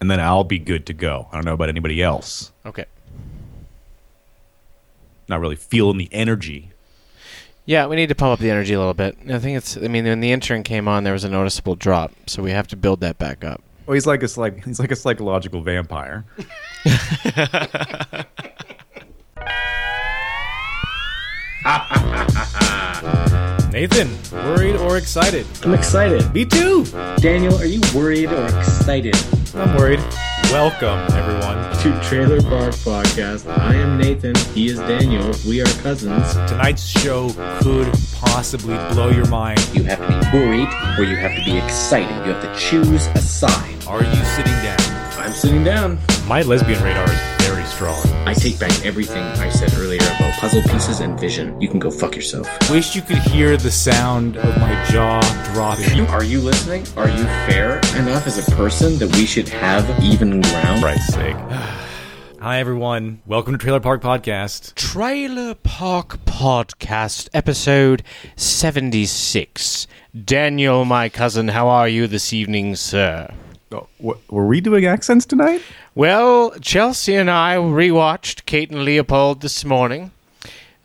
and then I'll be good to go. I don't know about anybody else. Okay. Not really feeling the energy. Yeah, we need to pump up the energy a little bit. I think it's. I mean, when the intern came on, there was a noticeable drop, so we have to build that back up. Well, he's like a like he's like a psychological vampire. Nathan, worried or excited? I'm excited. Me too. Daniel, are you worried or excited to I'm worried. Welcome, everyone. Trailer Bar Podcast? I am Nathan. He is Daniel. We are cousins. Tonight's show could possibly blow your mind. You have to be worried or you have to be excited. You have to choose a side. Are you sitting down? I'm sitting down. My lesbian radar is very strong. I take back everything I said earlier about puzzle pieces and vision. You can go fuck yourself. Wish you could hear the sound of my jaw dropping. Are you listening? Are you fair enough as a person that we should have even ground? Christ's sake. Hi, everyone. Welcome to Trailer Park Podcast. Trailer Park Podcast, episode 76. Daniel, my cousin, how are you this evening, sir? Oh, were we doing accents tonight? Well, Chelsea and I rewatched Kate and Leopold this morning,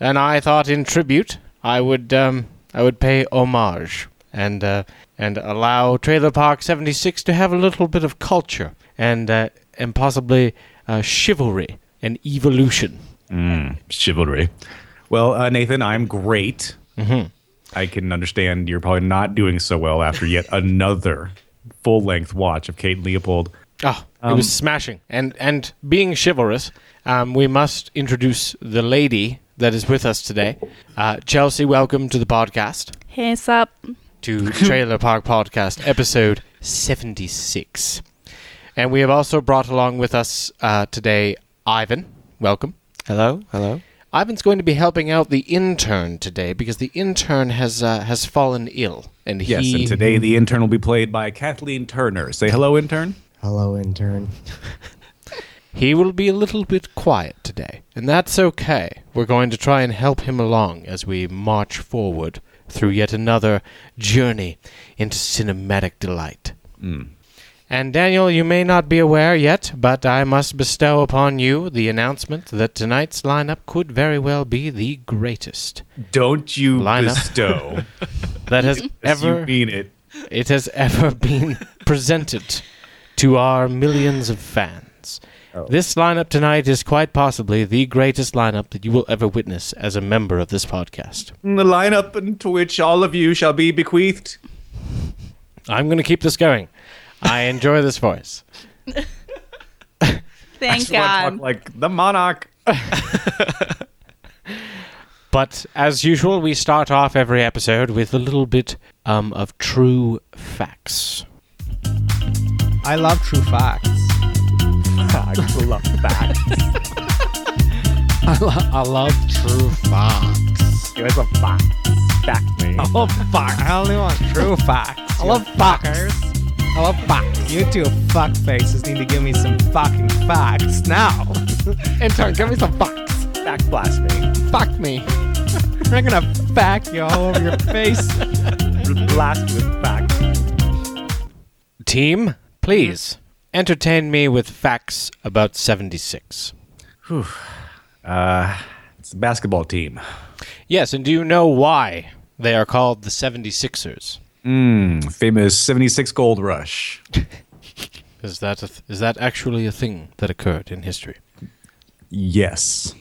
and I thought in tribute I would um, I would pay homage and uh, and allow Trailer Park 76 to have a little bit of culture and uh, and possibly uh, chivalry and evolution. Chivalry. Mm-hmm. Well, uh, Nathan, I'm great. I can understand you're probably not doing so well after yet another full length watch of Kate Leopold. Ah, it was smashing. And and being chivalrous, um, we must introduce the lady that is with us today, uh, Chelsea. Welcome to the podcast, Hands up. to Trailer Park Podcast, episode seventy six. And we have also brought along with us uh, today Ivan. Welcome. Hello, hello. Ivan's going to be helping out the intern today because the intern has uh, has fallen ill, and he Yes, and today the intern will be played by Kathleen Turner. Say hello, intern. Hello, intern. He will be a little bit quiet today, and that's okay. We're going to try and help him along as we march forward through yet another journey into cinematic delight. And Daniel, you may not be aware yet, but I must bestow upon you the announcement that tonight's lineup could very well be the greatest Don't you Line up. bestow? that has As you ever mean it. it has ever been presented to our millions of fans. This lineup tonight is quite possibly the greatest lineup that you will ever witness as a member of this podcast. The lineup into which all of you shall be bequeathed. I'm going to keep this going. I enjoy this voice. Thank Talk God. like the monarch. But as usual, we start off every episode with a little bit um, of true facts. I love true facts. I love facts. I, lo- I love true facts. You guys love facts. Fact me. I love facts. I only want true facts. I love fuckers. I love facts. You two fuck faces need to give me some fucking facts now. intern, give me some facts. Fact blasphemy. Fuck me. I'm gonna fuck you all over your face. Blast with facts. Team, please entertain me with facts about 76. It's the basketball team. Yes, and do you know why they are called the 76ers? Famous 76 gold rush. Is that a th- is that actually a thing that occurred in history? Yes.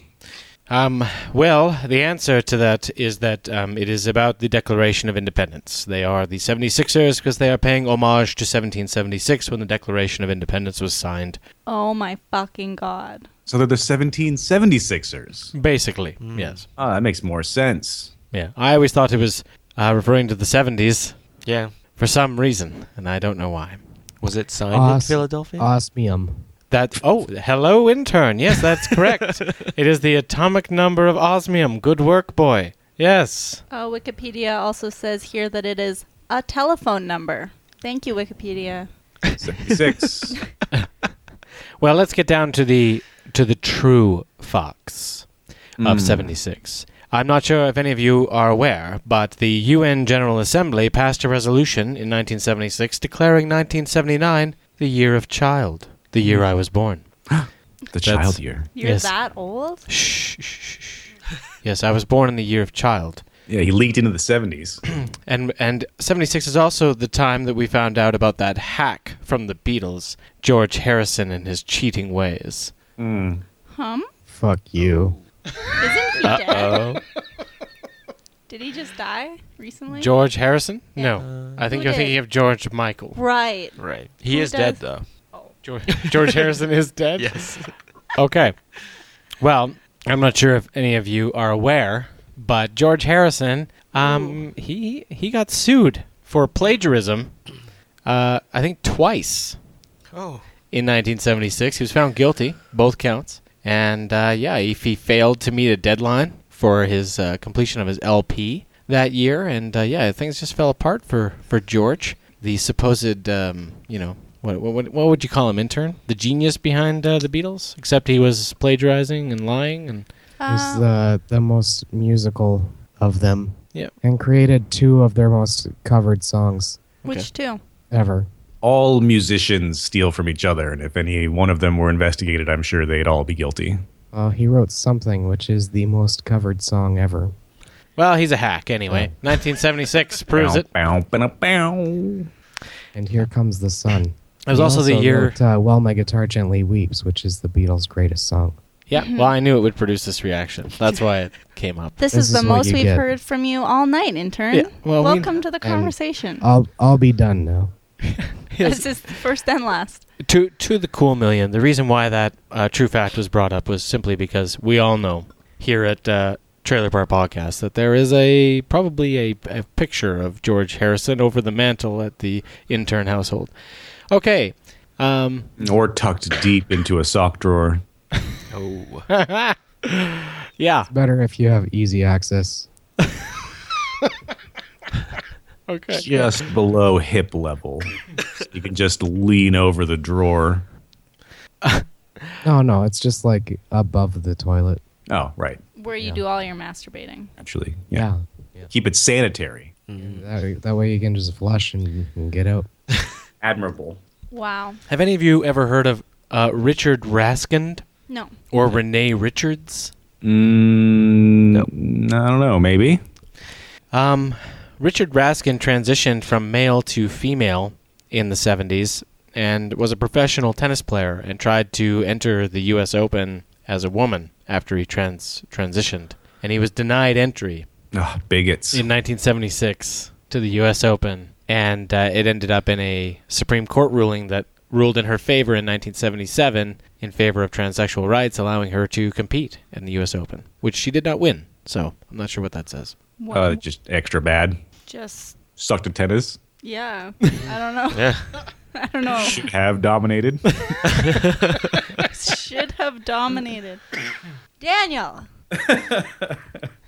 Um, well, the answer to that is that um, it is about the Declaration of Independence. They are the 76ers because they are paying homage to 1776 when the Declaration of Independence was signed. Oh my fucking God. So they're the 1776ers. Basically, yes. Oh, that makes more sense. Yeah. I always thought it was uh, referring to the 70s Yeah. for some reason, and I don't know why. Was it signed in Os- Philadelphia? Osmium. That oh, hello intern. Yes, that's correct. it is the atomic number of osmium. Good work, boy. Yes. Oh, Wikipedia also says here that it is a telephone number. Thank you, Wikipedia. 76. Well, let's get down to the to the true fox of 76. I'm not sure if any of you are aware, but the UN General Assembly passed a resolution in 1976 declaring 1979 the year of child. the year I was born. The That's- child year. You're Yes. that old? Shh, shh, shh, shh. Yes, I was born in the year of child. Yeah, he leaked into the 70s. And and 76 is also the time that we found out about that hack from the Beatles, George Harrison and his cheating ways. Hum? Fuck you. Isn't he dead? Did he just die recently? George Harrison? Yeah. Uh, No. I think Who you're did? thinking of George Michael. Right. Right. He Who is does- dead though. George, George Harrison is dead? Yes. Okay. Well, I'm not sure if any of you are aware, but George Harrison, um, he he got sued for plagiarism. Uh, I think twice Oh. in 1976. He was found guilty, both counts. And uh, yeah, if he failed to meet a deadline for his uh, completion of his LP that year, and uh, yeah, things just fell apart for, for George, the supposed, um, you know, what, what, what would you call him, intern? The genius behind uh, the Beatles? Except he was plagiarizing and lying and. He's the, uh, the most musical of them Yeah. and created two of their most covered songs Which two? ever. All musicians steal from each other, and if any one of them were investigated, I'm sure they'd all be guilty. Uh, he wrote Something, which is the most covered song ever. Well, he's a hack anyway. 1976 proves Bow, it. Bow, bow, bow. And Here Comes the Sun. It was He also the year- wrote, uh, While My Guitar Gently Weeps, which is the Beatles' greatest song. Yeah, well, I knew it would produce this reaction. That's why it came up. This, This is the is what most you we've get. heard from you all night, intern. Yeah, well, we- Welcome to the conversation. I'll, I'll be done now. this is the first and last. To to the cool million. The reason why that uh, true fact was brought up was simply because we all know here at uh, Trailer Park Podcast that there is a probably a, a picture of George Harrison over the mantle at the intern household. Okay, um, Or tucked deep into a sock drawer. yeah, Better if you have easy access. okay. just below hip level. So you can just lean over the drawer. No, no, it's just like above the toilet. Oh, right. Where you do all your masturbating. Actually, yeah. Keep it sanitary. That, that way you can just flush and, and get out. Admirable. Wow. Have any of you ever heard of uh, Richard Raskind No. or Renee Richards? Mm, I don't know. Maybe. Um, Richard Raskin transitioned from male to female in the 70s and was a professional tennis player and tried to enter the U.S. Open as a woman after he trans- transitioned. And he was denied entry Ugh, bigots. in 1976 to the U.S. Open, and uh, it ended up in a Supreme Court ruling that ruled in her favor in 1977 in favor of transsexual rights, allowing her to compete in the U.S. Open, which she did not win. So I'm not sure what that says. Wow. uh, just extra bad. Just Sucked at tennis. yeah. I don't know. Yeah. I don't know. Should have dominated. Should have dominated. Daniel.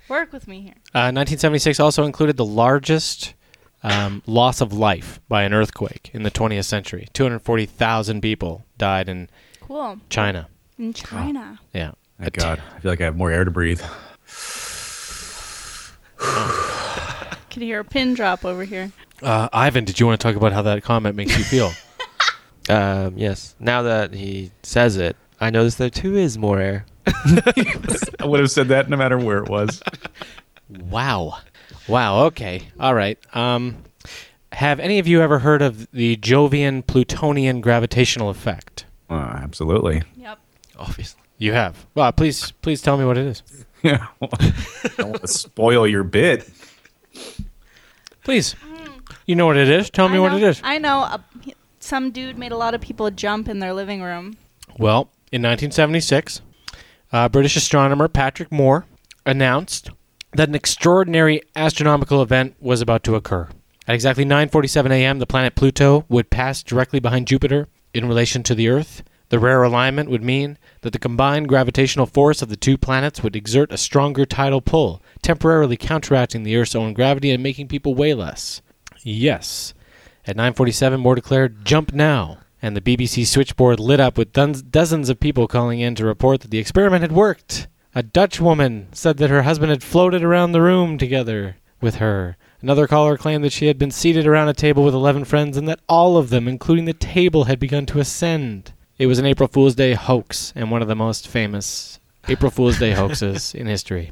Work with me here. Uh, 1976 also included the largest um, loss of life by an earthquake in the 20th century. 240,000 people died in Cool. China. In China. Yeah. Thank God. I feel like I have more air to breathe. Could hear a pin drop over here. Uh, Ivan, did you want to talk about how that comment makes you feel? Um, yes. Now that he says it, I notice there too is more air. I would have said that no matter where it was. wow. Wow. Okay. All right. Um, have any of you ever heard of the Jovian Plutonian gravitational effect? Uh, absolutely. Yep. Obviously. You have. Well, please, please tell me what it is. Yeah. don't want to spoil your bit. Please. You know what it is. Tell me Mm. I what know- it is. I know. uh, some dude made a lot of people jump in their living room. Well, in 1976, uh, British astronomer Patrick Moore announced that an extraordinary astronomical event was about to occur. At exactly 9:47 a.m., the planet Pluto would pass directly behind Jupiter in relation to the Earth. The rare alignment would mean that the combined gravitational force of the two planets would exert a stronger tidal pull, temporarily counteracting the Earth's own gravity and making people weigh less. Yes. At 9:47, Moore declared, "Jump now!" and the BBC switchboard lit up with dun- dozens of people calling in to report that the experiment had worked. A Dutch woman said that her husband had floated around the room together with her. Another caller claimed that she had been seated around a table with 11 friends and that all of them, including the table, had begun to ascend. It was an April Fool's Day hoax and one of the most famous April Fool's Day hoaxes in history.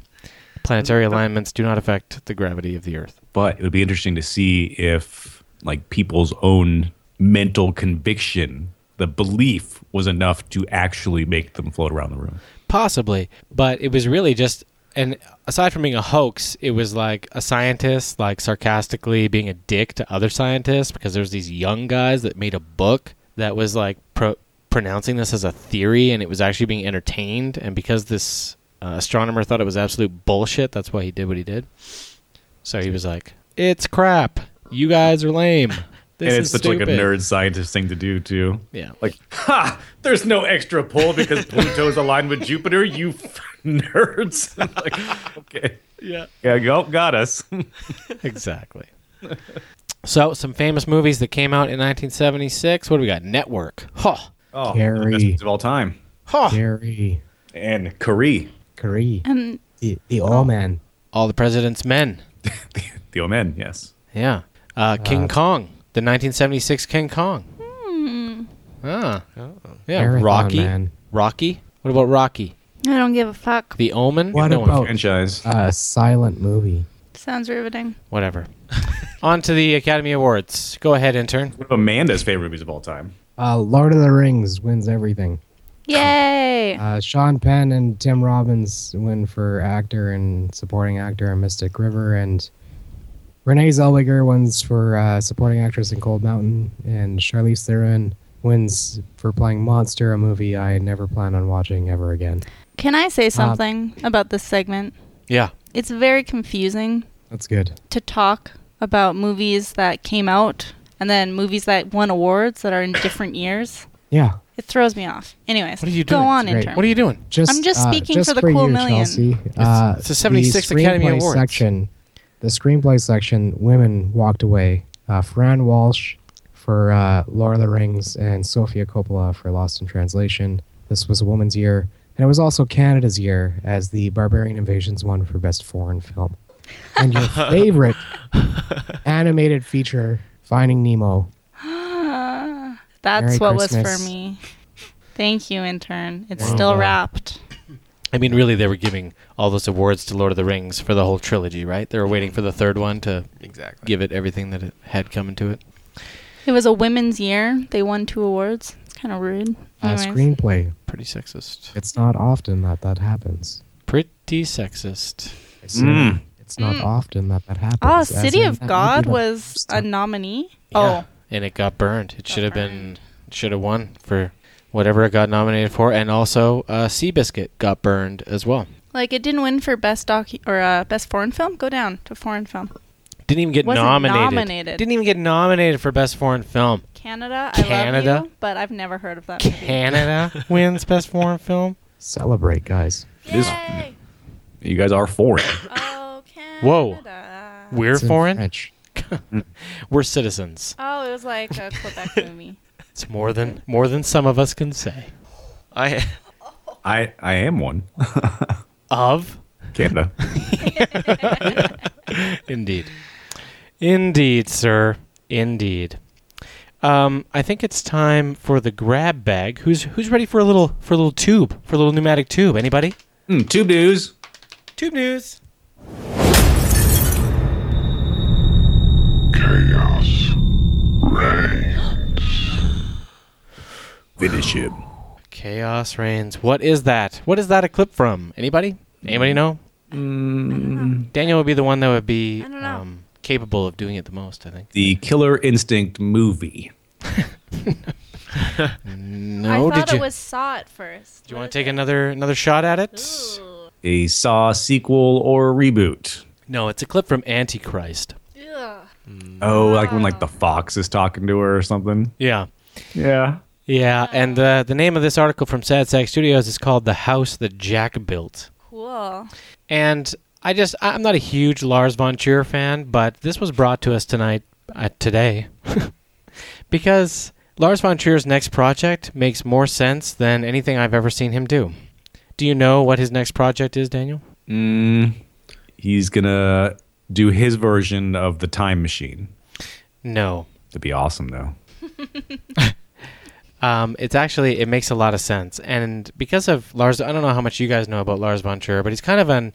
Planetary alignments do not affect the gravity of the Earth. But it would be interesting to see if like people's own mental conviction, the belief was enough to actually make them float around the room. Possibly, but it was really just and aside from being a hoax, it was like a scientist like sarcastically being a dick to other scientists because there was these young guys that made a book that was like pro- pronouncing this as a theory and it was actually being entertained and because this uh, astronomer thought it was absolute bullshit, that's why he did what he did. So he was like, "It's crap. You guys are lame." This and is it's such like a stupid." nerd scientist thing to do too. Yeah. Like, ha! There's no extra pull because Pluto's aligned with Jupiter. You f- nerds. like, okay. Yeah. Yeah. Go. Got us. Exactly. so, some famous movies that came out in 1976. What do we got? Network. Huh. Oh, Gary. the best movies of all time. Huh. Gary, And Kari, Curry, And the, the All Man, All the President's Men. the, the Omen. Yes. Yeah. Uh, King Kong. The 1976 King Kong. Ah. Yeah. Oh. Marathon Rocky. Man. Rocky. What about Rocky? I don't give a fuck. The Omen. What no one about- cares. Franchise. Oh. a silent movie. Sounds riveting. Whatever. On to the Academy Awards. Go ahead, intern. One of Amanda's favorite movies of all time. Uh, Lord of the Rings wins everything. Yay! Uh, Sean Penn and Tim Robbins win for actor and supporting actor in Mystic River, and Renee Zellweger wins for uh, supporting actress in Cold Mountain, and Charlize Theron wins for playing Monster, a movie I never plan on watching ever again. Can I Uh, say something about this segment? Yeah. It's very confusing That's good. to talk about movies that came out and then movies that won awards that are in different years. Yeah, It throws me off. Anyways, What are you go doing? on, Great. intern. What are you doing? just I'm just uh, speaking just for the for cool you, million. Chelsea. Uh, it's the 76th Academy screenplay Awards. section. The screenplay section, women walked away. Uh, Fran Walsh for uh, Lord of the Rings and Sofia Coppola for Lost in Translation. This was a woman's year, and it was also Canada's year as the Barbarian Invasions won for best foreign film. And your favorite animated feature, Finding Nemo. That's Merry what was for Christmas. me. Thank you, intern. It's still wrapped. I mean, really, they were giving all those awards to Lord of the Rings for the whole trilogy, right? They were waiting for the third one to Exactly. give it everything that it had coming to it. It was a women's year. They won two awards. It's kind of rude. Uh, Anyways. screenplay. Pretty sexist. It's not often that that happens. Pretty sexist. I said Mm. It's not often that that happens. Oh, as City in of that God movie that- was a nominee. Oh, And it got burned. It should have been, should have won for whatever it got nominated for. And also, uh, Seabiscuit got burned as well. like it didn't win for best doc or uh, best foreign film. Go down to foreign film. Didn't even get Wasn't nominated. nominated. Didn't even get nominated for Best Foreign Film. Canada, I Canada? love you, but I've never heard of that. Canada wins Best Foreign Film. Celebrate, guys. It is- Yay! You guys are foreign. Oh, Canada. Whoa. We're It's in foreign. French. We're citizens. Oh, it was like a Quebec movie. It's more than more than some of us can say. I I I am one. Of Canada. Indeed. Indeed, sir. Indeed. Um, I think it's time for the grab bag. Who's who's ready for a little for a little tube for a little pneumatic tube? Anybody? Mm, tube news. Tube news. Finish him. Chaos reigns. What is that? What is that a clip from? Anybody? Anybody know? Daniel would be the one that would be don't know. um, capable of doing it the most. I think. The Killer Instinct movie. No, I thought did you? it was Saw at first. do you want to take another another shot at it? A Saw sequel or reboot. No, it's a clip from Antichrist. Oh, like when like the fox is talking to her or something. Yeah. Yeah. Yeah, and uh, the name of this article from Sad Sack Studios is called "The House That Jack Built," Cool. and I just I- I'm not a huge Lars von Trier fan, but this was brought to us tonight uh, today because Lars von Trier's next project makes more sense than anything I've ever seen him do. Do you know what his next project is, Daniel? Mm. He's gonna do his version of the time machine. No. It'd be awesome though. Um, it's actually it makes a lot of sense, and because of Lars, I don't know how much you guys know about Lars von Trier, but he's kind of an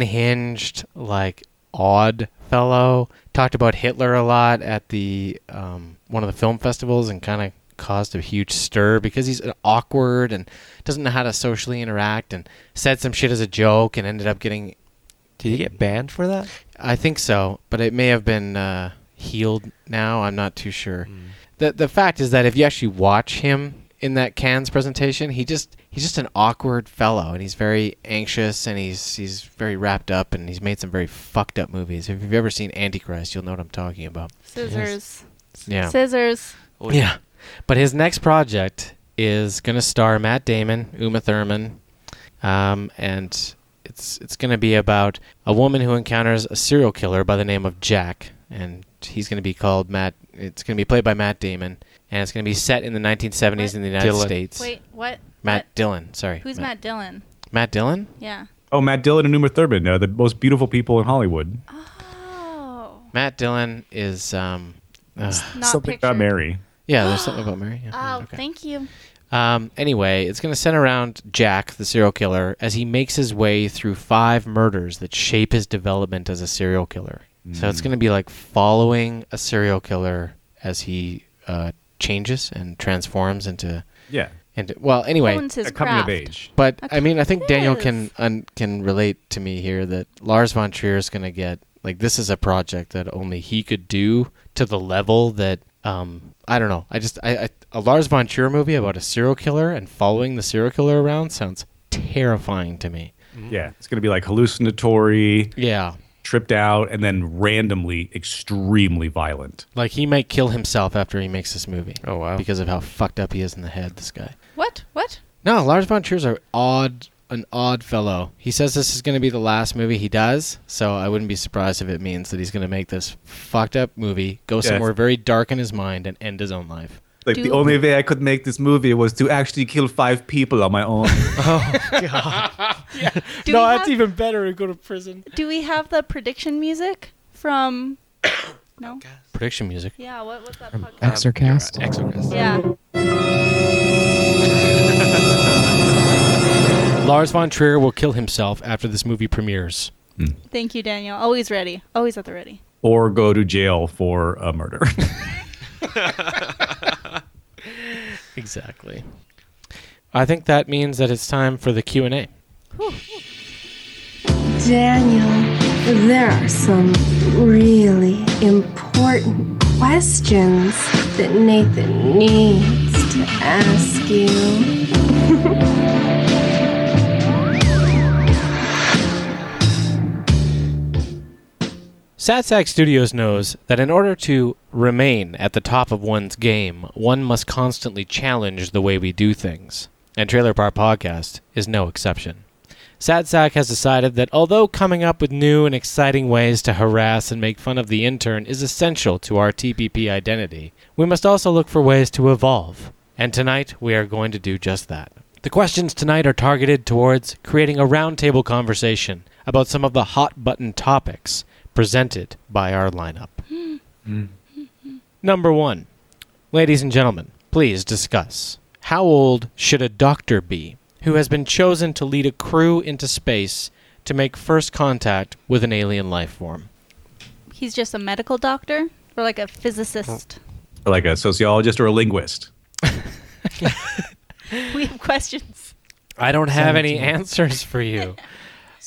unhinged, like odd fellow. Talked about Hitler a lot at the um, one of the film festivals, and kind of caused a huge stir because he's awkward and doesn't know how to socially interact, and said some shit as a joke, and ended up getting Did he get banned for that? I think so, but it may have been uh, healed now. I'm not too sure. the The fact is that if you actually watch him in that Cannes presentation, he just he's just an awkward fellow, and he's very anxious, and he's he's very wrapped up, and he's made some very fucked up movies. If you've ever seen Antichrist, you'll know what I'm talking about. Scissors. Yeah, Scissors. yeah. But his next project is going to star Matt Damon, Uma Thurman, um, and it's it's going to be about a woman who encounters a serial killer by the name of Jack, and he's going to be called Matt. It's going to be played by Matt Damon, and it's going to be set in the 1970s in the United Dylan. States. Wait, what? Matt Dillon, sorry. Who's Matt Dillon? Matt Dillon? Yeah. Oh, Matt Dillon and Uma Thurman, uh, the most beautiful people in Hollywood. Oh. Matt Dillon is um, uh, Not Something pictured. about Mary. yeah. There's something about Mary. Yeah, Oh, Mm, okay. thank you. Um, anyway, it's going to center around Jack, the serial killer, as he makes his way through five murders that shape his development as a serial killer. So it's going to be like following a serial killer as he uh, changes and transforms into. Yeah. into well, anyway, Owns his a coming craft. of age. but I mean, I think Daniel can Yes. un, can relate to me here that Lars von Trier is going to get like this is a project that only he could do to the level that um I don't know. I just I, I a Lars von Trier movie about a serial killer and following the serial killer around sounds terrifying to me. Yeah. It's going to be like hallucinatory, Yeah. tripped out, and then randomly extremely violent. Like he might kill himself after he makes this movie. Oh, wow. Because of how fucked up he is in the head, this guy. What? What? No, Lars von Trier's an odd, an odd fellow. He says this is going to be the last movie he does, so I wouldn't be surprised if it means that he's going to make this fucked up movie, go somewhere very dark in his mind, and end his own life. Like Do- the only way I could make this movie was to actually kill five people on my own. Do we have, even better to go to prison. Do we have the prediction music from? no. Prediction music. Yeah. What was that podcast? Exorcast. Exorcist. yeah. Lars von Trier will kill himself after this movie premieres. Thank you, Daniel. Always ready. Always at the ready. or go to jail for a murder. Exactly. I think that means that it's time for the Q and A. Daniel, there are some really important questions that Nathan needs to ask you. SatSac Studios knows that in order to remain at the top of one's game, one must constantly challenge the way we do things. And Trailer Park Podcast is no exception. SatSac has decided that although coming up with new and exciting ways to harass and make fun of the intern is essential to our TPP identity, we must also look for ways to evolve. And tonight, we are going to do just that. The questions tonight are targeted towards creating a roundtable conversation about some of the hot button topics presented by our lineup. Hmm. Number one Ladies and gentlemen, please discuss how old should a doctor be who has been chosen to lead a crew into space to make first contact with an alien life form? He's just a medical doctor or like a physicist. like a sociologist or a linguist. Mm. we have questions. I don't have any answers for you.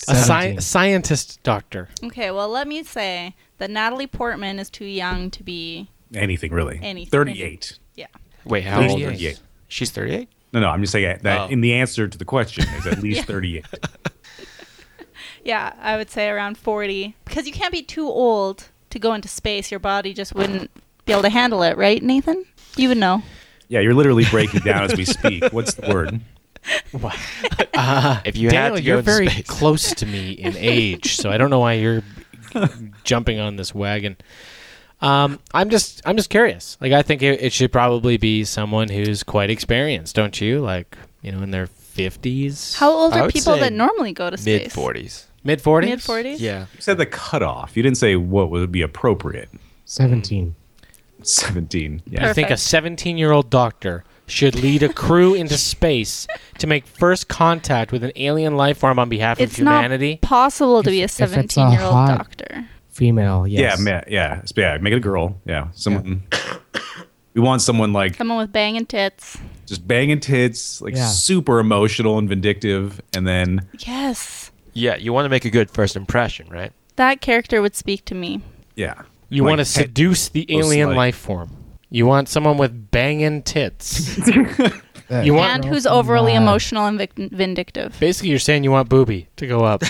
a sci- Seventeen. scientist doctor. Okay. Well, let me say that Natalie Portman is too young to be. Anything really. Anything. 38. Yeah. Wait, how old? 38. is- She's 38. No, no, I'm just saying that Oh. in the answer to the question is at least 38. Yeah, I would say around 40 because you can't be too old to go into space. Your body just wouldn't be able to handle it, right, Nathan? You would know. Yeah, you're literally breaking down as we speak. What's the word? If you Daniel, had to you're go into very space- close to me in age, so I don't know why you're jumping on this wagon. Um, I'm just, I'm just curious. Like, I think it, it should probably be someone who's quite experienced, don't you? Like, you know, in their fifties, How old I are would people say that normally go to space? mid 40s. mid forties, Mid 40s? Yeah. You said the cutoff. You didn't say what would be appropriate. 17. 17. Yeah. You think a Perfect. seventeen-year-old doctor should lead a crew into space to make first contact with an alien life form on behalf It's of humanity? not possible to be a If it's a 17 year old hot doctor. Female, yes. Yeah, ma- yeah, S- yeah. Make it a girl. Yeah, someone. We want someone like Someone with banging tits. just banging tits, like Yeah. super emotional and vindictive, and then Yes. Yeah, you want to make a good first impression, right? That character would speak to me. yeah. You Like, want to hey, seduce the most alien like- life form. You want someone with banging tits. you want and who's overly emotional and vic- vindictive. basically you're saying you want booby to go up.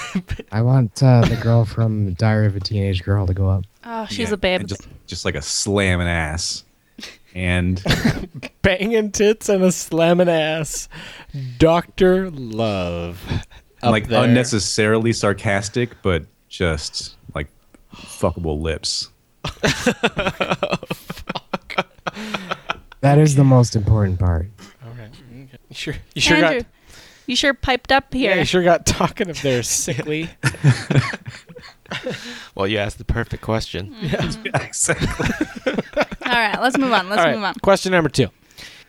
I want uh, the girl from Diary of a Teenage Girl to go up. Oh, she's yeah, a babe. and just just like a slamming ass, and banging tits and a slamming ass. Doctor Love. Up like there. unnecessarily sarcastic, but just like fuckable lips. That is the most important part. Sure. You sure got Andrew, you sure piped up here. Yeah, you sure got talkative there, sickly. Well, you asked the perfect question. Hmm. All right, let's move on. Let's All right, move on. Question number two.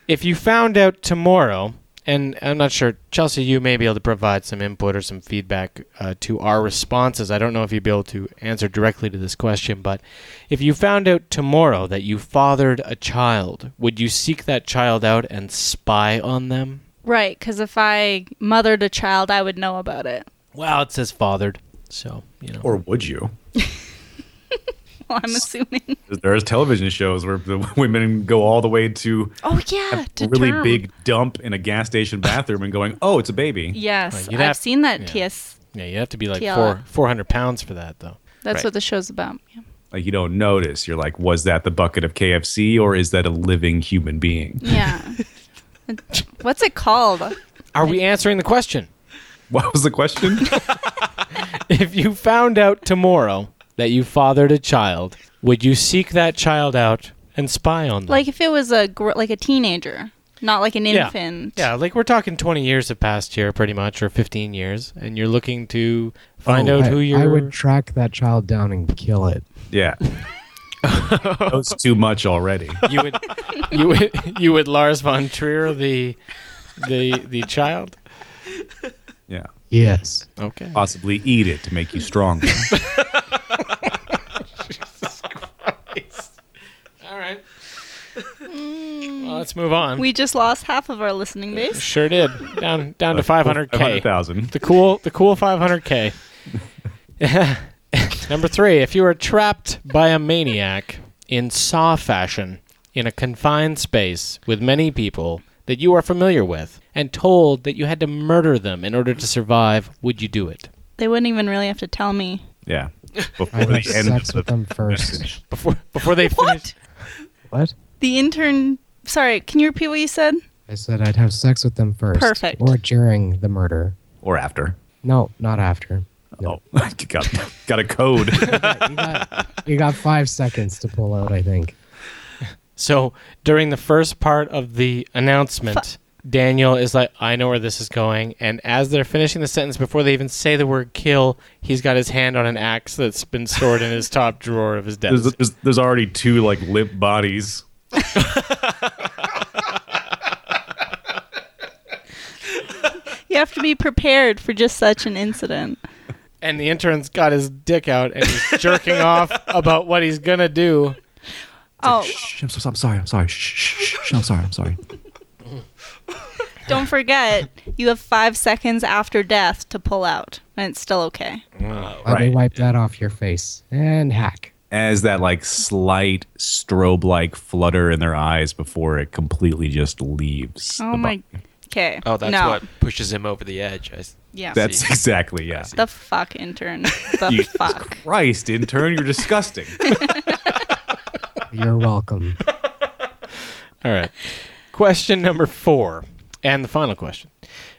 If you found out tomorrow, and I'm not sure, Chelsea, you may be able to provide some input or some feedback uh, to our responses. I don't know if you'd be able to answer directly to this question, but if you found out tomorrow that you fathered a child, would you seek that child out and spy on them? Right, because if I mothered a child, I would know about it. Well, it says fathered, so you know. Or would you? Well, I'm assuming. There's television shows where the women go all the way to Oh yeah, a to really term. big dump in a gas station bathroom and going, "Oh, it's a baby." Yes, Right, you'd I've have- seen that. yeah. TS. Yeah, you have to be like Yeah. four four hundred pounds for that, though. That's Right. what the show's about. Yeah. Like you don't notice. You're like, "Was that the bucket of KFC or is that a living human being?" Yeah. It- What's it called? Are we answering the question? What was the question? if you found out tomorrow that you fathered a child, would you seek that child out and spy on them? Like if it was a gr- like a teenager, not like an Yeah. infant. yeah, like we're talking 20 years have passed here, pretty much, or 15 years, and you're looking to find Oh, out I- who your I would track that child down and kill it. Yeah. That's too much already. you would you would you would Lars von Trier the the the child. Yeah. Yes. Okay. Possibly eat it to make you stronger. All right. Well, let's move on. We just lost half of our listening base. Sure did. Down Uh, down to 500k. 500,000. The cool the cool 500k. Number 3, if you were trapped by a maniac in saw fashion in a confined space with many people that you are familiar with and told that you had to murder them in order to survive, would you do it? They wouldn't even really have to tell me. Yeah. I Before would have the end of sex the with them first. Before before they finish what? The intern. Sorry, can you repeat what you said? I said I'd have sex with them first. Perfect. Or during the murder. or after. No, not after. Oh, got, got a code. You got five seconds to pull out, I think. So during the first part of the announcement, Daniel is like, I know where this is going. And as they're finishing the sentence, before they even say the word kill, he's got his hand on an axe that's been stored in his top drawer of his There's, desk. there's, there's already two like limp bodies. You have to be prepared for just such an incident. And the intern's got his dick out and he's jerking off about what he's going to do. Oh, I'm, so, I'm sorry. I'm sorry. Shh, shh, shh, I'm sorry. I'm sorry. don't forget, you have five seconds after death to pull out, and it's still okay. Let me Right. wipe that off your face and hack. As that like slight strobe like flutter in their eyes before it completely just leaves. Oh the my. body. Okay. Oh, that's no. what pushes him over the edge. I s- Yeah. That's exactly, yeah. the fuck intern. The Jesus fuck. Christ, intern, you're disgusting. You're welcome. All right. Question number four, and the final question.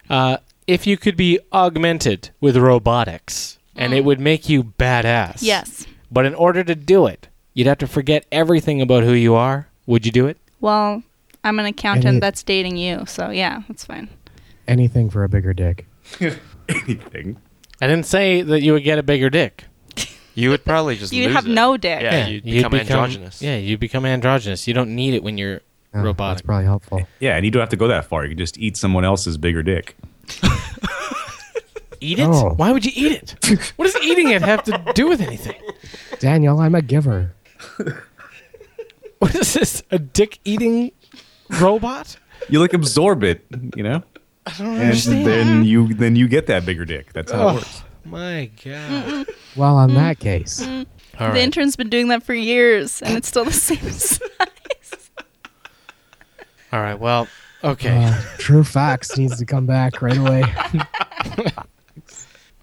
Uh, if you could be augmented with robotics and it would make you badass. Yes. But in order to do it, you'd have to forget everything about who you are. Would you do it? Well, I'm an accountant it- that's dating you, so yeah, that's fine. Anything for a bigger dick. Anything. I didn't say that you would get a bigger dick. You would probably just You'd lose have it. no dick. Yeah, you'd become androgynous. Yeah, you become androgynous. You don't need it when you're robotic. Oh, That's probably helpful. Yeah, and you don't have to go that far. You can just eat someone else's bigger dick. Eat it? Oh. Why would you eat it? what does eating it have to do with anything? Daniel, I'm a giver. What is this? A dick eating robot? You like absorb it, you know, I don't and understand. then you then you get that bigger dick. That's how it Oh, works. my God. Well, on that case, All The right. intern's been doing that for years, and it's still the same size. All right. Well, okay. uh, True Fox needs to come back right away.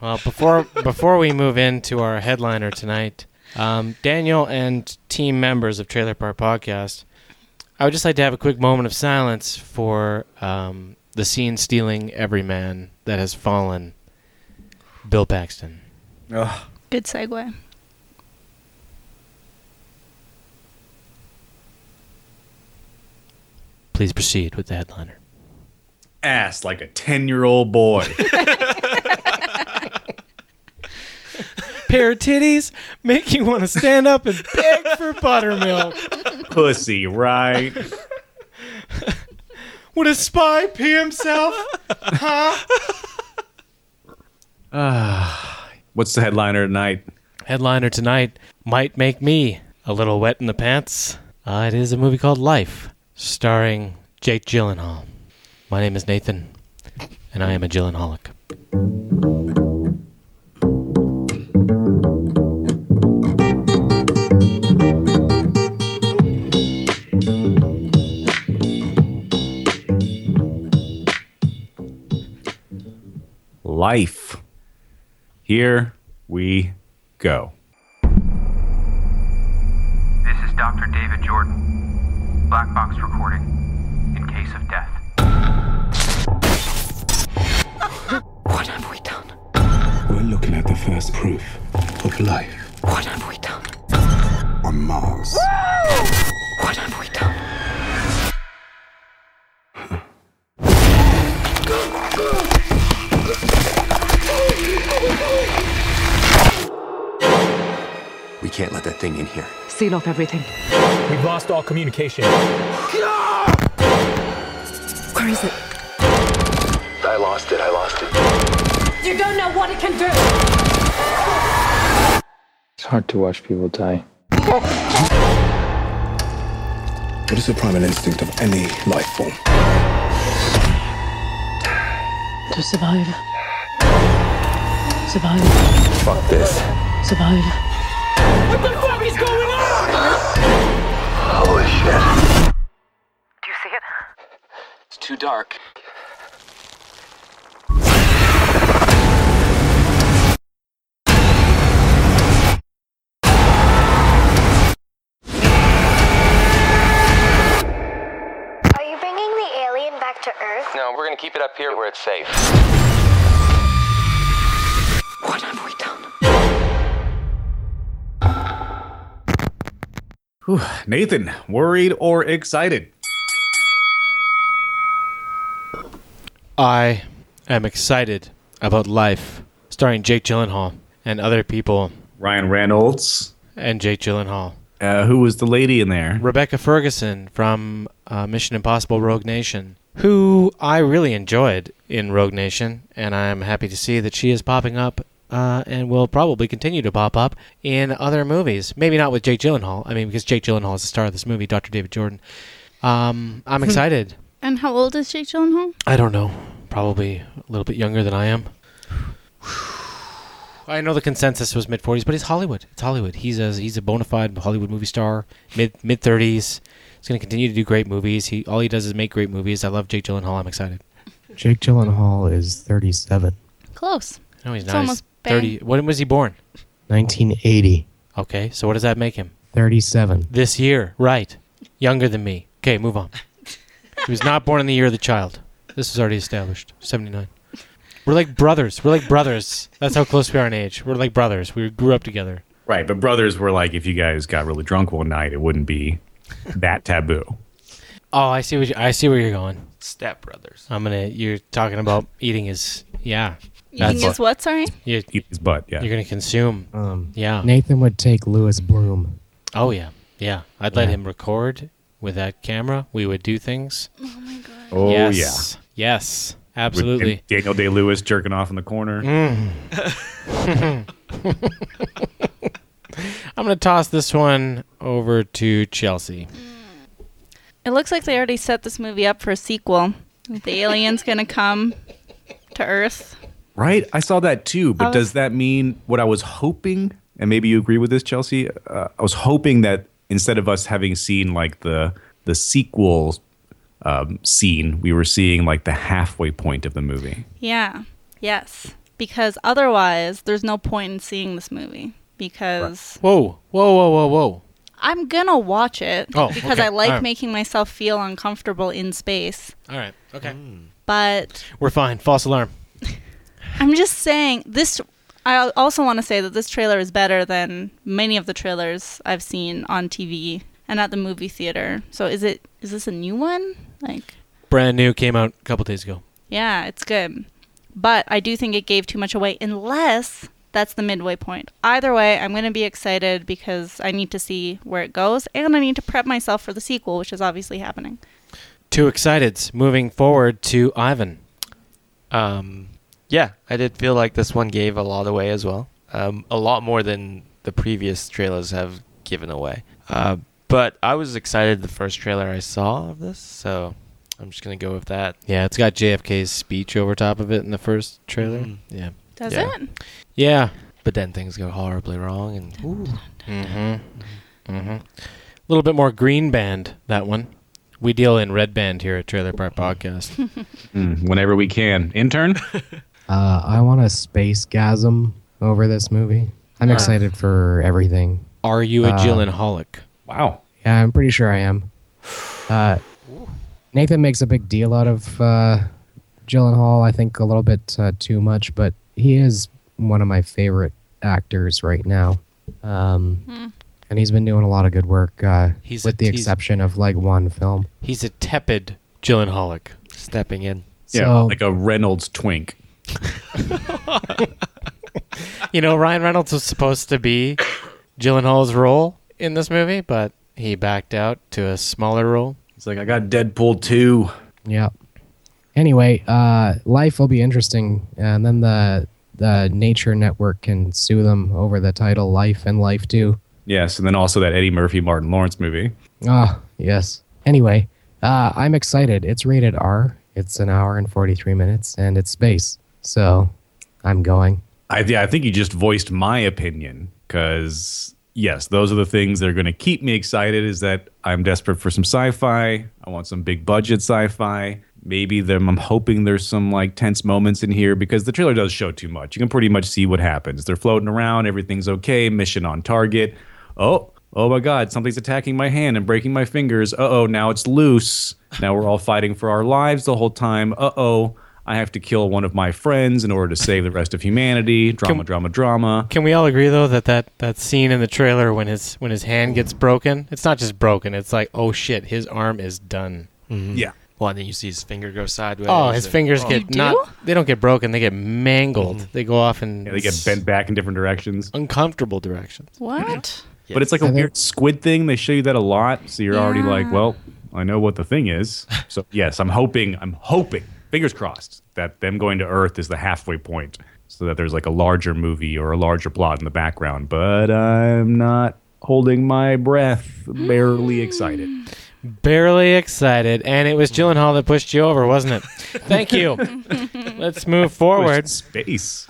Well, before before we move into our headliner tonight, um, Daniel and team members of Trailer Park Podcast, I would just like to have a quick moment of silence for um, the scene stealing everyman that has fallen, Bill Paxton. Good segue. Please proceed with the headliner. Ass like a ten year old boy. Pair of titties make you want to stand up and beg for buttermilk. Pussy, right? Would a spy pee himself? What's the headliner tonight? Headliner tonight might make me a little wet in the pants. Uh, it is a movie called Life, starring Jake Gyllenhaal. My name is Nathan, and I am a Gyllenhaalic. Life. Here we go. This is Dr. David Jordan. Black box recording. In case of death. What have we done? We're looking at the first proof of life What have we done? on Mars. What have we done? We can't let that thing in here. Seal off everything. We've lost all communication. Where is it? I lost it. I lost it. You don't know what it can do. It's hard to watch people die. What is the primal instinct of any life form? To survive. Survive. Fuck this. Survive. What the fuck is going on? Holy shit. Do you see it? It's too dark. Are you bringing the alien back to Earth? No, we're gonna keep it up here where it's safe. What have we done? Whew. Nathan, worried or excited? I am excited about Life, starring Jake Gyllenhaal and other people. Ryan Reynolds and Jake Gyllenhaal. Uh, who was the lady in there? Rebecca Ferguson from uh, Mission Impossible: Rogue Nation, who I really enjoyed in Rogue Nation, and I am happy to see that she is popping up uh, and will probably continue to pop up in other movies. Maybe not with Jake Gyllenhaal. I mean, because Jake Gyllenhaal is the star of this movie, Dr. David Jordan. Um, I'm excited. And how old is Jake Gyllenhaal? I don't know. Probably a little bit younger than I am. I know the consensus was mid forties, but he's Hollywood. It's Hollywood. He's a he's a bona fide Hollywood movie star, mid mid thirties. He's going to continue to do great movies. He all he does is make great movies. I love Jake Gyllenhaal. I'm excited. Jake Gyllenhaal is 37, Close. No, he's It's not. He's almost bang. Thirty. When was he born? 1980, Okay, so what does that make him? 37. This year, right? Younger than me. Okay, move on. he was not born in the year of the child. This is already established. Seventy nine. We're like brothers. We're like brothers. That's how close we are in age. We're like brothers. We grew up together. Right, but brothers were like, if you guys got really drunk one night, it wouldn't be that taboo. Oh, I see what you, I see where you're going. Step brothers. I'm gonna. You're talking about eating his. Yeah. Eating That's- his what? Sorry. You, Eat his butt. Yeah. You're gonna consume. Um. Yeah. Nathan would take Lewis Bloom. Oh yeah. Yeah. I'd let Yeah. him record, with that camera, we would do things. Oh my god! Oh, yes. yeah, yes, absolutely. Mm-hmm. With Daniel Day Lewis jerking off in the corner. Mm. I'm going to toss this one over to Chelsea. It looks like they already set this movie up for a sequel. The alien's gonna come to Earth. Right? I saw that too. But I was- does that mean what I was hoping? And maybe you agree with this, Chelsea. Uh, I was hoping that instead of us having seen like the the sequel um, scene, we were seeing like the halfway point of the movie. Yeah. Yes. Because otherwise, there's no point in seeing this movie. Because Whoa, whoa, whoa, whoa, whoa! I'm gonna watch it Oh, because okay. I like All right. making myself feel uncomfortable in space. All right, okay, But we're fine. False alarm. I'm just saying this. I also want to say that this trailer is better than many of the trailers I've seen on TV and at the movie theater. So is it is this a new one? Like, Brand new came out a couple days ago. yeah, it's good. But I do think it gave too much away unless that's the midway point. Either way, I'm going to be excited because I need to see where it goes and I need to prep myself for the sequel, which is obviously happening. Too excited. Moving forward to Ivan. Um, yeah, I did feel like this one gave a lot away as well. Um, a lot more than the previous trailers have given away. Uh, but I was excited the first trailer I saw of this, so I'm just gonna go with that. Yeah, it's got JFK's speech over top of it in the first trailer. Mhm. Yeah. Does Yeah. it? Yeah. But then things go horribly wrong, and Mm-hmm. Mm-hmm. A little bit more green band that one. We deal in red band here at Trailer Park Podcast. Mm, whenever we can. Intern? Uh, I want a space gasm over this movie. I'm Wow. excited for everything. Are you a Uh, Gyllenhaalic? Wow. Yeah, I'm pretty sure I am. Uh, Nathan makes a big deal out of uh, Gyllenhaal. I think a little bit uh, too much, but he is one of my favorite actors right now. Um, And he's been doing a lot of good work, uh, He's with a- the he's- exception of like one film. He's a tepid Gyllenhaalic. stepping in. Yeah. So- like a Reynolds twink. You know, Ryan Reynolds was supposed to be Gyllenhaal's role in this movie, but he backed out to a smaller role. He's like, I got Deadpool 2. Yeah. Anyway, uh, life will be interesting, and then the the Nature Network can sue them over the title "Life" and "Life 2." Yes. And then also that Eddie Murphy, Martin Lawrence movie. Ah, yes. Anyway, uh, I'm excited. It's rated R. It's an hour and 43 minutes, and it's space. So I'm going. I, yeah, I think you just voiced my opinion because yes, those are the things that are going to keep me excited. Is that I'm desperate for some sci-fi. I want some big budget sci-fi. Maybe them. I'm hoping there's some like tense moments in here because the trailer does show too much. You can pretty much see what happens. They're floating around. Everything's okay. Mission on target. Oh, oh my God! Something's attacking my hand and breaking my fingers. Uh oh! Now it's loose. Now we're all fighting for our lives the whole time. Uh oh! I have to kill one of my friends in order to save the rest of humanity. Drama, drama, drama. Can we all agree though that, that that scene in the trailer when his when his hand gets broken, it's not just broken, it's like, oh shit, his arm is done. Yeah. Well, and then you see his finger go sideways. Oh, his and- fingers oh. get not. They don't get broken. They get mangled. They go off in Yeah, they get bent back in different directions. uncomfortable directions. What? But it's like a weird squid thing. They show you that a lot, so you're already like, Yeah. well, I know what the thing is. So yes, I'm hoping, I'm hoping, fingers crossed, that them going to Earth is the halfway point, so that there's like a larger movie or a larger plot in the background. But I'm not holding my breath, barely excited. Barely excited, and it was Gyllenhaal that pushed you over, wasn't it? Mm-hmm. Thank you. Let's move forward. Space.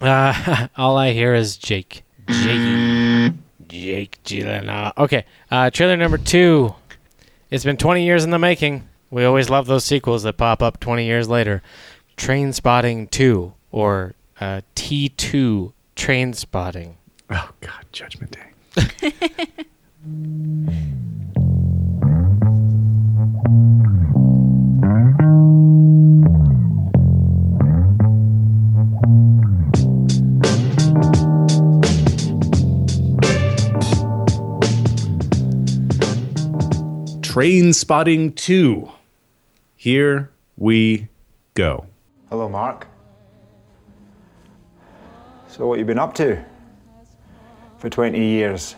Uh, all I hear is Jake. Jake. Jake Gyllenhaal. Okay, uh, trailer number two. It's been 20 years in the making. We always love those sequels that pop up 20 years later. Train Spotting 2, or uh, T2 Train Spotting. Oh, God, Judgment Day. Train Spotting 2. Here we go. Hello, Mark. So, what you been up to for 20 years?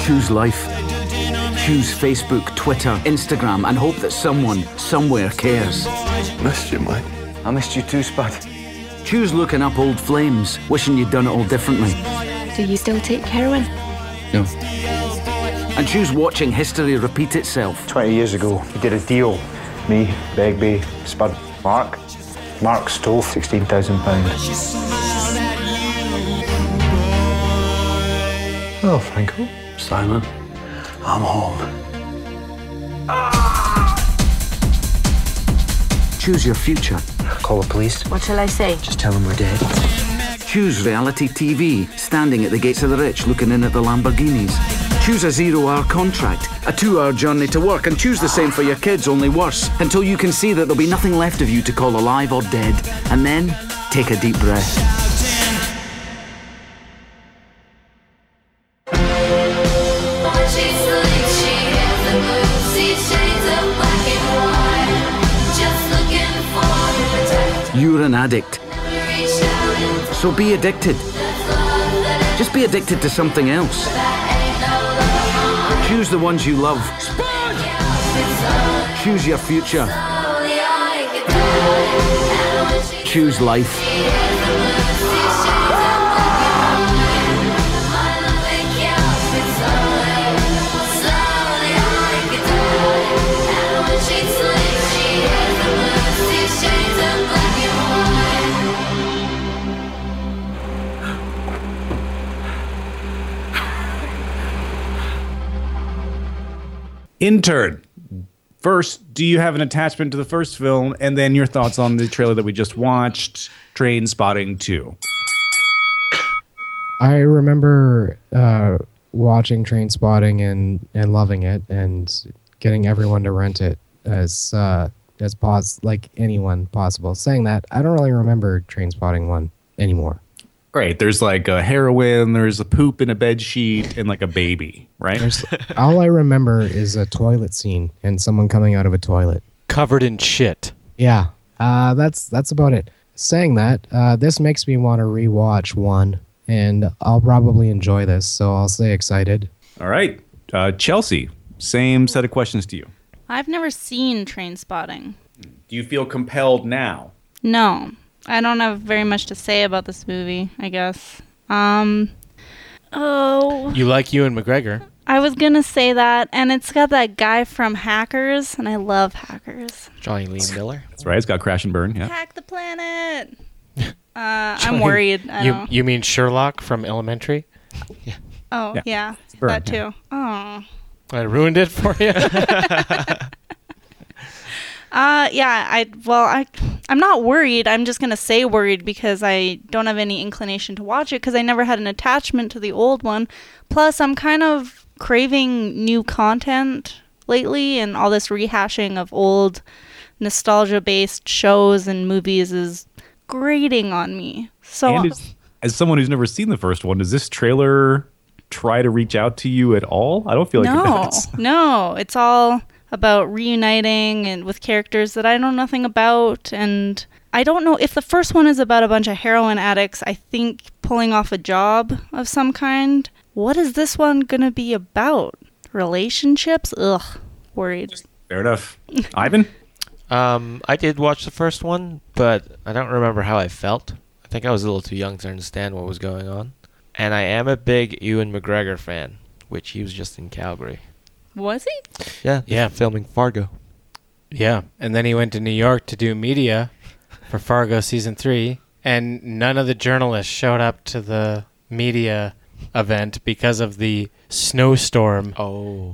Choose life. Choose Facebook, Twitter, Instagram, and hope that someone, somewhere cares. Missed you, mate. I missed you too, Spud. Choose looking up old flames, wishing you'd done it all differently. Do you still take heroin? No. And choose watching history repeat itself. 20 years ago, he did a deal. Me, Begbie, Spud, Mark. Mark stole £16,000. Hello, Franco. Simon, I'm home. Choose your future. Call the police. What shall I say? Just tell them we're dead. Choose reality TV, standing at the gates of the rich looking in at the Lamborghinis. Choose a zero hour contract, a two hour journey to work, and choose the same for your kids, only worse, until you can see that there'll be nothing left of you to call alive or dead. And then take a deep breath. You're an addict, so be addicted. Just be addicted to something else. Choose the ones you love. Choose your future. Choose life. Intern. First, do you have an attachment to the first film, and then your thoughts on the trailer that we just watched, Train Spotting Two? I remember uh, watching Train Spotting and, and loving it and getting everyone to rent it as uh, as pos- like anyone possible. Saying that, I don't really remember Train Spotting one anymore. Right. There's like a heroin. There's a poop in a bed sheet and like a baby. Right. All I remember is a toilet scene and someone coming out of a toilet. Covered in shit. Yeah, uh, that's that's about it. Saying that, uh, this makes me want to rewatch one, and I'll probably enjoy this. So I'll stay excited. All right, uh, Chelsea. Same set of questions to you. I've never seen train spotting. Do you feel compelled now? No, I don't have very much to say about this movie, I guess. Um, oh, You like Ewan McGregor. I was gonna say that, and it's got that guy from Hackers, and I love Hackers. Johnny Lee Miller. That's right. It's got Crash and Burn. Yeah. Hack the planet. Uh, I'm worried. I you don't. you mean Sherlock from Elementary? oh Yeah. yeah, Burn, that yeah. too. Oh. I ruined it for you. Uh, yeah, I well, I I'm not worried. I'm just gonna say worried because I don't have any inclination to watch it because I never had an attachment to the old one. Plus, I'm kind of craving new content lately, and all this rehashing of old nostalgia-based shows and movies is grating on me. So and it's, as someone who's never seen the first one, does this trailer try to reach out to you at all? I don't feel like it no, does. no, it's all about reuniting and with characters that I know nothing about, and I don't know if the first one is about a bunch of heroin addicts. I think pulling off a job of some kind. What is this one gonna be about? Relationships? Ugh, worried. Fair enough. Ivan? Um, I did watch the first one, but I don't remember how I felt. I think I was a little too young to understand what was going on. And I am a big Ewan McGregor fan, which he was just in Calgary. Was he? Yeah, yeah, filming Fargo. Yeah, and then he went to New York to do media for Fargo season three, and none of the journalists showed up to the media event because of the snowstorm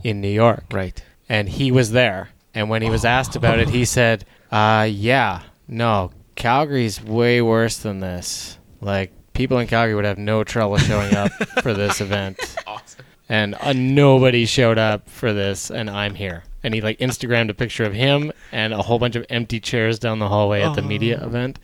in New York. Right, and he was there, and when he was asked about it, he said, "Uh, yeah, no, Calgary's way worse than this. Like people in Calgary would have no trouble showing up for this event." Awesome. And uh, nobody showed up for this, and I'm here. And he like Instagrammed a picture of him and a whole bunch of empty chairs down the hallway at the media Oh. event,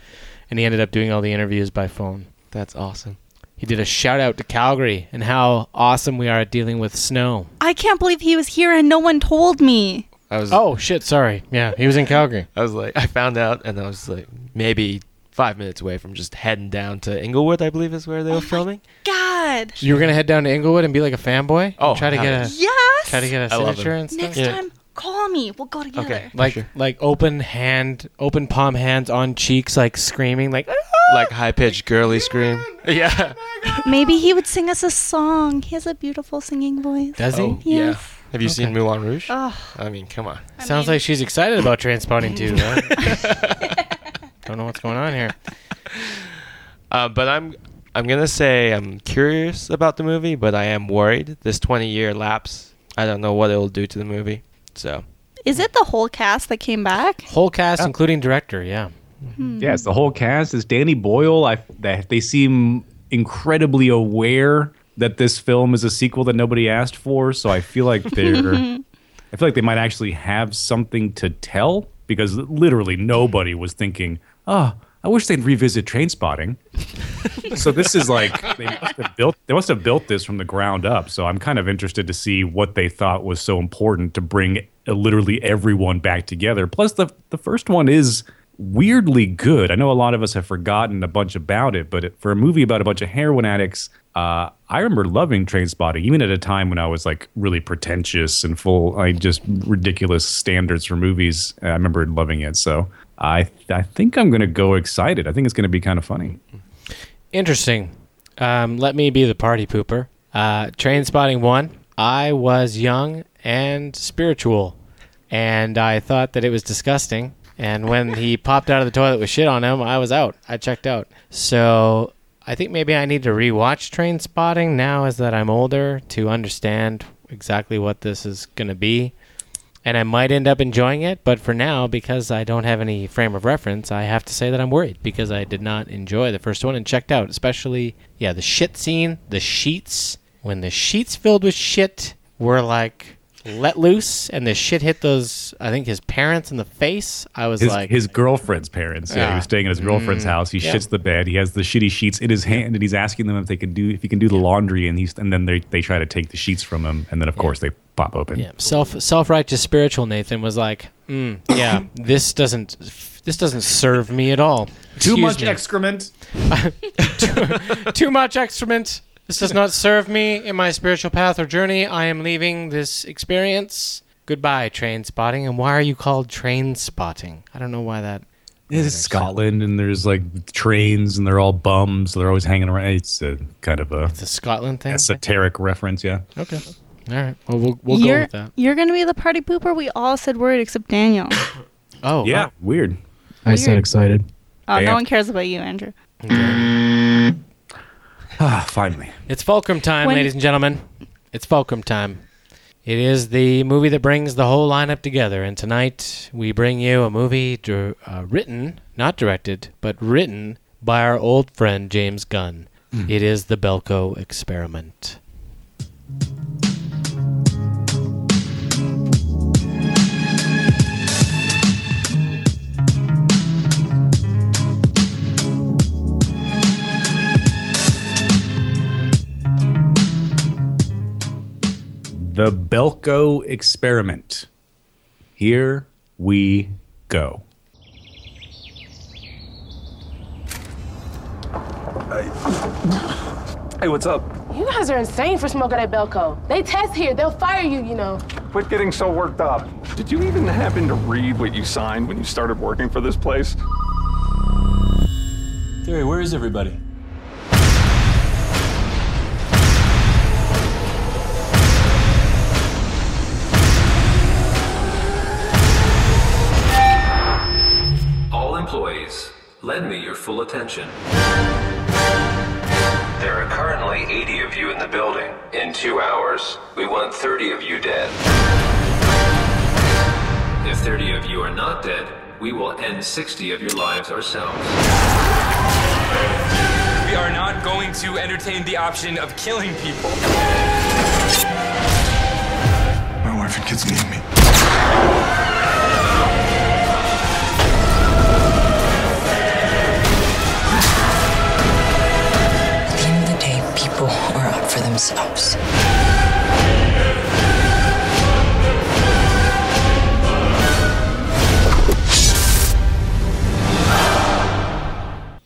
and he ended up doing all the interviews by phone. That's awesome. He did a shout out to Calgary and how awesome we are at dealing with snow. I can't believe he was here and no one told me. I was Oh shit, sorry. Yeah, he was in Calgary. I was like I found out and I was like maybe five minutes away from just heading down to Inglewood, I believe is where they were filming. God. You were gonna head down to Inglewood and be like a fanboy. Oh, try to get a heavens. Yes. try to get a I love signature him. and stuff. Next time, call me. We'll go together. Like like open hand, open palm hands on cheeks, like screaming, like "Ah!" like high pitched girly scream. Yeah. Maybe he would sing us a song. He has a beautiful singing voice. Does he? Oh, Yes. Oh. Yeah. Have you seen Moulin Rouge? Ugh. I mean, come on. Sounds like she's excited about transpawning too. Right? Don't know what's going on here. Uh, but I'm I'm gonna say I'm curious about the movie, but I am worried. This 20 year lapse, I don't know what it'll do to the movie. So Is it the whole cast that came back? Whole cast, including director, yeah. Hmm. Yes, the whole cast is Danny Boyle. I they, they seem incredibly aware that this film is a sequel that nobody asked for, so I feel like they're I feel like they might actually have something to tell because literally nobody was thinking, "Oh, I wish they'd revisit Train Spotting." so this is like they must have built they must have built this from the ground up. So I'm kind of interested to see what they thought was so important to bring uh, literally everyone back together. Plus the the first one is weirdly good. I know a lot of us have forgotten a bunch about it, but it, for a movie about a bunch of heroin addicts, uh, I remember loving Train Spotting, even at a time when I was like really pretentious and full, like just ridiculous standards for movies. I remember loving it. So I I think I'm gonna go excited. I think it's gonna be kind of funny. Interesting. Um, let me be the party pooper. Uh, Train Spotting 1. I was young and spiritual, and I thought that it was disgusting. And when he popped out of the toilet with shit on him, I was out. I checked out. So I think maybe I need to rewatch Train Spotting now as that I'm older to understand exactly what this is going to be. And I might end up enjoying it, but for now, because I don't have any frame of reference, I have to say that I'm worried because I did not enjoy the first one and checked out, especially, yeah, the shit scene, the sheets. When the sheets filled with shit were like let loose and the shit hit those, I think his parents in the face, I was his, like, his girlfriend's parents. Yeah, he Ah. was staying at his girlfriend's Mm. house. He Yeah. shits the bed. He has the shitty sheets in his hand, and he's asking them if they can do if he can do the laundry. And he's and then they they try to take the sheets from him, and then of course they pop open. Yeah, self self righteous spiritual Nathan was like, mm, yeah, this doesn't this doesn't serve me at all. Excuse me. excrement. too much excrement. This does not serve me in my spiritual path or journey. I am leaving this experience. Goodbye, train spotting. And why are you called train spotting? I don't know why that. It's Scotland, and there's like trains, and they're all bums. So they're always hanging around. It's a kind of a, it's a Oh, Scotland thing. esoteric reference. Yeah. Okay. All right. Well, we'll, we'll go you're, with that. You're gonna be the party pooper. We all said word except Daniel. Oh yeah. Weird. I said excited. Oh, Yeah. no one cares about you, Andrew. Ah, finally. It's Fulcrum time, When- ladies and gentlemen. It's Fulcrum time. It is the movie that brings the whole lineup together, and tonight we bring you a movie dir- uh, written, not directed, but written by our old friend James Gunn. It is the Belko Experiment. The Belko experiment. Here we go. Hey, what's up? You guys are insane for smoking at Belco. They test here. They'll fire you, you know. Quit getting so worked up. Did you even happen to read what you signed when you started working for this place? Gary, where is everybody? All employees, lend me your full attention. There are currently 80 of you in the building. In two hours, we want 30 of you dead. If 30 of you are not dead, we will end 60 of your lives ourselves. We are not going to entertain the option of killing people. My wife and kids need me. At the end of the day, people are out for themselves.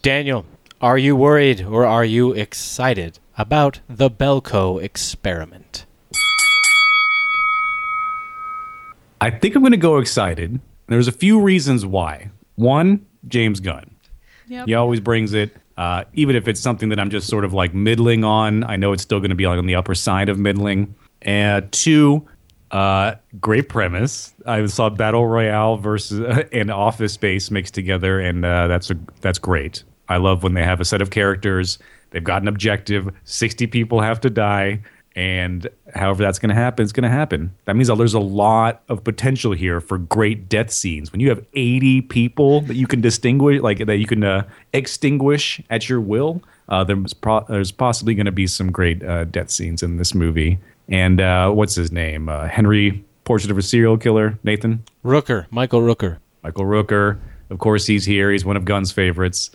Daniel, are you worried or are you excited about the Belko experiment? I think I'm going to go excited. There's a few reasons why. One, James Gunn. Yep. He always brings it. Uh, even if it's something that I'm just sort of like middling on, I know it's still going to be like on the upper side of middling. And two, uh, great premise. I saw Battle Royale versus and Office Space mixed together, and uh, that's a, that's great. I love when they have a set of characters. They've got an objective. Sixty people have to die, and however that's going to happen, it's going to happen. That means that there's a lot of potential here for great death scenes. When you have 80 people that you can distinguish, like that you can uh, extinguish at your will, uh, there's, pro- there's possibly going to be some great uh, death scenes in this movie. And uh, what's his name? Uh, Henry, Portrait of a Serial Killer, Nathan? Rooker, Michael Rooker. Michael Rooker. Of course, he's here. He's one of Gunn's favorites.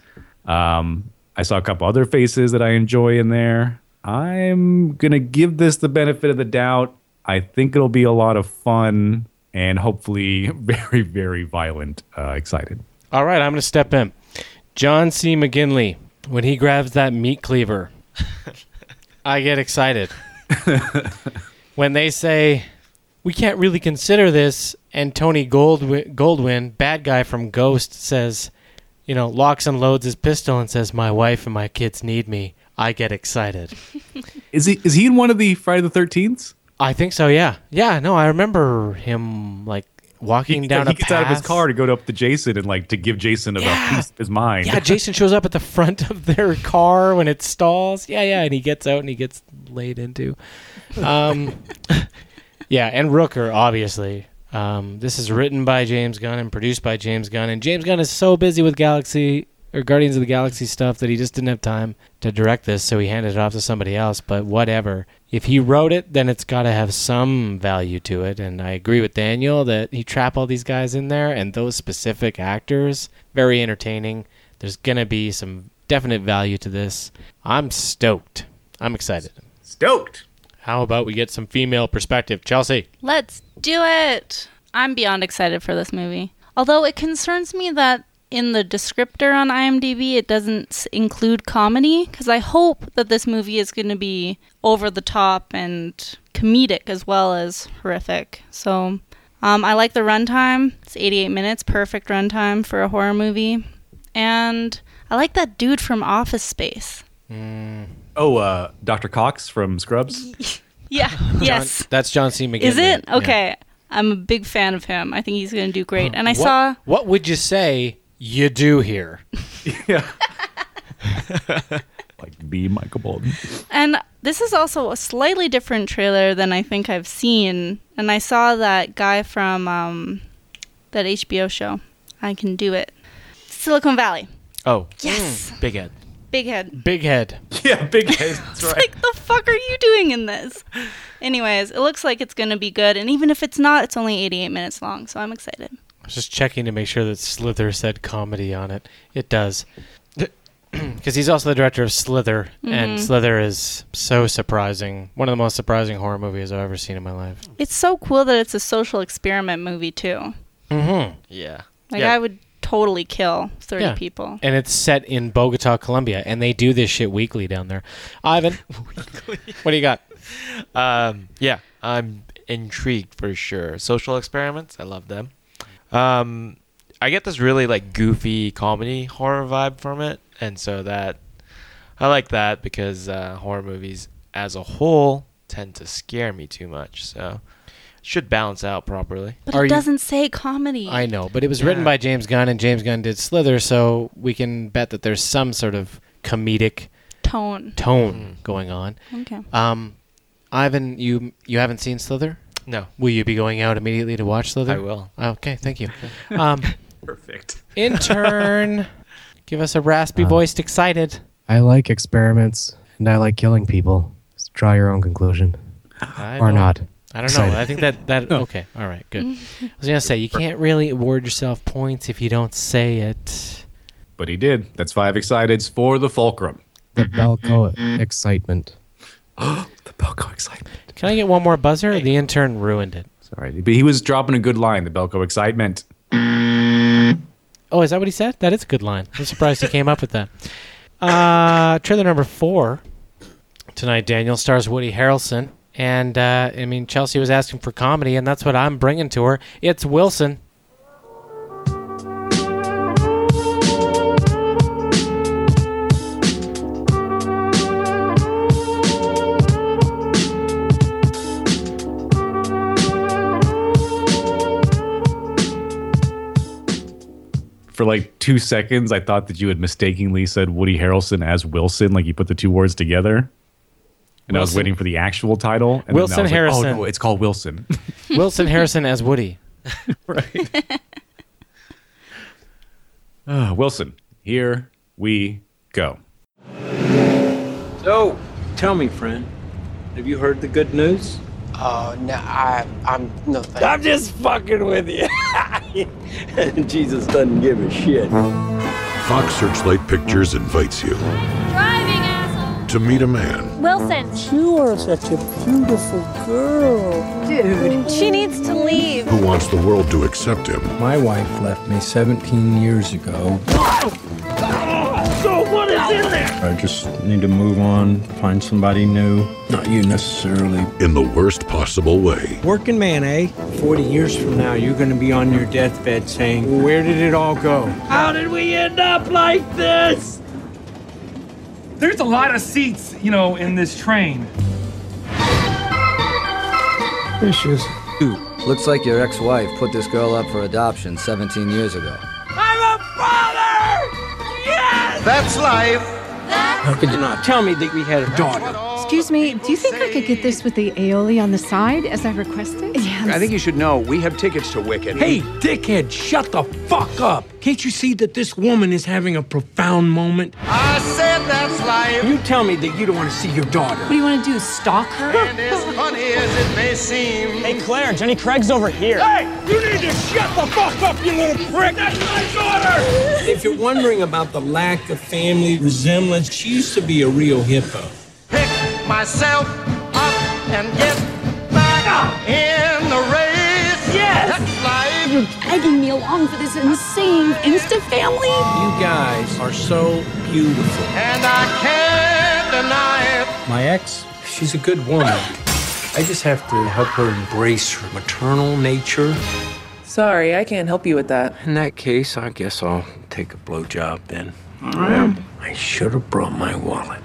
Um, I saw a couple other faces that I enjoy in there. I'm going to give this the benefit of the doubt. I think it'll be a lot of fun and hopefully very, very violent. Uh, excited. All right, I'm going to step in. John C. McGinley, when he grabs that meat cleaver, I get excited. when they say, we can't really consider this, and Tony Goldwyn, Goldwyn, bad guy from Ghost, says, you know, locks and loads his pistol and says, my wife and my kids need me, I get excited. Is he is he in one of the Friday the Thirteenth? I think so. Yeah, yeah. No, I remember him like walking He, down he a gets path. out of his car to go up to Jason and like to give Jason about piece of his mind. Yeah, Jason shows up at the front of their car when it stalls. Yeah, yeah, and he gets out and he gets laid into. Um, yeah, and Rooker obviously. Um, this is written by James Gunn and produced by James Gunn, and James Gunn is so busy with Galaxy or Guardians of the Galaxy stuff that he just didn't have time to direct this, so he handed it off to somebody else. But whatever. If he wrote it, then it's got to have some value to it. And I agree with Daniel that he trap all these guys in there and those specific actors. Very entertaining. There's going to be some definite value to this. I'm stoked. I'm excited. Stoked. How about we get some female perspective? Chelsea. Let's do it. I'm beyond excited for this movie. Although it concerns me that in the descriptor on IMDb it doesn't s- include comedy because I hope that this movie is going to be over the top and comedic as well as horrific. So um, I like the runtime. It's 88 minutes, perfect runtime for a horror movie. And I like that dude from Office Space. Oh, uh, Dr. Cox from Scrubs. Yeah. yes. That's John C. McGinley. Is it? Yeah. Okay. I'm a big fan of him. I think he's going to do great. And I What- saw What would you say you do here? like be Michael Bolton. and this is also a slightly different trailer than I think I've seen. And I saw that guy from um, that HBO show. I can do it. Silicon Valley. Oh. Yes. Big head. Big head. Big head. Yeah, big head. That's It's like the fuck are you doing in this? Anyways, it looks like it's going to be good. And even if it's not, it's only 88 minutes long, so I'm excited. I was just checking to make sure that Slither said comedy on it. It does. Because he's also the director of Slither, and Mhm. Slither is so surprising. One of the most surprising horror movies I've ever seen in my life. It's so cool that it's a social experiment movie too. Mm-hmm. Yeah. Like Yeah. I would totally kill 30 Yeah. people. And it's set in Bogota, Colombia, and they do this shit weekly down there. Ivan, what do you got? Um, yeah, I'm intrigued for sure. Social experiments, I love them. Um, I get this really like goofy comedy horror vibe from it, and so that I like that because uh, horror movies as a whole tend to scare me too much. So should balance out properly. But Are it you- doesn't say comedy. I know, but it was written by James Gunn, and James Gunn did Slither, so we can bet that there's some sort of comedic Tone. Mm-hmm. tone going on. Okay. Um, Ivan, you you haven't seen Slither? No. Will you be going out immediately to watch Slither? I will. Okay, thank you. Um, Perfect. intern, give us a Uh-huh. raspy voiced, excited. I like experiments and I like killing people. Just draw your own conclusion. I or don't- not. I don't Excited. know. I think that that okay. All right, good. I was gonna say you can't really award yourself points if you don't say it. But he did. That's five exciteds for the fulcrum. The Belko excitement. Can I get one more buzzer? The intern ruined it. Sorry, but he was dropping a good line. The Belko excitement. Oh, is that what he said? That is a good line. I'm surprised he came up with that. Uh, trailer number four tonight, Daniel, stars Woody Harrelson. And, uh, I mean, Chelsea was asking for comedy, and that's what I'm bringing to her. It's Wilson. for like two seconds, I thought that you had mistakenly said Woody Harrelson as Wilson, like you put the two words together. And I was Wilson. waiting for the actual title. And then I Wilson was like, Harrison. oh, no, it's called Wilson. Wilson Harrison as Woody. Ah, Wilson, here we go. So, tell me, friend, have you heard the good news? Oh no, I, I'm no. Thank I'm just fucking with you. Jesus doesn't give a shit. Fox Searchlight Pictures invites you to meet a man Wilson. You are such a beautiful girl, dude. She needs to leave. who wants the world to accept him. My wife left me 17 years ago. So what is in there? I just need to move on, find somebody new. Not you necessarily. In the worst possible way. Working man, eh? 40 years from now, you're gonna be on your deathbed saying, Where did it all go? How did we end up like this? There's a lot of seats, you know, in this train. There she is. Looks like your ex-wife put this girl up for adoption 17 years ago. I'm a father. Yes. That's life. How could you not tell me that we had a daughter? Excuse me, do you think I could get this with the aioli on the side as I requested? Yes. I think you should know we have tickets to Wicked. Hey, dickhead, shut the fuck up! Can't you see that this woman is having a profound moment? I said that's life. You tell me that you don't want to see your daughter. What do you want to do? Stalk her? as funny as it may seem. Hey, Claire, Jenny Craig's over here. Hey, you need to shut the fuck up, you little prick. That's my daughter. If you're wondering about the lack of family resemblance, she used to be a real hippo. Pick myself up and get back in the race. Yes. That's life. You're dragging me along for this insane Insta family? You guys are so beautiful. And I can't deny it. My ex, she's a good woman. I just have to help her embrace her maternal nature. Sorry, I can't help you with that. In that case, I guess I'll take a blowjob then. Damn, I should have brought my wallet.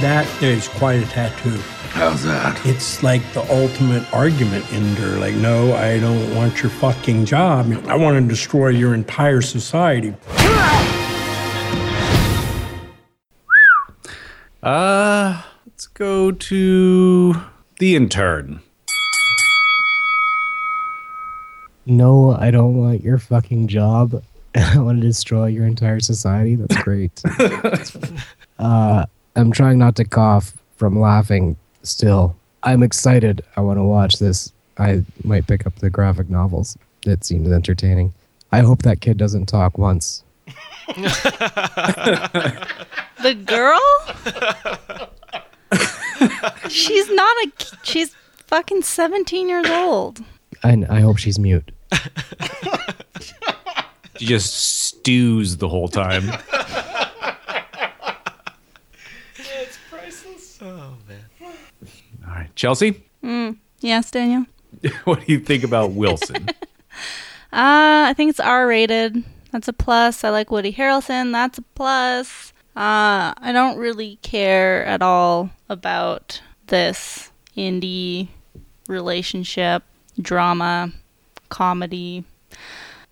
That is quite a tattoo. How's that? It's like the ultimate argument ender. Like, no, I don't want your fucking job. I want to destroy your entire society. Uh, let's go to the intern. No, I don't want your fucking job. I want to destroy your entire society. That's great. uh, I'm trying not to cough from laughing still. I'm excited. I want to watch this. I might pick up the graphic novels. It seems entertaining. I hope that kid doesn't talk once. The girl? she's not a. k- She's fucking 17 years old. I, I hope she's mute. She just stews the whole time. it's priceless. Oh man. All right, Chelsea, Mm. Yes, Daniel? what do you think about Wilson? Uh, I think it's R rated. That's a plus. I like Woody Harrelson. That's a plus. Uh, I don't really care at all about this indie relationship, drama, comedy.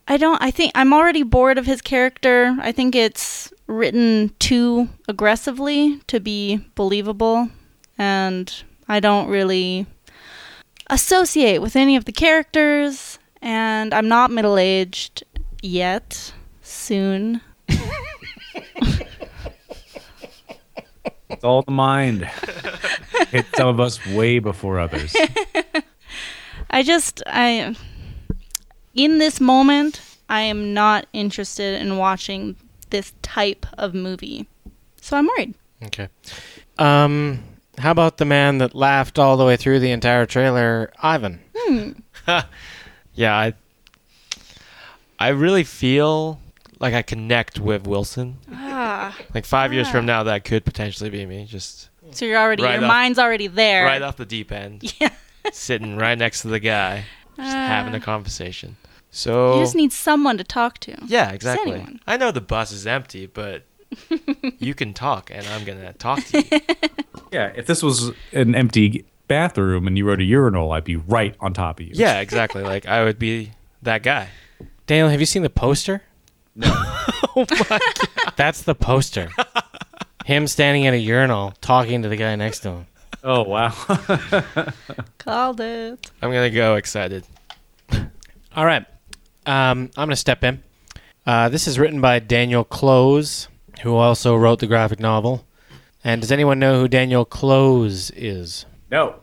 I don't, I think I'm already bored of his character. I think it's written too aggressively to be believable. And I don't really associate with any of the characters, and I'm not middle aged yet. Soon. It's all the mind. Hit some of us way before others. I just, I, in this moment, I am not interested in watching this type of movie. So I'm worried. Okay. Um, how about the man that laughed all the way through the entire trailer, Ivan? Hmm. yeah, I I really feel like I connect with Wilson. Ah. Like five years Ah. from now, that could potentially be me. Just So you're already Right your off- mind's already there. right off the deep end, Yeah. sitting right next to the guy, just Ah. having a conversation. You So just need someone to talk to. yeah, Just anyone. exactly. I know the bus is empty, but you can talk, and I'm gonna talk to you. Yeah, if this was an empty bathroom and you wrote a urinal, I'd be right on top of you. yeah, exactly. Like I would be that guy. Daniel, have you seen the poster? No. oh my god. That's the poster. Him standing at a urinal talking to the guy next to him. Oh wow. Called it. I'm gonna go excited. All right. Um, I'm going to step in. Uh, this is written by Daniel Close, who also wrote the graphic novel. And does anyone know who Daniel Close is? No.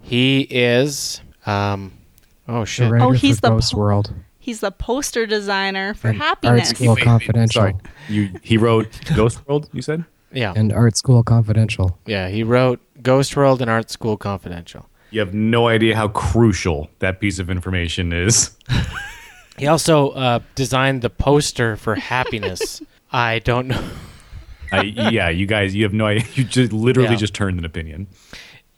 He is. Um, oh, shit. writer Oh, he's for the Ghost World. He's the poster designer for And Art happiness. School Confidential. Sorry. You he wrote Ghost World, you said? Yeah. And Art School Confidential. Yeah, he wrote Ghost World and Art School Confidential. You have no idea how crucial that piece of information is. He also uh, designed the poster for Happiness. I don't know. I, yeah, you guys, you have no idea. You just literally Yeah. just turned an opinion.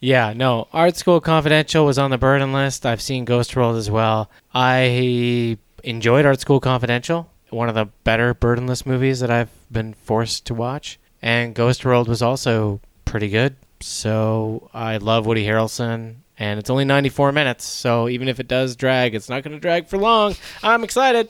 Yeah, no. Art School Confidential was on the burden list. I've seen Ghost World as well. I enjoyed Art School Confidential, one of the better burden list movies that I've been forced to watch. And Ghost World was also pretty good. So I love Woody Harrelson. And it's only 94 minutes. So even if it does drag, it's not going to drag for long. I'm excited.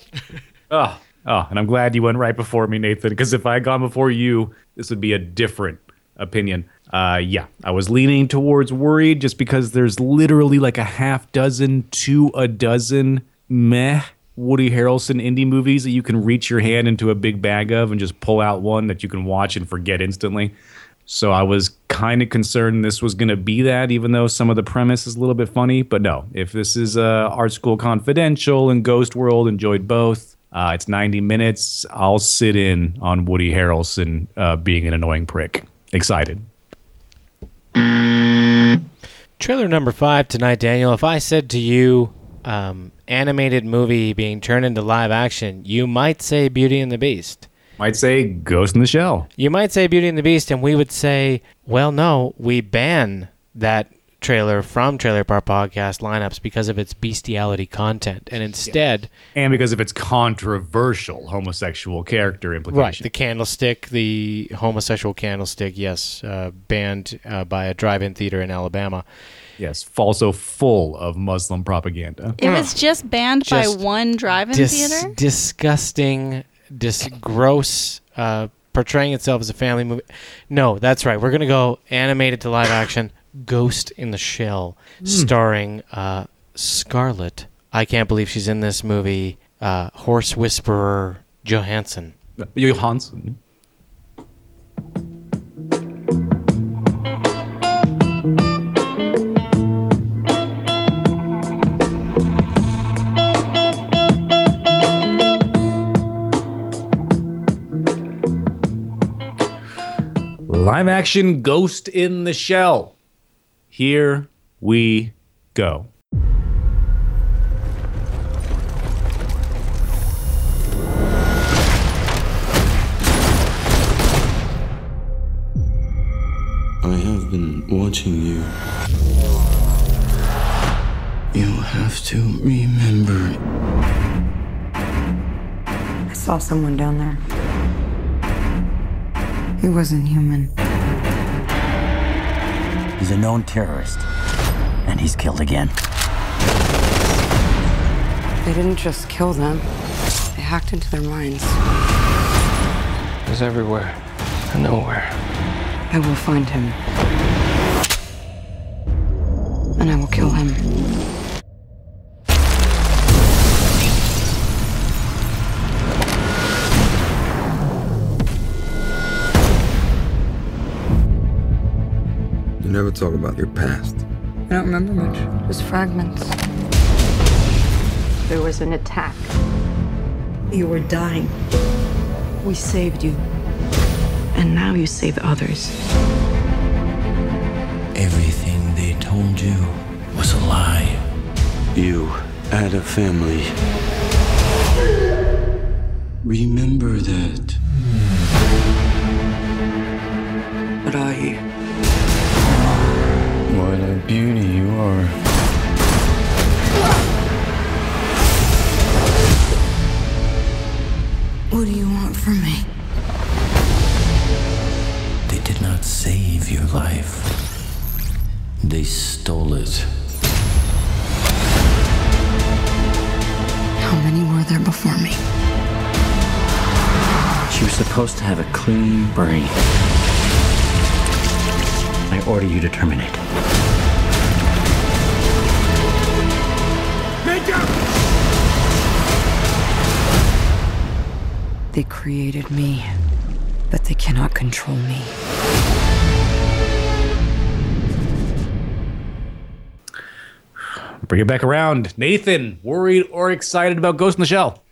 Oh, oh, and I'm glad you went right before me, Nathan, because if I had gone before you, this would be a different opinion. Uh, yeah, I was leaning towards worried just because there's literally like a half dozen to a dozen meh Woody Harrelson indie movies that you can reach your hand into a big bag of and just pull out one that you can watch and forget instantly. So I was kind of concerned this was going to be that, even though some of the premise is a little bit funny. But no, if this is uh, Art School Confidential and Ghost World, enjoyed both. Uh, it's 90 minutes. I'll sit in on Woody Harrelson uh, being an annoying prick. Excited. Trailer number five tonight, Daniel. If I said to you, um, animated movie being turned into live action, you might say Beauty and the Beast. Might say Ghost in the Shell. You might say Beauty and the Beast, and we would say, well, no, we ban that trailer from Trailer Park Podcast lineups because of its bestiality content. And instead, And because of its controversial homosexual character Right, implication. the candlestick, the homosexual candlestick, yes, uh, banned uh, by a drive-in theater in Alabama. Yes, also full of Muslim propaganda. It was just banned Just by one drive-in dis- theater. Disgusting, dis- gross, uh, portraying itself as a family movie. No, that's right. We're going to go animated to live action Ghost in the Shell, starring uh, Scarlett. I can't believe she's in this movie. Uh, Horse Whisperer Johansson. Johansson. Live action Ghost in the Shell. Here we go. I have been watching you. You have to remember. I saw someone down there. He wasn't human. He's a known terrorist, and he's killed again. They didn't just kill them, they hacked into their minds. He's everywhere, and nowhere. I will find him. And I will kill him. You never talk about your past. I don't remember much, just fragments. There was an attack. You were dying. We saved you. And now you save others. Everything they told you was a lie. You had a family. Remember that. But I. What a beauty you are. What do you want from me? They did not save your life, they stole it. How many were there before me? She was supposed to have a clean brain. I order you to terminate. They created me, but they cannot control me. Bring it back around. Nathan, worried or excited about Ghost in the Shell?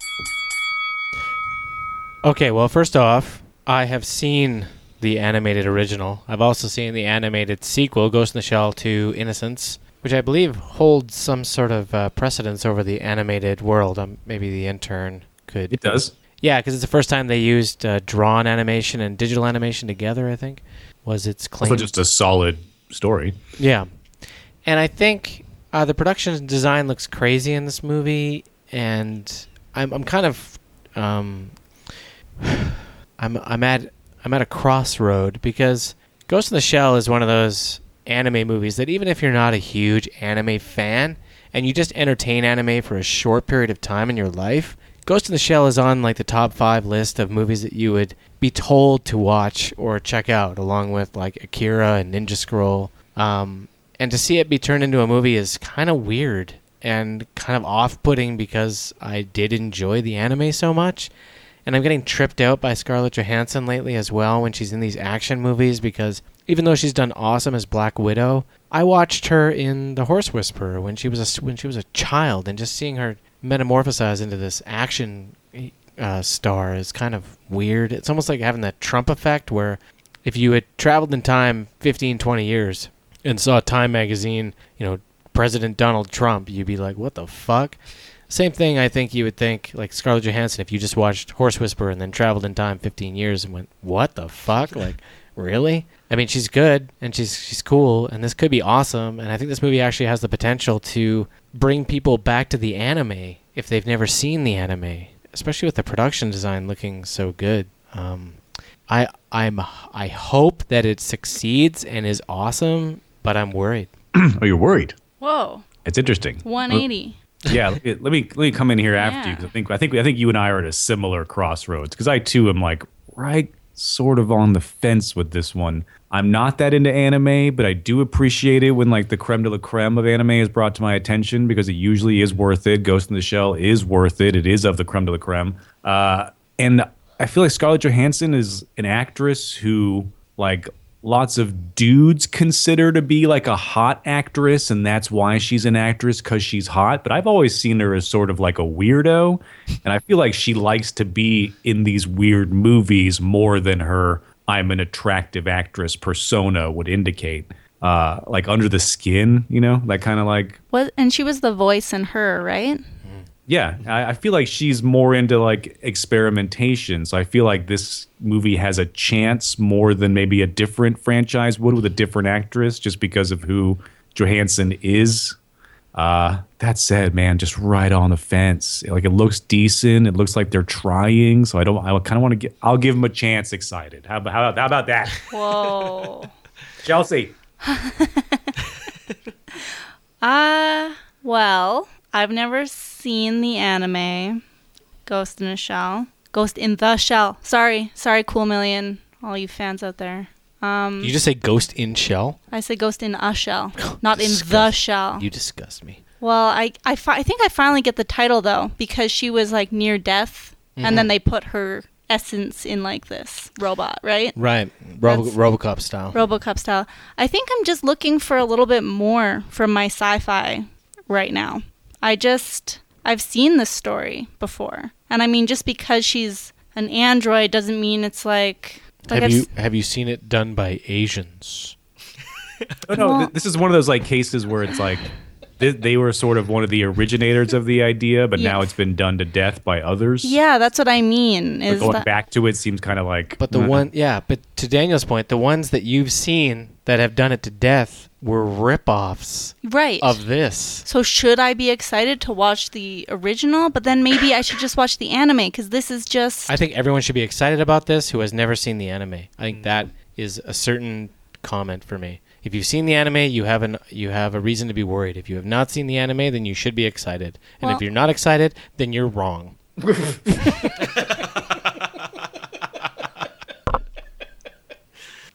Okay, well, first off, I have seen the animated original. I've also seen the animated sequel, Ghost in the Shell 2 Innocence, which I believe holds some sort of uh, precedence over the animated world. Um, maybe the intern could. It does. Yeah, because it's the first time they used uh, drawn animation and digital animation together, I think, was its claim. Also, just a solid story. Yeah. And I think uh, the production design looks crazy in this movie, and I'm, I'm kind of. Um, I'm, I'm at I'm at a crossroad because Ghost in the Shell is one of those anime movies that even if you're not a huge anime fan and you just entertain anime for a short period of time in your life, Ghost in the Shell is on like the top five list of movies that you would be told to watch or check out, along with like Akira and Ninja Scroll. Um, and to see it be turned into a movie is kind of weird and kind of off-putting because I did enjoy the anime so much. And I'm getting tripped out by Scarlett Johansson lately as well when she's in these action movies because even though she's done awesome as Black Widow, I watched her in The Horse Whisperer when she was a when she was a child, and just seeing her metamorphosize into this action uh, star is kind of weird. It's almost like having that Trump effect where if you had traveled in time 15, 20 years and saw Time magazine, you know, President Donald Trump, you'd be like, what the fuck? Same thing I think you would think, like Scarlett Johansson, if you just watched Horse Whisperer and then traveled in time 15 years and went, what the fuck? Like, really? I mean, she's good and she's she's cool and this could be awesome. And I think this movie actually has the potential to bring people back to the anime if they've never seen the anime, especially with the production design looking so good. Um, I I'm I hope that it succeeds and is awesome, but I'm worried. oh, you're worried. Whoa. It's interesting. 180. yeah let me let me, let me come in here after you 'cause I think I think I think you and I are at a similar crossroads because I too am like right sort of on the fence with this one. I'm not that into anime, but I do appreciate it when like the creme de la creme of anime is brought to my attention because it usually is worth it. Ghost in the Shell is worth it. It is of the creme de la creme, uh, and I feel like Scarlett Johansson is an actress who like lots of dudes consider to be like a hot actress and that's why she's an actress cuz she's hot but I've always seen her as sort of like a weirdo and I feel like she likes to be in these weird movies more than her I'm an attractive actress persona would indicate uh like under the skin you know that kind of like Was and she was the voice in her, right? yeah, I, I feel like she's more into like experimentation. So I feel like this movie has a chance more than maybe a different franchise would with a different actress, just because of who Johansson is. Uh, that said, man, just right on the fence. Like it looks decent. It looks like they're trying. So I don't. I kind of want to get. I'll give them a chance. Excited. How about how about, how about that, Whoa. Chelsea? Uh, well, I've never seen the anime Ghost in a Shell. Ghost in the Shell. Sorry, sorry, Cool Million, all you fans out there. Um, You just say Ghost in Shell? I say Ghost in a Shell, not in the Shell. You disgust me. well, I I, fi- I think I finally get the title though because she was like near death, and then Mhm. they put her essence in like this robot, right? Right, Robo- That's- RoboCop style. RoboCop style. I think I'm just looking for a little bit more from my sci-fi right now. I just I've seen this story before, and I mean, just because she's an android doesn't mean it's like like have I've you s- have you seen it done by Asians? No, no. Well- th- this is one of those like cases where it's like They, they were sort of one of the originators of the idea, but now it's been done to death by others. Yeah, that's what I mean. But Is going that, back to it seems kind of like. But the uh, one, yeah, but to Daniel's point, the ones that you've seen that have done it to death were rip-offs right? of this. so should I be excited to watch the original? But then maybe I should just watch the anime because this is just I think everyone should be excited about this who has never seen the anime. I think that is a certain comment for me. If you've seen the anime, you have an you have a reason to be worried. If you have not seen the anime, then you should be excited. And Well- if you're not excited, then you're wrong.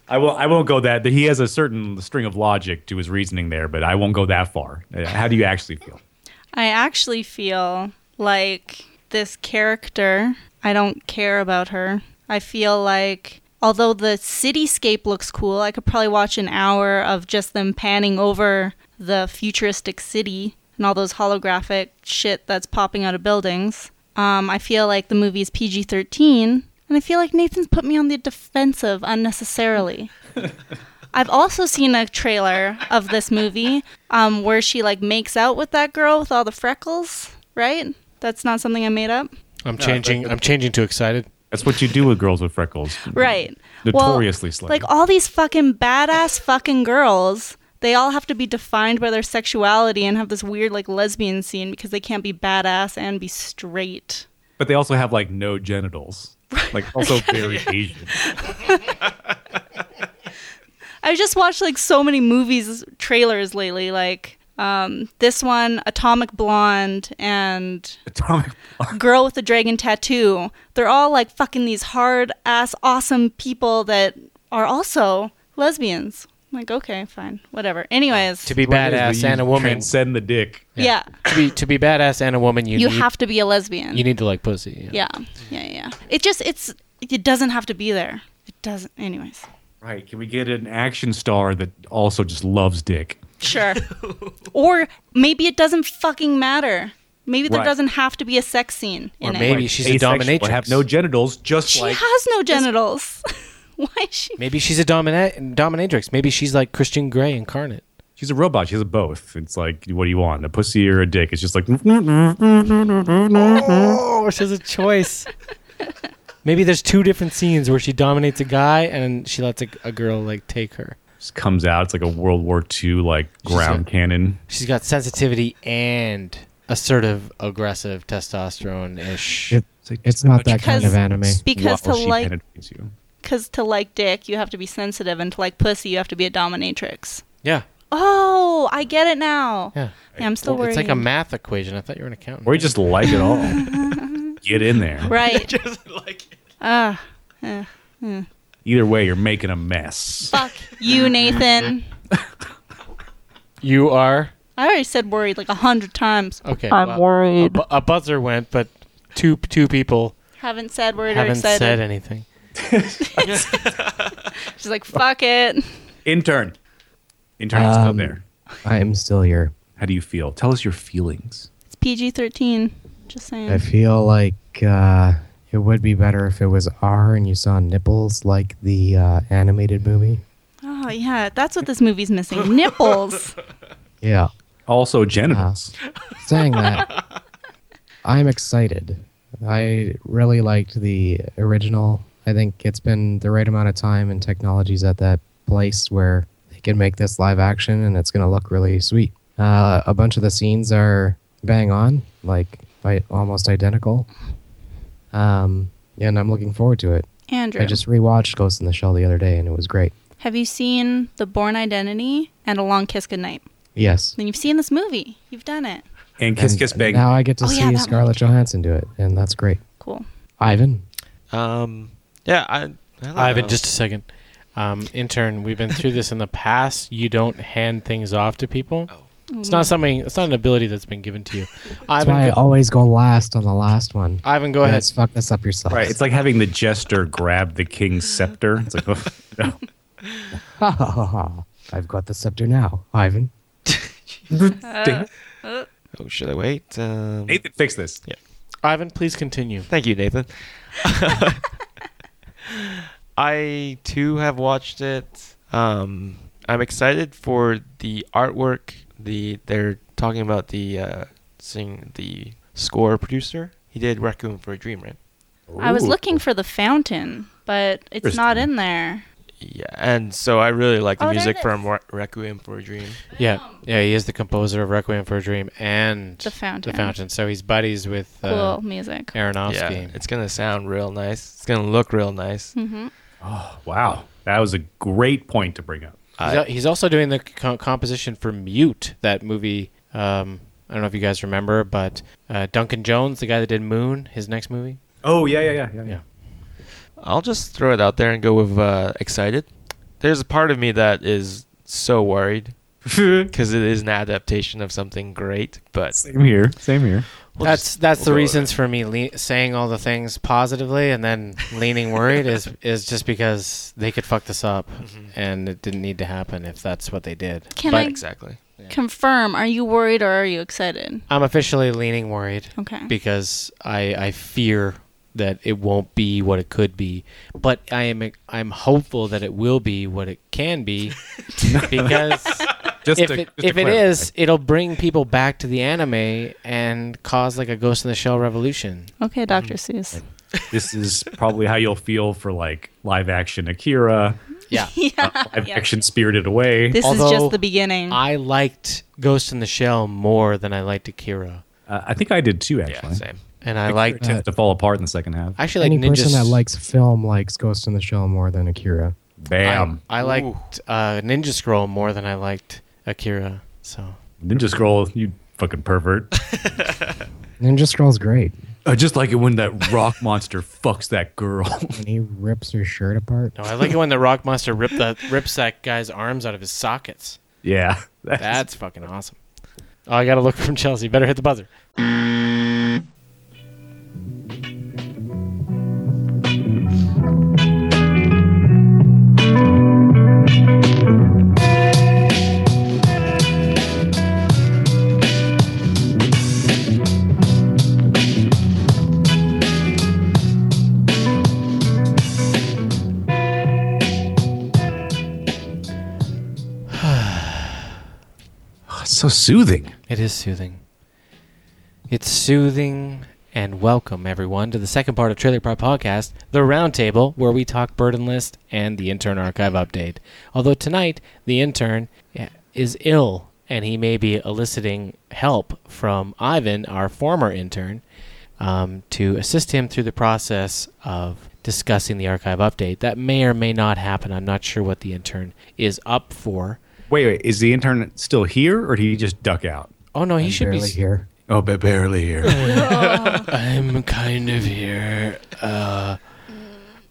I will. I won't go that. He has a certain string of logic to his reasoning there, but I won't go that far. Uh, How do you actually feel? I actually feel like this character, I don't care about her. I feel like although the cityscape looks cool, I could probably watch an hour of just them panning over the futuristic city and all those holographic shit that's popping out of buildings. Um, I feel like the movie's PG 13, and I feel like Nathan's put me on the defensive unnecessarily. I've also seen a trailer of this movie um, where she like makes out with that girl with all the freckles, right? That's not something I made up. I'm changing I'm changing to excited. That's what you do with girls with freckles. Right. Notoriously slutty. well, Like all these fucking badass fucking girls, they all have to be defined by their sexuality and have this weird like lesbian scene because they can't be badass and be straight. But they also have like no genitals. Like also very Asian. I just watched like so many movies trailers lately, like um, this one, Atomic Blonde, and Atomic Girl with the Dragon Tattoo. They're all like fucking these hard ass awesome people that are also lesbians. I'm like, okay, fine, whatever. Anyways, To be badass and a woman send the dick. yeah, to be to be badass and a woman you, you, need, have to be a lesbian. you need to like pussy. yeah. yeah, yeah, yeah. It just it's it doesn't have to be there. It doesn't. Anyways, Right. Can we get an action star that also just loves dick? Sure. or maybe it doesn't fucking matter. Maybe there Right. doesn't have to be a sex scene in Or it. maybe she's a Asexual, dominatrix. Have no genitals, just she like has no genitals. Why is she? Maybe she's a domina- dominatrix. Maybe she's like Christian Grey incarnate. she's a robot. She has both. It's like, what do you want? A pussy or a dick? It's just like Oh, she has a choice. Maybe there's two different scenes where she dominates a guy and she lets a, a girl like take her. just comes out. It's like a World War II like ground cannon. She's got sensitivity and assertive, aggressive testosterone ish. it's not that kind of Because- because anime. to like you. because to like dick you have to be sensitive and to like pussy you have to be a dominatrix. Yeah, Oh, I get it now. yeah. I'm still Well, worried. It's like a math equation. I thought you were an accountant. Or you just like it all. Get in there. right. Ah. eh, eh. Either way, you're making a mess. Fuck you, Nathan. You are I already said worried like a hundred times. okay. well, A, bu- a buzzer went, but two two people Haven't said worried or haven't excited. said anything. She's like, fuck it. Intern. Intern is Um, still there. I am still here. How do you feel? Tell us your feelings. It's PG 13. Just saying. I feel like uh, it would be better if it was R and you saw nipples like the uh, animated movie. Oh yeah, that's what this movie's missing. Nipples. Yeah. Also Uh, genitals. Uh, saying that, I'm excited. I really liked the original. I think it's been the right amount of time and technology's at that place where they can make this live action and it's going to look really sweet. Uh, a bunch of the scenes are bang on, like I, almost identical. Um, and I'm looking forward to it. Andrew, I just rewatched Ghost in the Shell the other day and it was great. have you seen The Born Identity and A Long Kiss Goodnight? Yes. Then you've seen this movie. You've done it. And kiss, kiss, bang. Now I get to Oh, see yeah, that one. Scarlett Johansson do it, and that's great. Cool. Ivan, Um, yeah, I. I don't Ivan, know. just a second. Um, intern, we've been through this in the past. You don't hand things off to people. Oh. It's not something. It's not an ability that's been given to you. that's Ivan, why I go- always go last on the last one. Ivan, go You ahead. guys fuck this up yourself. Right. It's like having the jester grab the king's scepter. It's like, oh, no. Ha ha ha ha. I've got the scepter now, Ivan. Ding. oh, should I wait? Um, Nathan, fix this. Yeah. Ivan, please continue. Thank you, Nathan. I too have watched it. Um, I'm excited for the artwork the they're talking about the uh, sing the score producer. He did Requiem for a Dream, right? I was looking for the fountain, but it's not in there. Yeah, and so I really like the Oh, there music it from Re- Requiem for a Dream. Yeah, yeah, he is the composer of Requiem for a Dream and The Fountain. The Fountain. So he's buddies with uh, Cool music. Aronofsky. Yeah, it's gonna sound real nice. It's gonna look real nice. Mm-hmm. Oh, wow. That was a great point to bring up. He's, al- he's also doing the co- composition for Mute, that movie. Um, I don't know if you guys remember, but uh, Duncan Jones, the guy that did Moon, his next movie. oh yeah, yeah, yeah, yeah, yeah. I'll just throw it out there and go with uh, excited. There's a part of me that is so worried because it is an adaptation of something great, but Same here. Same here. that's that's we'll the go with reasons for me le- saying all the things positively and then leaning worried is is just because they could fuck this up Mm-hmm. and it didn't need to happen if that's what they did. Can I- exactly. Confirm. Are you worried or are you excited? I'm officially leaning worried. Okay. Because I I fear that it won't be what it could be, but I am I'm hopeful that it will be what it can be, because Just if to- it, just to if it clarify. is, it'll bring people back to the anime and cause like a Ghost in the Shell revolution. Okay, Dr. Seuss. this is probably how you'll feel for like live action Akira. Yeah. Uh, yeah. Live yeah. action Spirited Away. This is Although- just the beginning. I liked Ghost in the Shell more than I liked Akira, Uh, I think I did too, actually. same. and I Akira liked tends to fall apart in the second half. I actually like uh, Any person Ninja that likes film likes Ghost in the Shell more than Akira. Bam. I, I liked uh, Ninja Scroll more than I liked Akira. So Ninja Scroll, you fucking pervert. Ninja Scroll's great. I just like it when that rock monster fucks that girl. And he rips her shirt apart. no, I like it when the Rock Monster ripped the rips that guy's arms out of his sockets. yeah. That's, fucking awesome. Oh, I got to look from Chelsea. Better hit the buzzer. it's so soothing. It is soothing. It's soothing and welcome everyone to the second part of Trailer Park Podcast, the roundtable where we talk Burden List and the intern archive update. Although tonight the intern eh, is ill and he may be eliciting help from Ivan, our former intern, um, to assist him through the process of discussing the archive update. That may or may not happen. I'm not sure what the intern is up for. Wait, wait, is the intern still here or did he just duck out? Oh no, he I'm should be barely s- here. Oh, but barely here. I'm kind of here. Uh,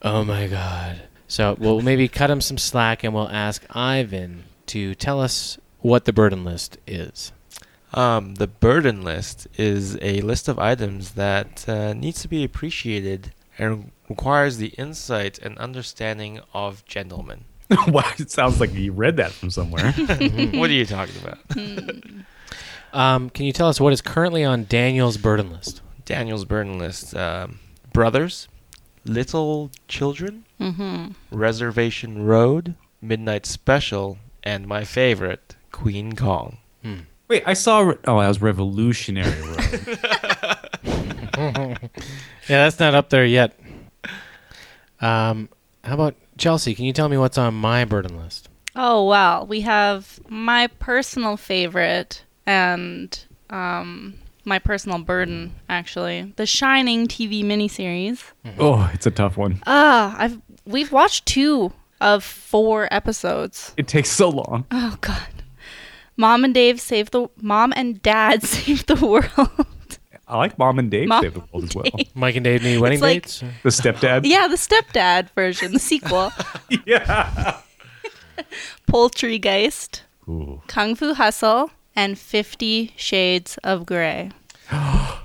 oh my god. So we'll maybe cut him some slack and we'll ask Ivan to tell us what the burden list is. Um, the burden list is a list of items that uh, needs to be appreciated and requires the insight and understanding of gentlemen. wow, it sounds like you read that from somewhere. what are you talking about? Um, can you tell us what is currently on Daniel's burden list? Daniel's burden list: um, brothers, little children, mm-hmm. Reservation Road, Midnight Special, and my favorite, Queen Kong. wait, I saw. Re- oh, that was Revolutionary Road. yeah, that's not up there yet. Um, how about Chelsea? Can you tell me what's on my burden list? Oh well, we have my personal favorite and um, my personal burden actually, the Shining TV miniseries. oh, it's a tough one. Ah, I've we've watched two of four episodes. It takes so long. Oh God, Mom and Dave save the Mom and Dad save the world. I like Mom and Dave Mom save the world as well. Mike and Dave need wedding like- dates. The stepdad. yeah, the stepdad version, the sequel. yeah. Poultrygeist, Ooh. Kung Fu Hustle, and Fifty Shades of Grey.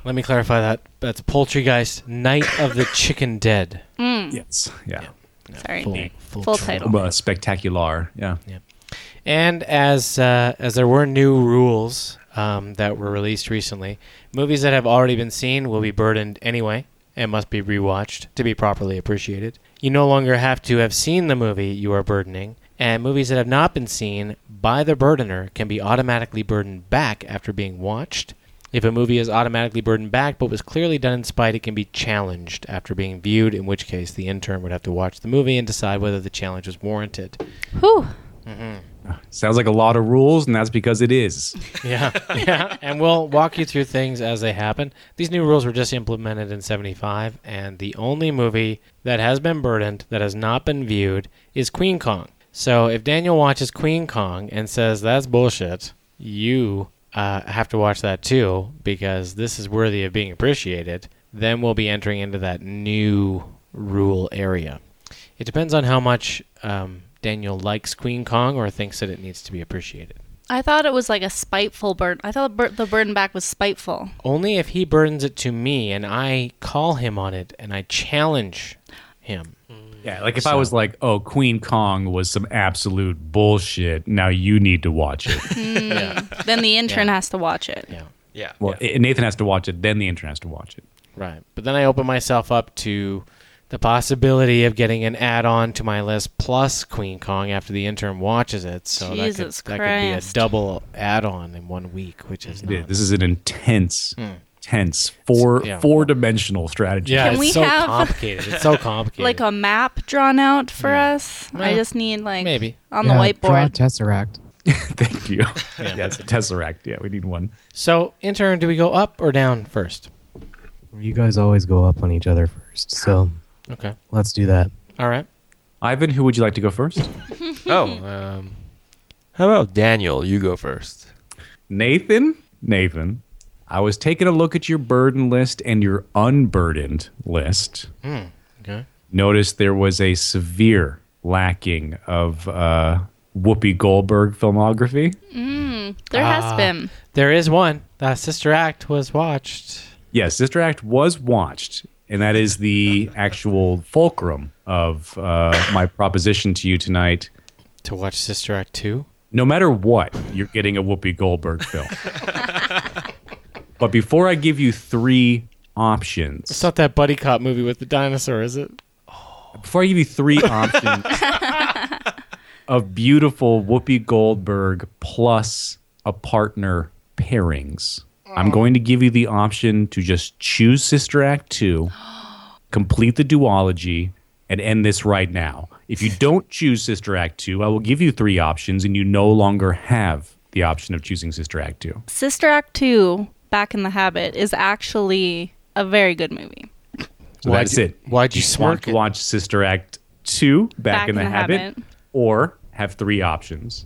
Let me clarify that. That's Poultrygeist, Night of the Chicken Dead. Mm, Yes. Yeah. Sorry, Full, full, full title. Uh, spectacular. Yeah. And as uh, as there were new rules um, that were released recently, movies that have already been seen will be burdened anyway and must be rewatched to be properly appreciated. You no longer have to have seen the movie you are burdening, And movies that have not been seen by the burdener can be automatically burdened back after being watched. If a movie is automatically burdened back but was clearly done in spite, it can be challenged after being viewed, in which case the intern would have to watch the movie and decide whether the challenge was warranted. Whew. Sounds like a lot of rules, and that's because it is. Yeah, yeah. And we'll walk you through things as they happen. These new rules were just implemented in 75, and the only movie that has been burdened that has not been viewed is Queen Kong. So if Daniel watches Queen Kong and says that's bullshit, you uh, have to watch that too because this is worthy of being appreciated. Then we'll be entering into that new rule area. It depends on how much um, Daniel likes Queen Kong or thinks that it needs to be appreciated. I thought it was like a spiteful burden. I thought bur- the burden back was spiteful. Only if he burdens it to me and I call him on it and I challenge him. Mm. Yeah, like if I was like, "Oh, Queen Kong was some absolute bullshit," now you need to watch it. Mm. Then the intern has to watch it. Yeah. Yeah. Well, i- Nathan has to watch it, then the intern has to watch it. Right. But then I open myself up to the possibility of getting an add-on to my list plus Queen Kong after the intern watches it. So Jesus that could that could be a Christ. double add-on in one week, which is Yeah, not. This is an intense, tense four Yeah. four dimensional strategy. Yeah, Can it's we so have- complicated. It's so complicated. Like a map drawn out for us. I just need like maybe. on Yeah, the whiteboard. Draw a tesseract. Thank you. Yeah. it's a tesseract. Yeah, we need one. so, intern, do we go up or down first? You guys always go up on each other first, so Okay. let's do that. All right. Ivan, who would you like to go first? oh, um, how about Daniel? You go first. Nathan, Nathan, I was taking a look at your burden list and your unburdened list. Hmm. Okay. Noticed there was a severe lacking of uh, Whoopi Goldberg filmography. Mm, there has Ah, been. There is one. Uh, Sister Act was watched. Yes, Sister Act was watched, and that is the actual fulcrum of uh, my proposition to you tonight. To watch Sister Act 2? No matter what, you're getting a Whoopi Goldberg film. but before I give you three options, It's not that buddy cop movie with the dinosaur, is it? before I give you three options of beautiful Whoopi Goldberg plus a partner pairings, I'm going to give you the option to just choose Sister Act 2, complete the duology, and end this right now. If you don't choose Sister Act 2, I will give you three options, and you no longer have the option of choosing Sister Act 2. Sister Act 2, Back in the Habit, is actually a very good movie. So Why'd that's you- it. Why'd you want smirk to watch Sister Act 2, Back, in the, habit, Habit. or have three options?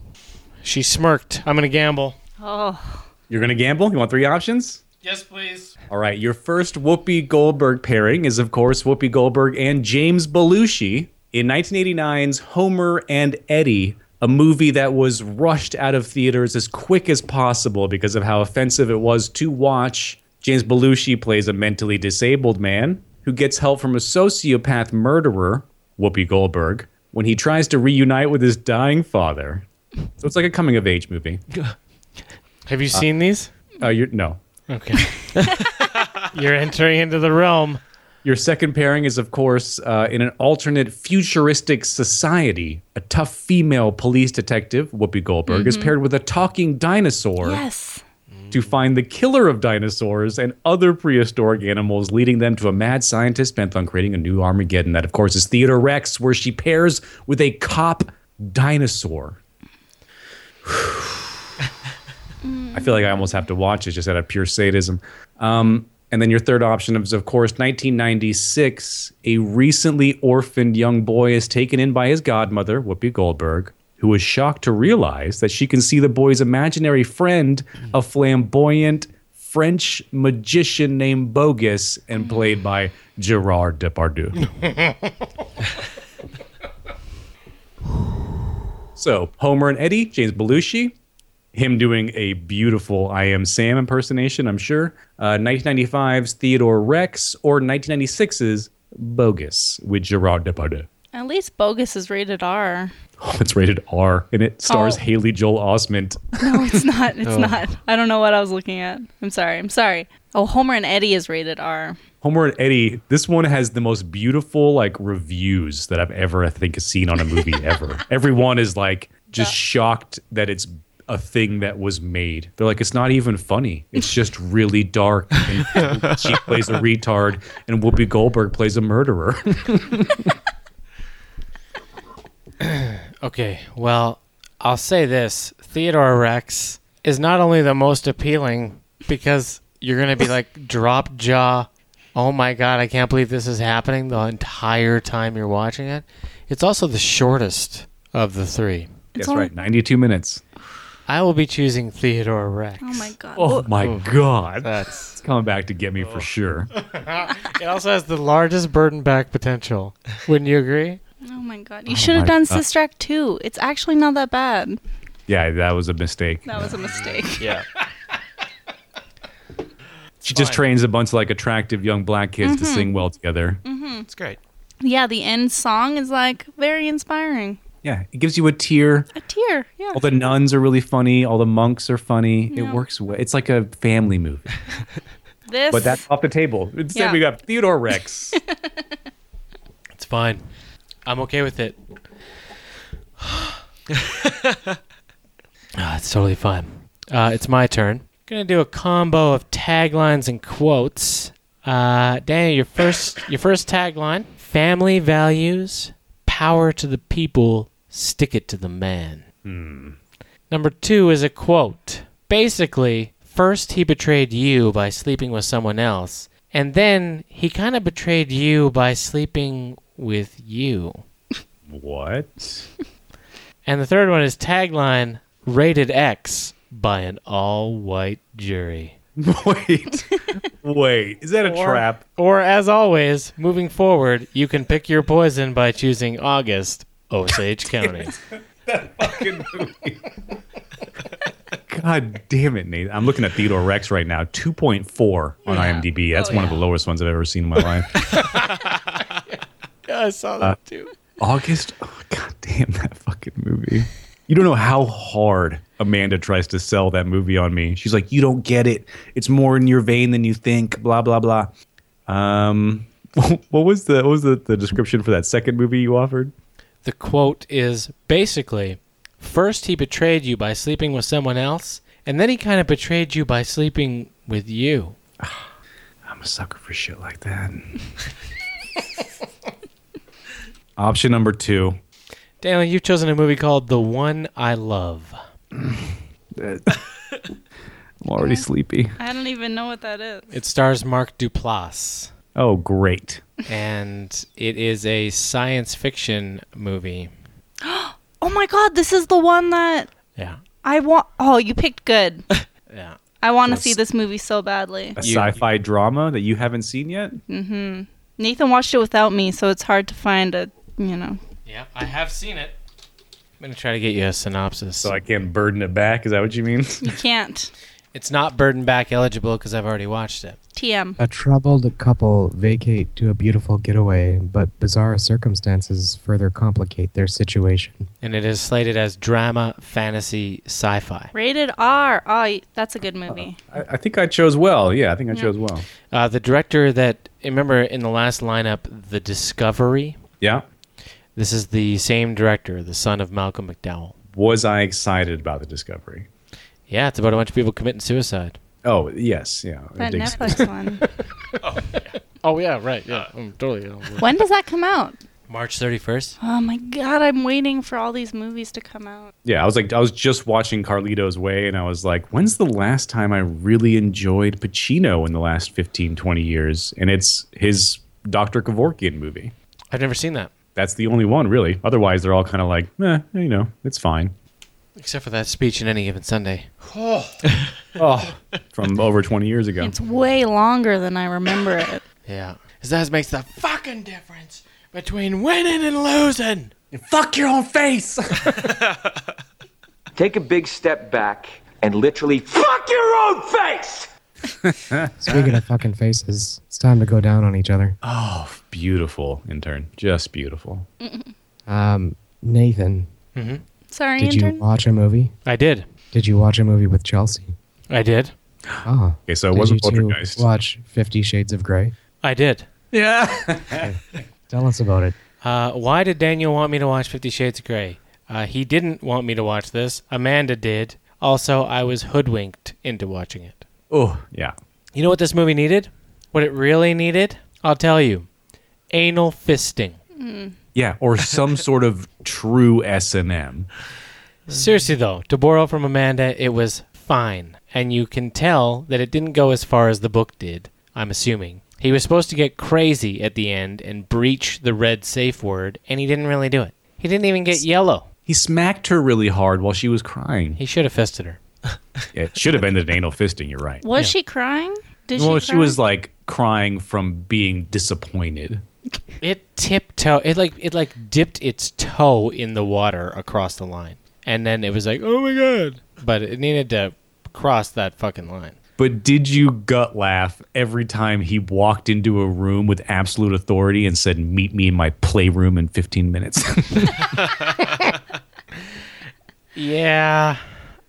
She smirked. I'm going to gamble. Oh. You're going to gamble? You want three options? Yes, please. All right. Your first Whoopi Goldberg pairing is, of course, Whoopi Goldberg and James Belushi in 1989's Homer and Eddie, a movie that was rushed out of theaters as quick as possible because of how offensive it was to watch. James Belushi plays a mentally disabled man who gets help from a sociopath murderer, Whoopi Goldberg, when he tries to reunite with his dying father. So it's like a coming of age movie. Have you seen these? Uh, you're, no. Okay. You're entering into the realm. Your second pairing is, of course, uh, in an alternate futuristic society. A tough female police detective, Whoopi Goldberg, is Mhm. paired with a talking dinosaur Yes. to find the killer of dinosaurs and other prehistoric animals, leading them to a mad scientist bent on creating a new Armageddon. That, of course, is Theodore Rex, where she pairs with a cop dinosaur. I feel like I almost have to watch it just out of pure sadism. Um, and then your third option is, of course, 1996. A recently orphaned young boy is taken in by his godmother, Whoopi Goldberg, who is shocked to realize that she can see the boy's imaginary friend, a flamboyant French magician named Bogus, and played by Gerard Depardieu. So Homer and Eddie, James Belushi, him doing a beautiful I Am Sam impersonation, I'm sure. Uh, 1995's Theodore Rex or 1996's Bogus with Gerard Depardieu. At least Bogus is rated R. It's rated R, and it stars Oh. Haley Joel Osment. No, it's not. It's Oh. not. I don't know what I was looking at. I'm sorry. I'm sorry. Oh, Homer and Eddie is rated R. Homer and Eddie. This one has the most beautiful like reviews that I've ever I think seen on a movie ever. Everyone is like just shocked that it's a thing that was made. They're like, it's not even funny. It's just really dark. And she plays a retard, and Whoopi Goldberg plays a murderer. Okay, well, I'll say this Theodore Rex is not only the most appealing because you're going to be like, drop jaw. Oh my God, I can't believe this is happening the entire time you're watching it. It's also the shortest of the three. That's right, 92 minutes. I will be choosing Theodore Rex. Oh my god. oh my Oof. god, it's coming back to get me for sure. it also has the largest burden back potential. Wouldn't you agree? Oh my god. You should have my done God. Sister Act 2. It's actually not that bad. Yeah, that was a mistake. That was a mistake. Yeah. She just trains a bunch of like attractive young black kids to Mhm. sing well together. Mm-hmm. It's great. Yeah, the end song is like very inspiring. Yeah, it gives you a tear. A tear. Yeah. All the nuns are really funny. All the monks are funny. Yeah. It works. wa- It's like a family movie. This But that's off the table. Instead, Yeah. we got Theodore Rex. It's fine. I'm okay with it. Ah, it's totally fine. Uh, it's my turn. Gonna do a combo of taglines and quotes. Uh, Daniel, your first your first tagline: "Family values, power to the people, stick it to the man." Hmm. Number two is a quote. Basically, first he betrayed you by sleeping with someone else, and then he kind of betrayed you by sleeping with you. What? And the third one is tagline rated X by an all white jury. Wait. Wait. Is that a trap? Or, as always, moving forward, you can pick your poison by choosing August, Osage County. God damn it, Nate. I'm looking at Theodore Rex right now. 2.4 on IMDb. Oh, That's one of the lowest ones I've ever seen in my life. yeah, I saw Uh, that too. August. Oh, God damn that fucking movie. You don't know how hard Amanda tries to sell that movie on me. She's like, "You don't get it. It's more in your vein than you think." Blah blah blah. Um, what was the what was the, the description for that second movie you offered? The quote is basically first he betrayed you by sleeping with someone else, and then he kind of betrayed you by sleeping with you. I'm a sucker for shit like that. Option number two. Dalen, you've chosen a movie called The One I Love. I'm already sleepy. I don't even know what that is. It stars Mark Duplass, Oh, great. and it is a science fiction movie. Oh my god, this is the one that Yeah. I want. Oh, you picked good. yeah. I want to Yes. see this movie so badly. A sci-fi drama that you haven't seen yet. hmm Nathan watched it without me, so it's hard to find a, you know. Yeah, I have seen it. I'm going to try to get you a synopsis. So I can't burden it back. Is that what you mean? You can't. It's not burden back eligible because I've already watched it. TM. A troubled couple vacate to a beautiful getaway, but bizarre circumstances further complicate their situation. And it is slated as drama, fantasy, sci fi. Rated R. Oh, y- that's a good movie. I, I think I chose well. Yeah, I think I Yeah. chose well. Uh, the director that remember in the last lineup, The Discovery. Yeah. This is the same director, the son of Malcolm McDowell. Was I excited about the discovery? Yeah, it's about a bunch of people committing suicide. Oh yes, yeah. That Digs- Netflix one. Oh yeah, right. Yeah, I'm totally. When does that come out? March 31st. Oh my god, I'm waiting for all these movies to come out. yeah, I was like, I was just watching Carlito's Way, and I was like, when's the last time I really enjoyed Pacino in the last 15, 20 years? And it's his Doctor Kevorkian movie. I've never seen that That's the only one, really. Otherwise, they're all kind of like, eh, you know, it's fine. except for that speech in any given Sunday. Oh. Oh, from over 20 years ago. It's Uh-huh. way longer than I remember it. Yeah, 'Cause that makes the fucking difference between winning and losing. Fuck your own face. Take a big step back and literally fuck your own face! Speaking of fucking faces, it's time to go down on each other. Oh, beautiful intern, just beautiful. Um, Nathan, Mm-hmm. Sorry, did you intern. watch a movie? I did. Did you watch a movie with Chelsea? I did. Ah. Okay, so it Did wasn't you two Poltergeist. Watch Fifty Shades of Grey. I did. Yeah. Tell us about it. Uh, why did Daniel want me to watch Fifty Shades of Grey? Uh, he didn't want me to watch this. Amanda did. Also, I was hoodwinked into watching it. Oh, yeah. You know what this movie needed? What it really needed? I'll tell you. Anal fisting. Yeah, or some sort of true S and M. Seriously, though, to borrow from Amanda, it was fine. And you can tell that it didn't go as far as the book did, I'm assuming. He was supposed to get crazy at the end and breach the red safe word, and he didn't really do it. He didn't even get yellow. He smacked her really hard while she was crying. He should have fisted her. Yeah, it should have ended in anal fisting. You're right. Was she crying? Did well, she? she cry? was like crying from being disappointed. It tiptoe. It like it like dipped its toe in the water across the line, and then it was like, oh my god! But it needed to cross that fucking line. But did you gut laugh every time he walked into a room with absolute authority and said, "Meet me in my playroom in 15 minutes"? Yeah,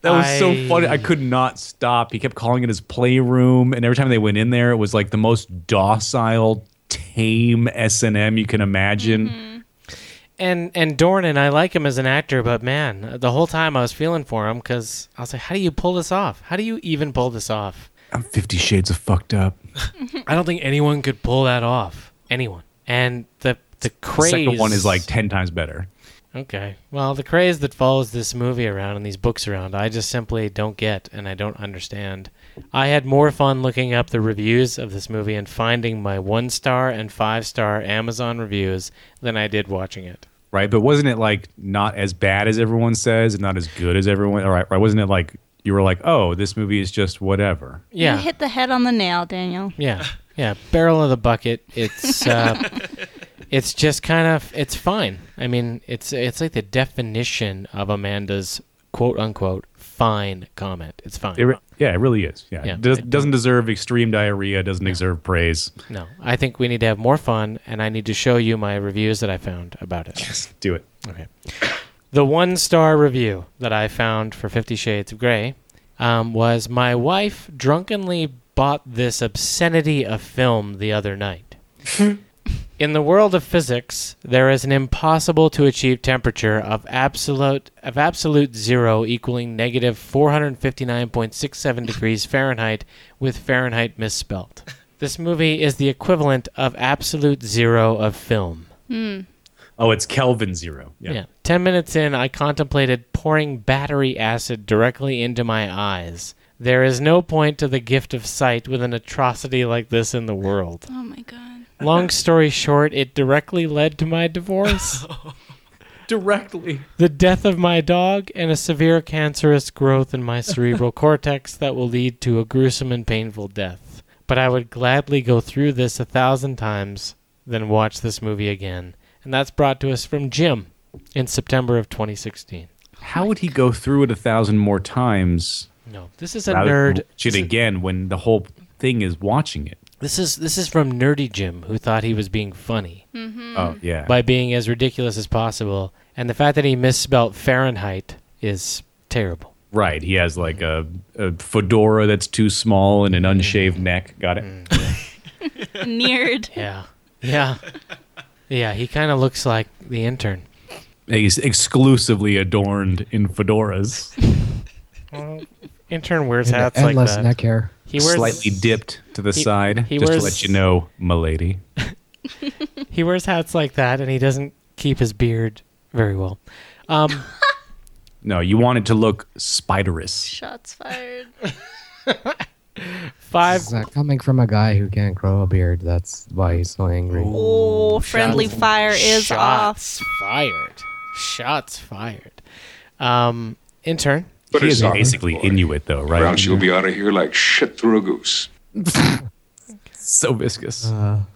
that was so funny. I could not stop. He kept calling it his playroom, and every time they went in there, it was like the most docile, tame S and M you can imagine. Mm-hmm. And and Dornan, I like him as an actor, but man, the whole time I was feeling for him because I was like, how do you pull this off? How do you even pull this off? I'm Fifty Shades of fucked up. I don't think anyone could pull that off. Anyone. And the the The craze. second one is like 10 times better. Okay. Well, the craze that follows this movie around and these books around, I just simply don't get and I don't understand. I had more fun looking up the reviews of this movie and finding my one star and five star Amazon reviews than I did watching it. right? But wasn't it like not as bad as everyone says and not as good as everyone? All right, right? Wasn't it like you were like, oh, this movie is just whatever? Yeah. You hit the head on the nail, Daniel. Yeah, yeah. Barrel of the bucket. It's uh, it's just kind of it's fine. I mean, it's it's like the definition of Amanda's quote unquote fine comment. It's fine. It re- yeah, it really is. Yeah, Yeah, it does, it doesn't deserve extreme diarrhea. Doesn't deserve praise. no, I think we need to have more fun, and I need to show you my reviews that I found about it. Yes, do it. Okay. The one star review that I found for Fifty Shades of Grey um, was My wife drunkenly bought this obscenity of film the other night. In the world of physics, there is an impossible to achieve temperature of absolute of absolute zero equaling negative 459.67 degrees Fahrenheit with Fahrenheit misspelt. This movie is the equivalent of absolute zero of film. Hmm. Oh, it's Kelvin zero. Yeah. Yeah. 10 minutes in, I contemplated pouring battery acid directly into my eyes. There is no point to the gift of sight with an atrocity like this in the world. Oh my god. Long story short, it directly led to my divorce, Directly. the death of my dog, and a severe cancerous growth in my cerebral cortex that will lead to a gruesome and painful death. But I would gladly go through this a thousand times than watch this movie again. And that's brought to us from Jim in September of 2016. How would he go through it a thousand more times? No, this is a rather nerd. than watch it again when the whole thing is watching it. This is this is from Nerdy Jim, who thought he was being funny Oh yeah. by being as ridiculous as possible, and the fact that he misspelled Fahrenheit is terrible. Right, he has like a, a fedora that's too small and an unshaved neck. Got it. Neared. Yeah, yeah, yeah. He kind of looks like the intern. He's exclusively adorned in fedoras. Intern wears And hats like endless that. neck hair. He wears slightly dipped to the he- side, he just wears- to let you know, milady. he wears hats like that, and he doesn't keep his beard very well. Um, No, you want it to look spiderous. Shots fired. five. It's, uh, coming from a guy who can't grow a beard. That's why he's so angry. Oh, friendly fire is shots fired. Shots fired. Um, intern. he is basically Inuit, though, right? Or else you'll be out of here like shit through a goose. so viscous. Oh.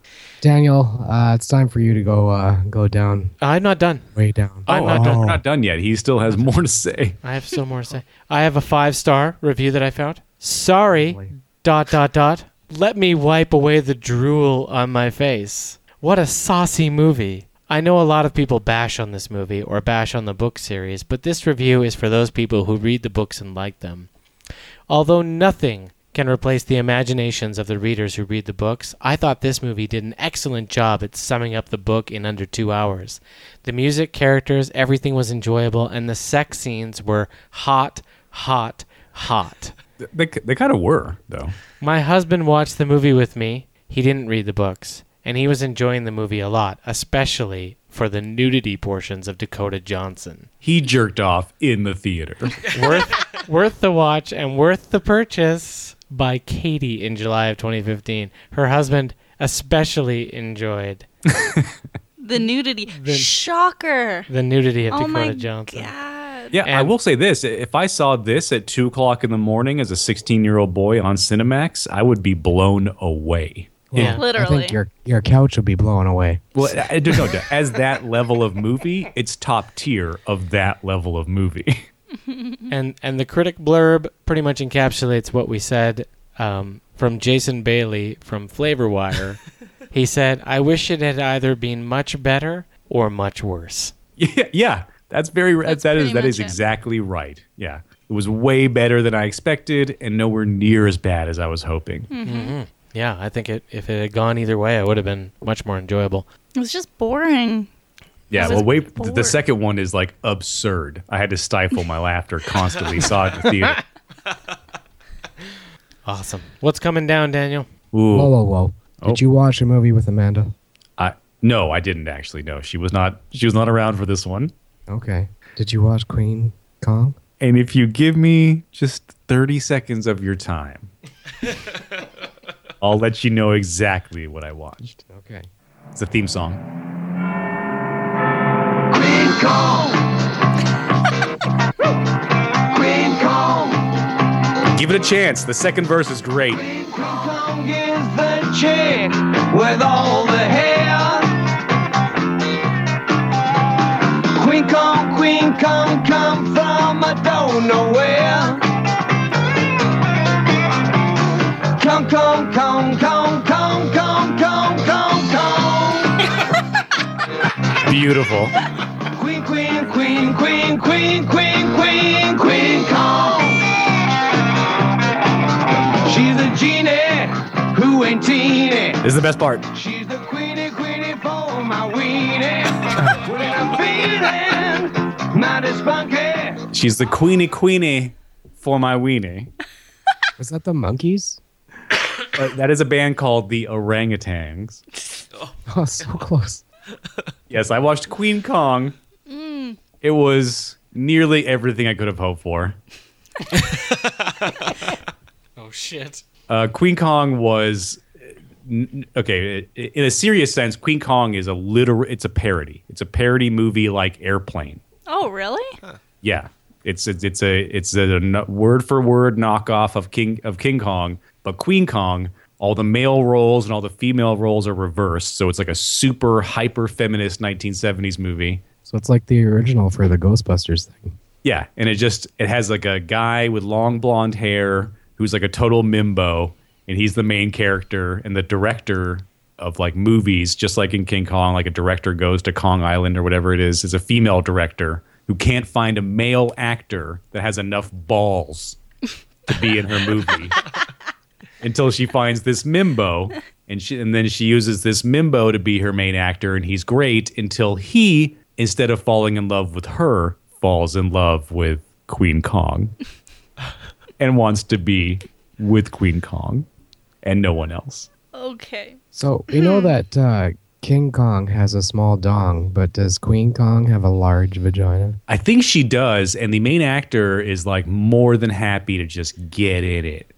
Daniel, uh, it's time for you to go uh, go down, I'm not done. way down. I'm not We're done. not done yet. He still has more to say. I have still more to say. I have a five star review that I found. Sorry, Dot, dot, dot. Let me wipe away the drool on my face. What a saucy movie. I know a lot of people bash on this movie or bash on the book series, but this review is for those people who read the books and like them. Although nothing can replace the imaginations of the readers who read the books, I thought this movie did an excellent job at summing up the book in under two hours. The music, characters, everything was enjoyable, and the sex scenes were hot, hot, hot. They, they kind of were, though. My husband watched the movie with me. He didn't read the books, and he was enjoying the movie a lot, especially for the nudity portions of Dakota Johnson. He jerked off in the theater. worth, worth the watch and worth the purchase by Katie in July of 2015. Her husband especially enjoyed The nudity. Shocker. the nudity of Oh Dakota my Johnson. Yeah, I will say this: if I saw this at two o'clock in the morning as a sixteen-year-old boy on Cinemax, I would be blown away. Well, I think your your couch will be blown away. Well, I- no, no, no, as that level of movie, it's top tier of that level of movie. and and the critic blurb pretty much encapsulates what we said um, from Jason Bailey from Flavorwire. he said, "I wish it had either been much better or much worse." Yeah, yeah that's very that's, that is pretty that is much it. exactly right. Yeah, it was way better than I expected, and nowhere near as bad as I was hoping. Mhm. Mhm. Yeah, I think it, if it had gone either way, it would have been much more enjoyable. It was just boring. I Yeah, was well, wait. th- The bored. second one is like absurd. I had to stifle my laughter constantly. Saw it in the theater. Awesome. What's coming down, Daniel? Ooh. Whoa, Oh. whoa, whoa! Did you watch a movie with Amanda? I no, I didn't actually. No, she was not. She was not around for this one. Okay. Did you watch Queen Kong? And if you give me just thirty seconds of your time, I'll let you know exactly what I watched. Okay. It's a theme song. Queen Kong! Queen Kong! Give it a chance. The second verse is great. Kong is the chick with all the hair. Queen Kong, Queen Kong, come from I don't know where. Kong, Kong, Kong, Kong, Kong, Kong, Kong, Kong, Kong. Beautiful. Queen, Queen, Queen, Queen, Queen, Queen, Queen, Queen Kong. She's a genie who ain't teeny. This is the best part. She's the queenie, queenie for my weenie. when I'm feeling mighty spunky. She's the queenie queenie for my weenie. Was that the monkeys? Uh, that is a band called the Orangutans. Oh, so close. Yes, I watched Queen Kong. Mm. It was nearly everything I could have hoped for. Oh shit. Uh, Queen Kong was n- n- okay i- in a serious sense. Queen Kong is a literal. It's a parody. It's a parody movie like Airplane. Oh, really? Yeah, it's it's, it's a it's a word for word knockoff of King of King Kong, but Queen Kong. All the male roles and all the female roles are reversed, so it's like a super hyper feminist 1970s movie. So it's like the original for the Ghostbusters thing. Yeah, and it just it has like a guy with long blonde hair who's like a total mimbo, and he's the main character and the director of like movies, just like in King Kong, like a director goes to Kong Island or whatever it is, is a female director who can't find a male actor that has enough balls to be in her movie until she finds this mimbo and she and then she uses this mimbo to be her main actor and he's great until he instead of falling in love with her falls in love with Queen Kong and wants to be with Queen Kong and no one else. Okay. So we know that uh, King Kong has a small dong, but does Queen Kong have a large vagina? I think she does and the main actor is like more than happy to just get in it.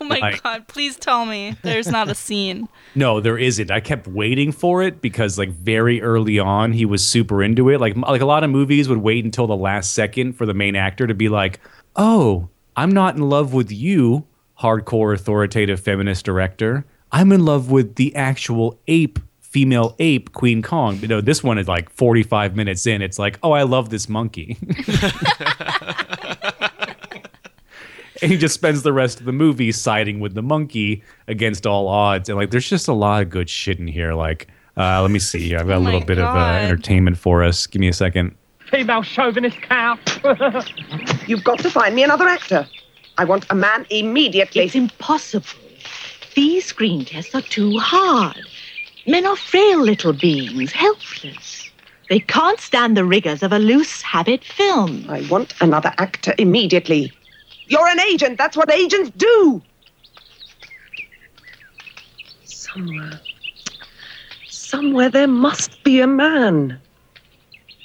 Oh my Like- god, please tell me there's not a scene. No, there isn't. I kept waiting for it because like very early on he was super into it. Like like a lot of movies would wait until the last second for the main actor to be like, "Oh, I'm not in love with you, hardcore authoritative feminist director. I'm in love with the actual ape, female ape Queen Kong." But no, this one is like 45 minutes in. It's like, "Oh, I love this monkey." and he just spends the rest of the movie siding with the monkey against all odds. And like, there's just a lot of good shit in here. Like, uh, let me see here. I've got a little bit of uh, entertainment for us. Give me a second. Female chauvinist cow. You've got to find me another actor. I want a man immediately. It's impossible. These screen tests are too hard. Men are frail little beings, helpless. They can't stand the rigors of a loose habit film. I want another actor immediately. You're an agent. That's what agents do. Somewhere. Somewhere there must be a man.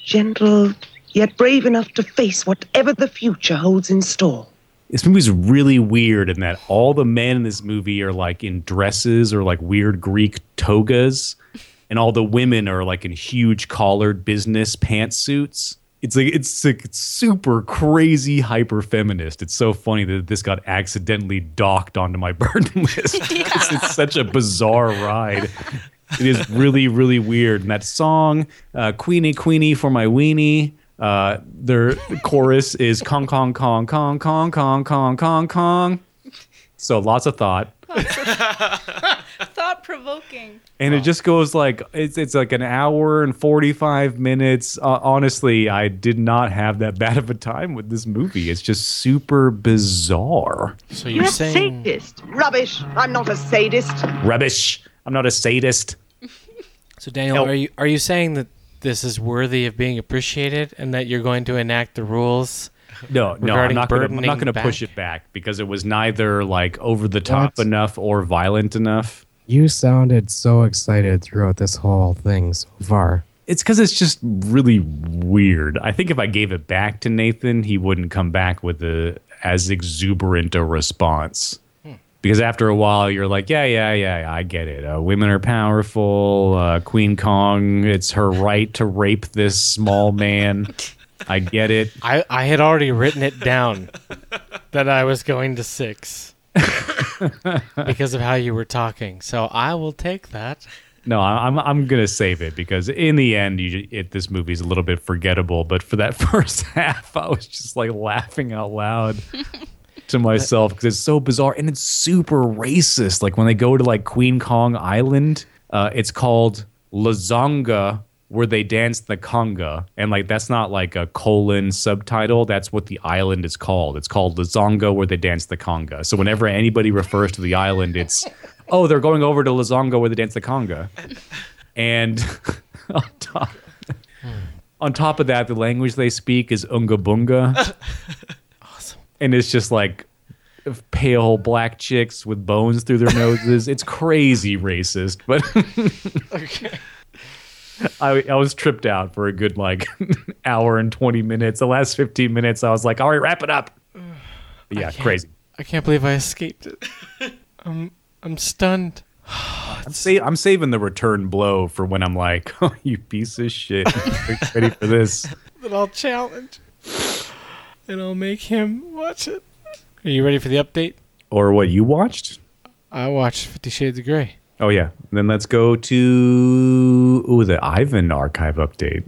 Gentle, yet brave enough to face whatever the future holds in store. This movie's really weird in that all the men in this movie are like in dresses or like weird Greek togas, and all the women are like in huge collared business pantsuits. It's like it's like it's super crazy hyper feminist. It's so funny that this got accidentally docked onto my burden list. It's- it's such a bizarre ride. It is really really weird. And that song, uh, Queenie Queenie for my weenie. Uh, their chorus is Kong Kong Kong Kong Kong Kong Kong Kong Kong. So lots of thought. Thought provoking. and it just goes like it's it's like an hour and 45 minutes uh, honestly i did not have that bad of a time with this movie it's just super bizarre so a sadist. Rubbish. I'm not a sadist. rubbish i'm not a sadist So Daniel, are you are you saying that this is worthy of being appreciated and that you're going to enact the rules? no no i'm regarding not gonna, I'm not burdening gonna push back? it back because it was neither like over the top enough or violent enough You sounded so excited throughout this whole thing so far. it's because it's just really weird. I think if I gave it back to Nathan, he wouldn't come back with a as exuberant a response. Because after a while, you're like, yeah, yeah, yeah, yeah, I get it. Uh, women are powerful. Uh, Queen Kong, it's her right to rape this small man. I get it. I, I had already written it down that I was going to six because of how you were talking. So I will take that. No, I- I'm I'm gonna save it because in the end, you, it, this movie's a little bit forgettable. But for that first half, I was just like laughing out loud to myself because it's so bizarre and it's super racist. Like when they go to like Queen Kong Island, uh, it's called Lazonga where they dance the conga and like that's not like a colon subtitle that's what the island is called it's called lazonga where they dance the conga so whenever anybody refers to the island it's oh they're going over to lazonga where they dance the conga and on top on top of that the language they speak is unga bunga awesome and it's just like pale black chicks with bones through their noses it's crazy racist but I, I was tripped out for a good like hour and 20 minutes. The last 15 minutes, I was like, all right, wrap it up. But yeah, crazy. I can't believe I escaped it. I'm, I'm stunned. I'm, sa- I'm saving the return blow for when I'm like, oh, you piece of shit. ready for this. But I'll challenge. And I'll make him watch it. Are you ready for the update? Or what you watched? I watched Fifty Shades of Grey. Oh, yeah. Then let's go to ooh, the Ivan archive update.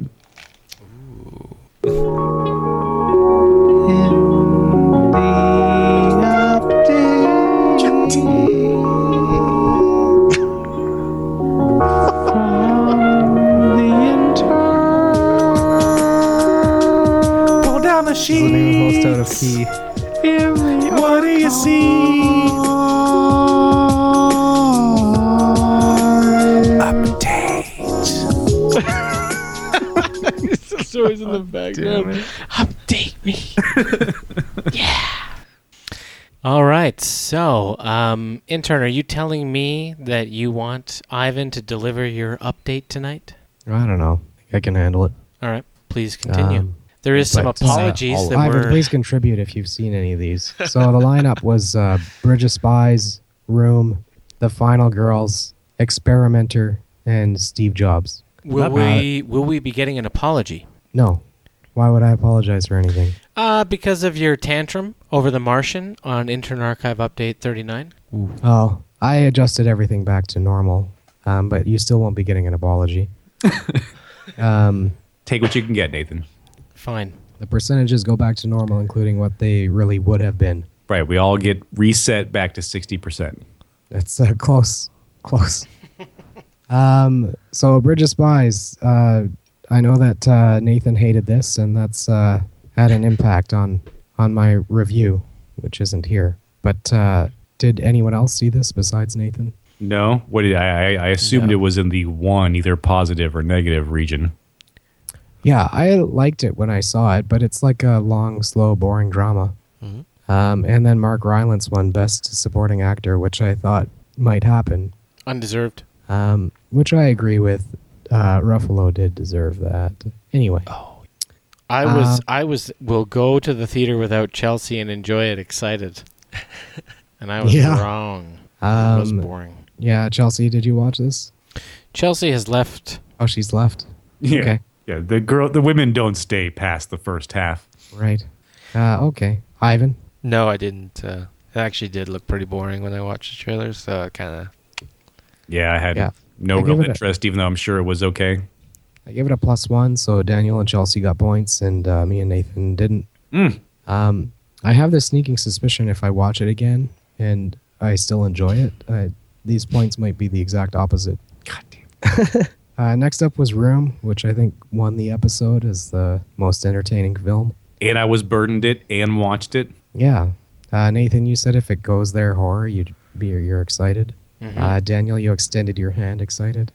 Pull down the sheets. Most out of key. What do you see? Update. It's always in the background. Update me. yeah. All right. So, um, intern, are you telling me that you want Ivan to deliver your update tonight? I don't know. I can handle it. All right. Please continue. Um, there is some but, uh, apologies that Ivan, were. please contribute if you've seen any of these. So the lineup was uh, Bridge of Spies, Room, The Final Girls, Experimenter, and Steve Jobs. Will Uh, we will we be getting an apology? No. Why would I apologize for anything? Uh, because of your tantrum over the Martian on Intern Archive Update 39. Oh, I adjusted everything back to normal, um, but you still won't be getting an apology. um, Take what you can get, Nathan. Fine. The percentages go back to normal, including what they really would have been. Right. We all get reset back to 60%. That's uh, close, close. um, so Bridge of Spies. Uh, I know that uh, Nathan hated this, and that's uh, had an impact on on my review, which isn't here. But uh, did anyone else see this besides Nathan? No. What did I? I, I assumed it was in the one, either positive or negative region. Yeah, I liked it when I saw it, but it's like a long, slow, boring drama. Um, and then Mark Rylance won Best Supporting Actor, which I thought might happen, Undeserved. um, which I agree with. Uh, Ruffalo did deserve that. Anyway, I was Uh, I was will go to the theater without Chelsea and enjoy it excited. and I was Yeah. wrong. um, it was boring. Yeah, Chelsea, did you watch this? Chelsea has left. Oh, she's left. Yeah. Okay. Yeah. The girl, the women don't stay past the first half. Right. Uh, okay, Ivan. No, I didn't. Uh, it actually did look pretty boring when I watched the trailer, so it kind Yeah. I had Yeah. no I give real it a- interest, even though I'm sure it was okay. I gave it a plus one, so Daniel and Chelsea got points, and uh, me and Nathan didn't. Um, I have this sneaking suspicion if I watch it again and I still enjoy it, uh, these points might be the exact opposite. God damn. uh, next up was Room, which I think won the episode as the most entertaining film. And I was burdened it and watched it. Yeah. Uh, Nathan, you said if it goes there horror, you'd be you're excited. Mhm. Uh, Daniel, you extended your hand, excited.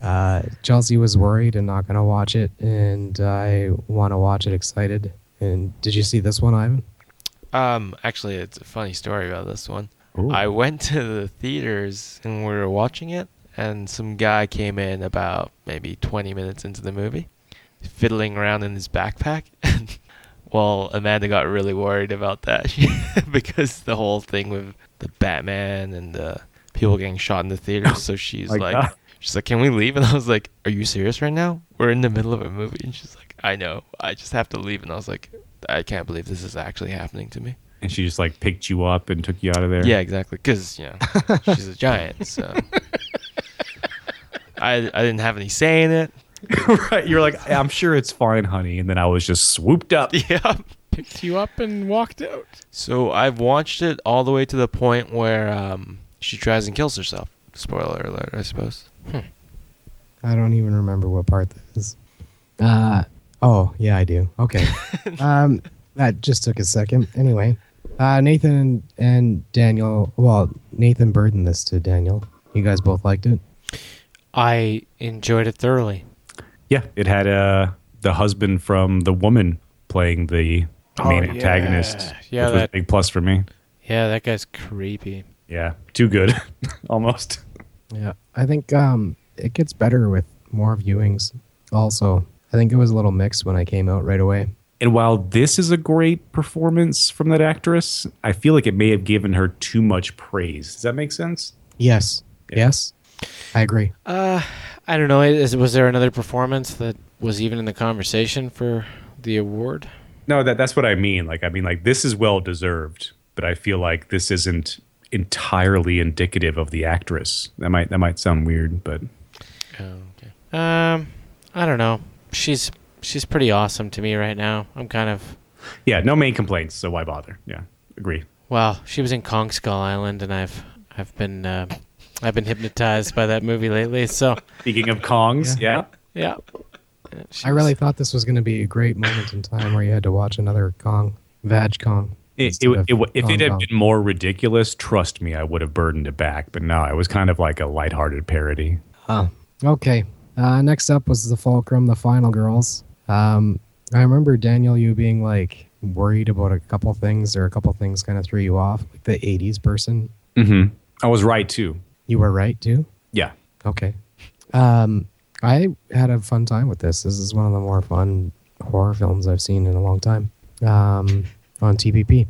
uh, Chelsea was worried and not gonna watch it, and I want to watch it, excited. And did you see this one, Ivan? of. Um, actually, it's a funny story about this one. I went to the theaters and we were watching it, and some guy came in about maybe 20 minutes into the movie, fiddling around in his backpack. And well, Amanda got really worried about that because the whole thing with the Batman and the people getting shot in the theaters. So she's My like, God. she's like, can we leave? And I was like, are you serious right now? We're in the middle of a movie. And she's like, I know. I just have to leave. And I was like, I can't believe this is actually happening to me. And she just like picked you up and took you out of there. Yeah, exactly. Because you know she's a giant, so I I didn't have any say in it. right. You're like, I'm sure it's fine, honey. And then I was just swooped up. Yeah. Picked you up and walked out. So I've watched it all the way to the point where um, she tries and kills herself. Spoiler alert, I suppose. I don't even remember what part that is. Uh, oh, yeah, I do. Okay. um, that just took a second. Anyway, uh, Nathan and Daniel, well, Nathan burdened this to Daniel. You guys both liked it? I enjoyed it thoroughly. Yeah. It had uh, the husband from the woman playing the main Oh, yeah. antagonist. Yeah, Which was a that- big plus for me. Yeah, that guy's creepy. Yeah. Too good. Almost. Yeah, I think um, it gets better with more viewings. Also, I think it was a little mixed when I came out right away. And while this is a great performance from that actress, I feel like it may have given her too much praise. Does that make sense? Yes, yes, I agree. Uh, I don't know. Is, was there another performance that was even in the conversation for the award? No, that that's what I mean. Like I mean like this is well deserved, but I feel like this isn't entirely indicative of the actress. That might that might sound weird, but Oh, Um, I don't know. She's she's pretty awesome to me right now. I'm kind of yeah, no main complaints, so why bother? Yeah. Agree. well. She was in Kong Skull Island, and I've I've been uh, I've been hypnotized by that movie lately. So speaking of Kongs, yeah. yeah, Uh, I really thought this was going to be a great moment in time where you had to watch another Kong, Vag Kong. It, it, it, if it Kong had Kong. been more ridiculous, trust me, I would have burdened it back. But no, it was kind of like a lighthearted parody. Huh. Okay. Uh, next up was the Fulcrum, the Final Girls. Um, I remember Daniel, you being like worried about a couple things, or a couple things kind of threw you off, like the '80s person. Mm-hmm. I was right too. You were right too. Yeah. Okay. Um, I had a fun time with this. This is one of the more fun horror films I've seen in a long time um, on TPP.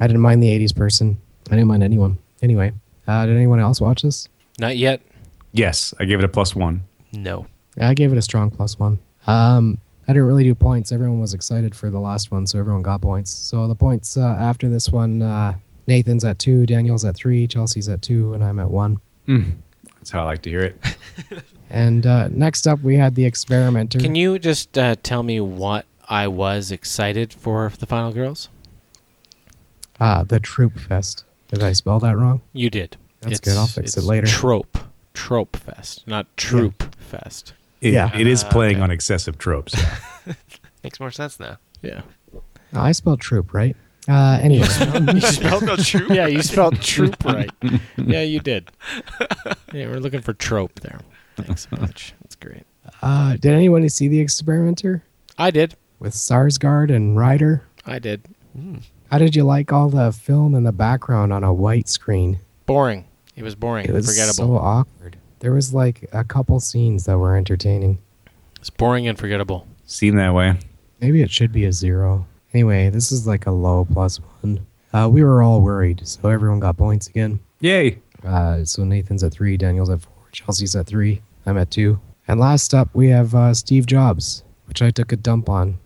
I didn't mind the 80s person. I didn't mind anyone. Anyway, uh, did anyone else watch this? not yet. Yes, I gave it a plus one. No. I gave it a strong plus one. Um, I didn't really do points. Everyone was excited for the last one, so everyone got points. So the points uh, after this one, uh, Nathan's at two, Daniel's at three, Chelsea's at two, and I'm at one. That's how I like to hear it. And uh, next up, we had the experimenter. Can you just uh, tell me what I was excited for the Final Girls? Ah, the Troop Fest. Did I spell that wrong? You did. That's It's- good. I'll fix it it's later. Trope. Trope fest, not troop fest. It, Yeah. it is Uh, playing on excessive tropes. Makes more sense now. Yeah. Oh, I spelled troop right. Uh, anyway, you spelled the troop. Yeah, you spelled troop right. Yeah, you did. Yeah, we're looking for trope there. Thanks so much. That's great. Uh, did anyone see the experimenter I did. with Sarsgaard and Ryder? I did. How did you like all the film in the background on a white screen? Boring. It was boring. It was forgettable. so awkward. There was like a couple scenes that were entertaining. it's boring and forgettable. Seemed that way. Maybe it should be a zero. Anyway, this is like a low plus one. Uh, we were all worried, so everyone got points again. Yay! Uh, so Nathan's at three, Daniel's at four, Chelsea's at three, I'm at two. And last up, we have uh, Steve Jobs, which I took a dump on.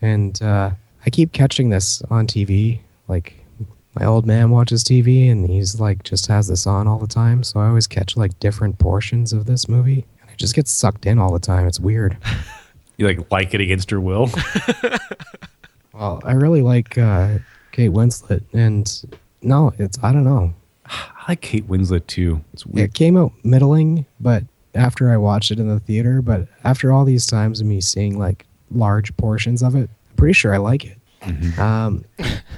And uh, I keep catching this on TV. Like, my old man watches TV and he's like, just has this on all the time. So I always catch like different portions of this movie. And I just get sucked in all the time. It's weird. You like like it against her will. Well, I really like uh, Kate Winslet, and no, it's I don't know. I like Kate Winslet too. It's weird. It came out middling, but after I watched it in the theater, but after all these times of me seeing like large portions of it, I'm pretty sure I like it. Um,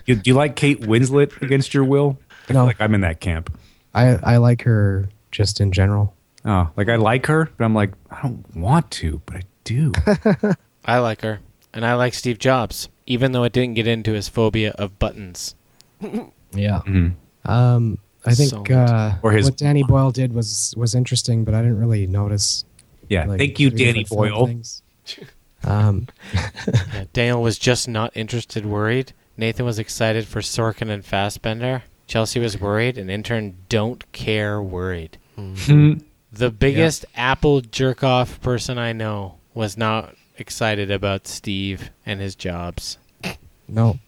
You- do you like Kate Winslet against your will? I feel like I'm in that camp. I I like her just in general. Oh, like I like her, but I'm like I don't want to, but I do. I like her, and I like Steve Jobs, even though it didn't get into his phobia of buttons. Yeah. Mm-hmm. Um, I think Sold. uh, Or his- what Danny Boyle did was was interesting, but I didn't really notice. Yeah, like, thank you, three Danny different film Boyle. things. Um, Yeah, Daniel was just not interested, worried. Nathan was excited for Sorkin and Fassbender. Chelsea was worried, and intern don't care, worried. the biggest Apple jerk off person I know was not excited about Steve and his jobs. no,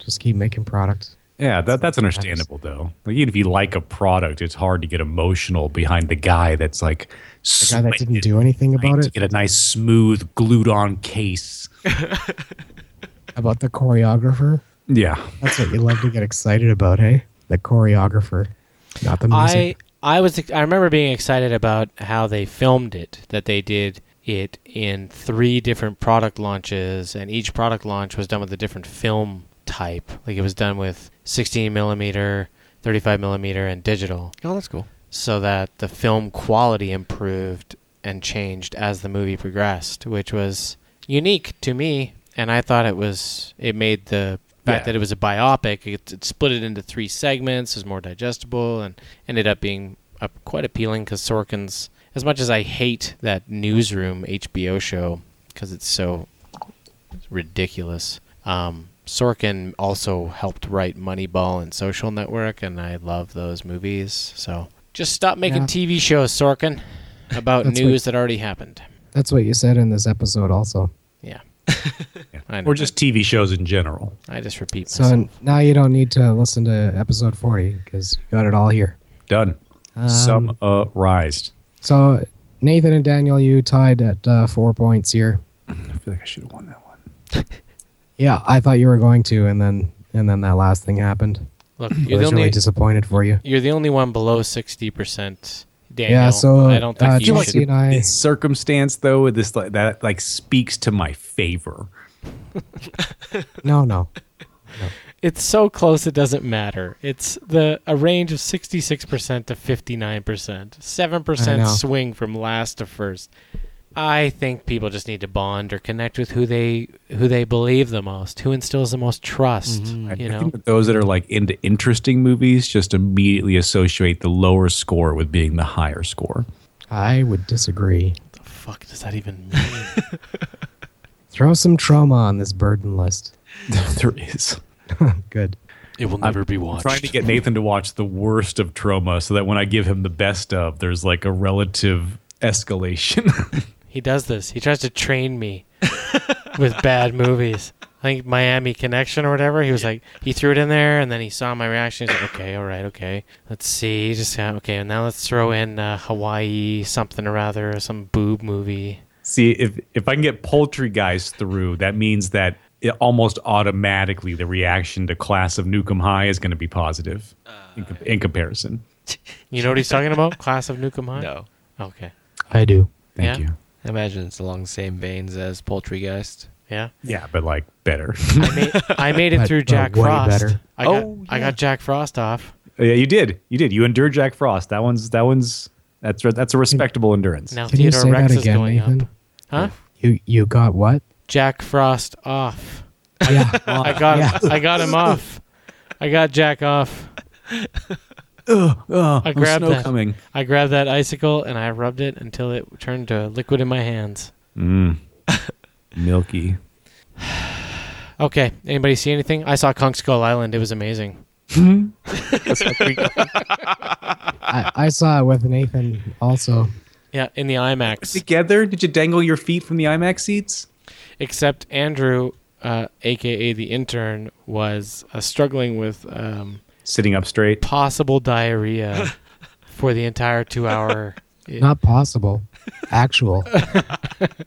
just keep making product. Yeah, that, that's understandable though. Like, even if you like a product, it's hard to get emotional behind the guy that's like The guy that didn't do anything about to it. get a nice smooth glued on case. About the choreographer. Yeah. That's what you love to get excited about, hey? The choreographer, not the music. I I was ex- I remember being excited about how they filmed it that they did it in three different product launches and each product launch was done with a different film type like it was done with 16 millimeter 35 millimeter and digital Oh, that's cool. so that the film quality improved and changed as the movie progressed which was unique to me and I thought it was it made the fact Yeah. that it was a biopic it, it split it into three segments was more digestible and ended up being uh, quite appealing because Sorkin's as much as I hate that newsroom HBO show because it's so ridiculous um, Sorkin also helped write Moneyball and Social Network and I love those movies so just stop making Yeah. TV shows Sorkin about That's news what- that already happened That's what you said in this episode, also. yeah Or just TV shows in general. I just repeat So n- now you don't need to listen to episode 40 because you got it all here. Done. Um, Summarized. So, Nathan and Daniel, you tied at uh, four points here. I feel like I should have won that one. Yeah, I thought you were going to, and then and then that last thing happened. Look, I you're the was really only disappointed for you. you're the only one below sixty percent. Daniel, Yeah, so, I don't think uh, you Chelsea should. and I- This circumstance though, this like that like speaks to my favor. No, no. It's so close it doesn't matter. It's the a range of sixty six percent to fifty nine percent, seven I percent know. swing from last to first. I think people just need to bond or connect with who they who they believe the most, who instills the most trust. You I know, think that those that are like into interesting movies just immediately associate the lower score with being the higher score. I would disagree. fuck does that even mean? Throw some trauma on this burden list. there is. Good. it will never be I'm watched. trying to get Nathan to watch the worst of trauma so that when I give him the best of, there's like a relative escalation. He does this. He tries to train me with bad movies. I think Miami Connection or whatever. He was like, he threw it in there, and then he saw my reaction. He's like, okay, all right, okay, let's see. Just uh, okay, and now let's throw in uh, Hawaii something or other, or some boob movie. See, if if I can get poultry guys through, that means that it, almost automatically the reaction to class of Nukem High is going to be positive in, com- in comparison. You know what he's talking about? Class of Nukem High? No. Okay. I do. Thank you. I imagine it's along the same veins as Poultrygeist. Yeah. Yeah, but like better. I made, I made it But- through but Jack way Frost. better. I got, Oh, I got Jack Frost off. Yeah, you did. You did. You endured Jack Frost. That one's that one's that's re- that's a respectable endurance. Now Can you Theodore say Rex that is again, going Nathan? up. Huh? You you got what? Jack Frost off. Yeah. I got Yeah. I got him off. I got Jack off. Ugh, ugh, I oh, grabbed snow that. coming. I grabbed that icicle and I rubbed it until it turned to liquid in my hands. Mm. Milky. Okay. Anybody see anything? I saw Kong Skull Island. It was amazing. I, I saw it with Nathan also. Yeah, in the IMAX. Together, did you dangle your feet from the IMAX seats? Except Andrew, uh, aka the intern, was uh, struggling with um, sitting up straight, possible diarrhea for the entire two-hour. Not possible. Actual.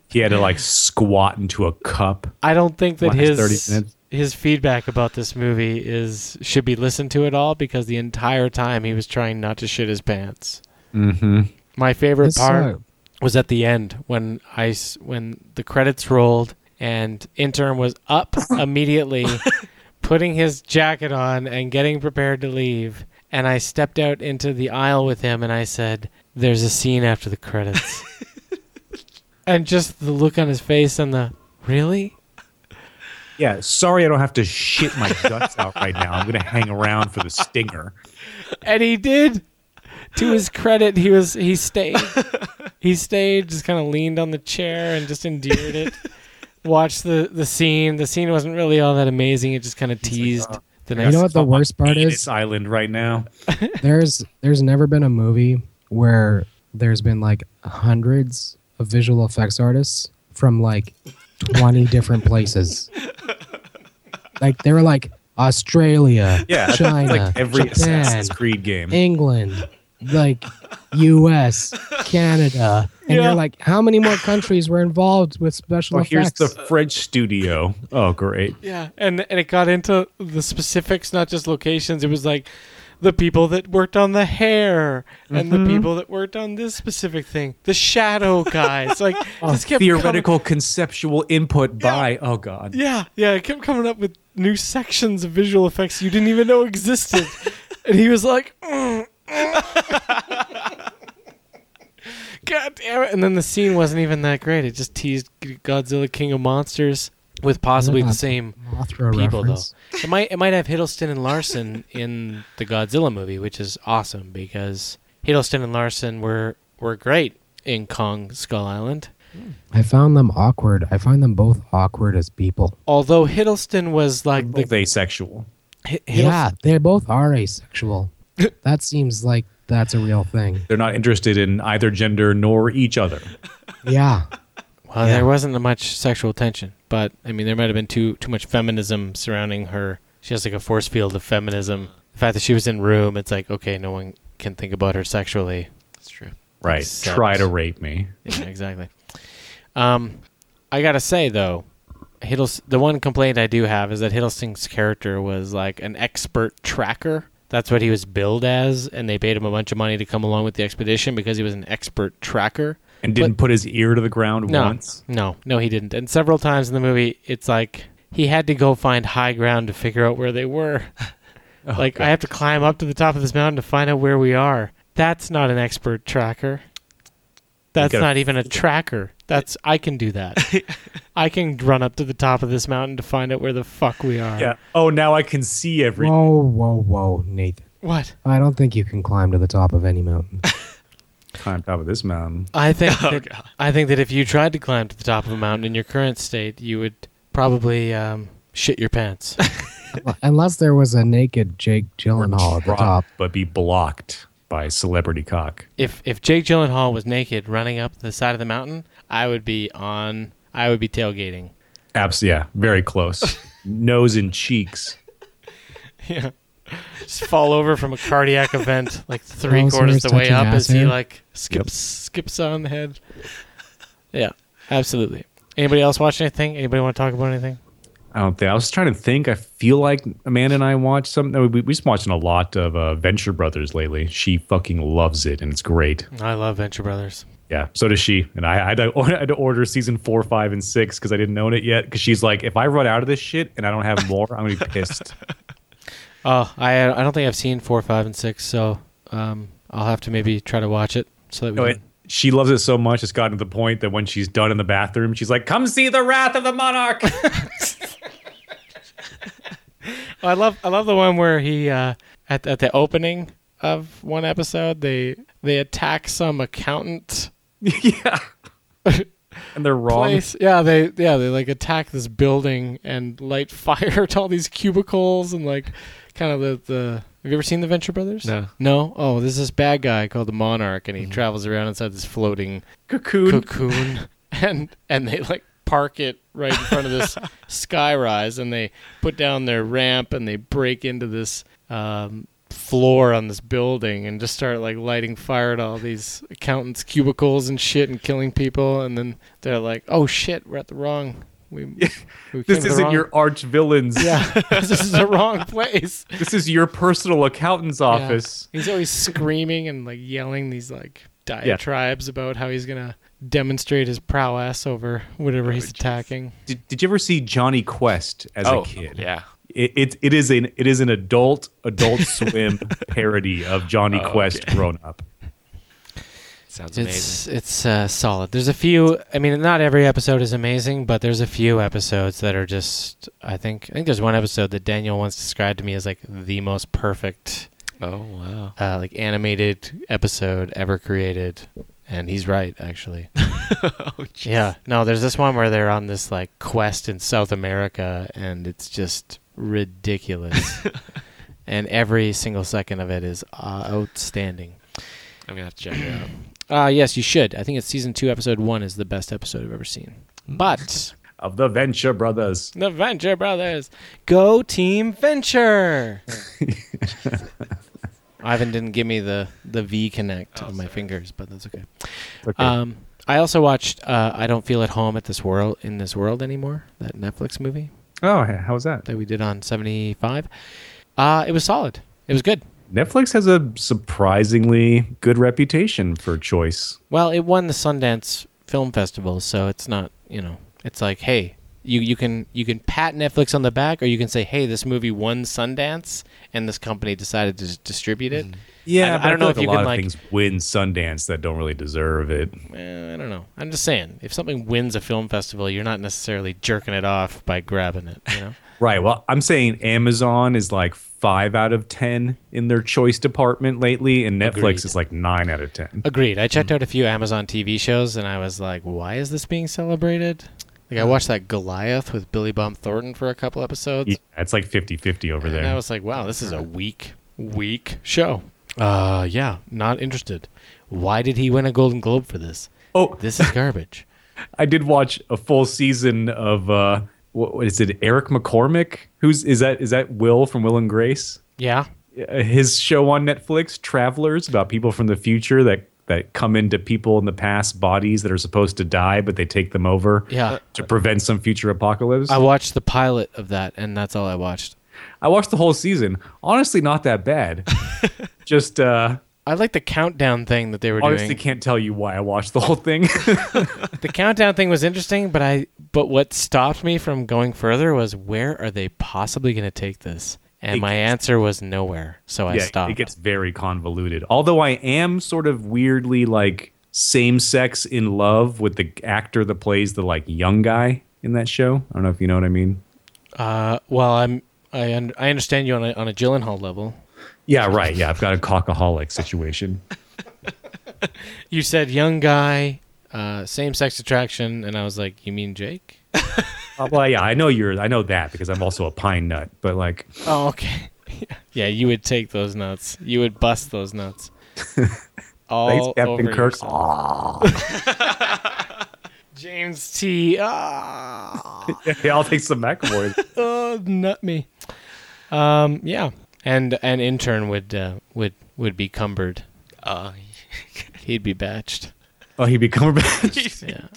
He had to like squat into a cup. I don't think that Last 30 his minutes. his feedback about this movie is should be listened to at all because the entire time he was trying not to shit his pants. Mm-hmm. My favorite This, part uh, was at the end when I s- when the credits rolled and intern was up immediately, putting his jacket on and getting prepared to leave. And I stepped out into the aisle with him and I said, "There's a scene after the credits." and just the look on his face and the really Yeah, sorry, I don't have to shit my guts out right now. I'm gonna hang around for the stinger. and he did. To his credit, he was he stayed. he stayed, just kind of leaned on the chair and just endeared it. Watched the the scene. The scene wasn't really all that amazing. It just kind of teased the next. "Oh, you know what the worst part is? This island right now. there's there's never been a movie where there's been like hundreds of visual effects artists from like 20 different places like they were like australia Yeah, that's china like every Japan, Assassin's Creed Mm. game. england like us canada and Yeah. you're like how many more countries were involved with special Oh, here's effects the French studio. Oh, great. Yeah, and and it got into the specifics, not just locations. It was like the people that worked on the hair and Mm-hmm. Mhm. the people that worked on this specific thing. The shadow guys, like Oh, this kept coming- theoretical conceptual input by oh god. Yeah, yeah. It kept coming up with new sections of visual effects you didn't even know existed. and he was like, "Mm, mm." God damn it. And then the scene wasn't even that great. It just teased Godzilla King of Monsters with possibly the Not same Mothra people, reference. though. It might, it might have Hiddleston and Larson in the Godzilla movie, which is awesome because Hiddleston and Larson were, were great in Kong Skull Island. i found them awkward i find them both awkward as people Although Hiddleston was like the Both asexual. Hi- Hiddleston- yeah they both are asexual that seems like that's a real thing They're not interested in either gender nor each other. yeah Well, Yeah. Uh, there wasn't much sexual tension, but I mean, there might have been too too much feminism surrounding her. She has like a force field of feminism. The fact that she was in room, it's like okay, no one can think about her sexually. That's true. Right. Except- Try to rape me. Yeah, exactly. um, I gotta say though, Hiddles, the one complaint I do have is that Hiddleston's character was like an expert tracker. That's what he was billed as, and they paid him a bunch of money to come along with the expedition because he was an expert tracker. And didn't put his ear to the ground No, once. no, no, he didn't. And several times in the movie, it's like he had to go find high ground to figure out where they were. like I have to climb up to the top of this mountain to find out where we are. That's not an expert tracker. That's gotta- not even a tracker. That's I can do that. I can run up to the top of this mountain to find out where the fuck we are. Yeah. Oh, now I can see everything. Whoa, whoa, whoa, Nathan. What? I don't think you can climb to the top of any mountain. Climb top of this mountain. I think Oh, that, I think that if you tried to climb to the top of a mountain in your current state, you would probably um, shit your pants. Unless there was a naked Jake Gyllenhaal at the top. But be blocked by celebrity cock. If if Jake Gyllenhaal was naked running up the side of the mountain, I would be on. I would be tailgating. Abs yeah, very close. Nose and cheeks. Yeah, just fall over from a cardiac event like three Oh, so quarters he's the way touching up ass as he hair? like skips skips on the head. Yeah, absolutely. Anybody else watch anything? Anybody want to talk about anything? I don't think I was trying to think. I feel like Amanda and I watched something. We, we just watching a lot of uh, Venture Brothers lately. She fucking loves it, and it's great. I love Venture Brothers. Yeah, so does she. And I, I, had, to, I had to order season four, five, and six because I didn't own it yet. Because she's like, if I run out of this shit and I don't have more, I'm gonna be pissed. Oh, I I don't think I've seen four, five, and six, so um, I'll have to maybe try to watch it so that we. No, can... it- she loves it so much. It's gotten to the point that when she's done in the bathroom, she's like, "Come see the wrath of the monarch." I love I love the one where he uh, at at the opening of one episode they they attack some accountant. yeah. and they're wrong. Place. Yeah, they yeah they like attack this building and light fire to all these cubicles and like kind of the the. Have you ever seen the Venture Brothers? No. No. Oh, there's this bad guy called the Monarch, and he travels around inside this floating Cocoon. cocoon, and and they like park it right in front of this sky rise, and they put down their ramp, and they break into this um, floor on this building, and just start like lighting fire to all these accountants' cubicles and shit, and killing people, and then they're like, "Oh shit, we're at the wrong." We, we came to this the isn't wrong- your arch villains. Yeah, this is the wrong place. This is your personal accountant's Yeah. office. He's always screaming and like yelling these like diatribes about how he's gonna demonstrate his prowess over whatever he's attacking. Did, did you ever see Johnny Quest as Oh, a kid? yeah. It, it it is an it is an adult Adult Swim parody of Johnny Oh, Quest okay. grown up. Sounds It's it's uh, solid. There's a few. I mean, not every episode is amazing, but there's a few episodes that are just. I think I think there's one episode that Daniel once described to me as like the most perfect. Oh wow! Uh, like animated episode ever created, and he's right actually. Oh, Yeah. No, there's this one where they're on this like quest in South America and it's just ridiculous. and every single second of it is uh, outstanding. I'm gonna have to check it out. Uh yes, you should. I think it's season 2 episode 1 is the best episode I've ever seen. But of the Venture Brothers. The Venture Brothers. Go Team Venture. Ivan didn't give me the the V connect on my fingers, but that's okay. okay. Um, I also watched uh, I don't feel at home at this world in this world anymore. That Netflix movie Oh, h- how was that? that we did on seventy five. Uh, it was solid. It was good. Netflix has a surprisingly good reputation for choice. Well, it won the Sundance Film Festival, so it's not you know it's like hey you you can you can pat Netflix on the back, or you can say hey this movie won Sundance and this company decided to s- distribute it. I, Mm-hmm. but I feel don't know like if a you lot can of like things win Sundance that don't really deserve it. Eh, I don't know. I'm just saying, if something wins a film festival, you're not necessarily jerking it off by grabbing it. You know? Right. Well, I'm saying Amazon is like five out of ten in their choice department lately, and Netflix Agreed. is like nine out of ten. Agreed. I Mm-hmm. checked out a few Amazon TV shows, and I was like, why is this being celebrated? Like I watched that Goliath with Billy Bob Thornton for a couple episodes, Yeah, it's like 50-50 over and I there. was like, wow, this is a weak, weak show. Uh, yeah, not interested. Why did he win a Golden Globe for this? Oh, this is garbage. I did watch a full season of uh, what, what is it? Eric McCormick? Who's is that? Is that Will from Will and Grace? yeah, Uh, His show on Netflix, Travelers, about people from the future that that come into people in the past bodies that are supposed to die, but they take them over Yeah. to prevent some future apocalypse. I watched the pilot of that, and that's all I watched. I watched the whole season. Honestly, not that bad. Just uh, I like the countdown thing that they were honestly doing. can't tell you why I watched the whole thing. the countdown thing was interesting, but I but what stopped me from going further was where are they possibly going to take this? And It my answer was nowhere, so I yeah, stopped. it gets very convoluted. Although I am sort of weirdly like same sex in love with the actor that plays the like young guy in that show. I don't know if you know what I mean. uh, well, I'm I un- I understand you on a on a Gyllenhaal level. Yeah, right. Yeah, I've got a cockaholic situation. You said young guy, uh, same sex attraction, and I was like, you mean Jake? Uh, well, yeah, I know you're. I know that because I'm also a pine nut. But like, Oh, okay. yeah, you would take those nuts. You would bust those nuts. All thanks, Captain over Kirk. yourself. Aw. James T. Ah. yeah, I'll take some McAvoy. oh, nut me. Um, yeah, and an intern would uh, would would be cumbered. Uh, He'd be batched. Oh, he become a Yeah.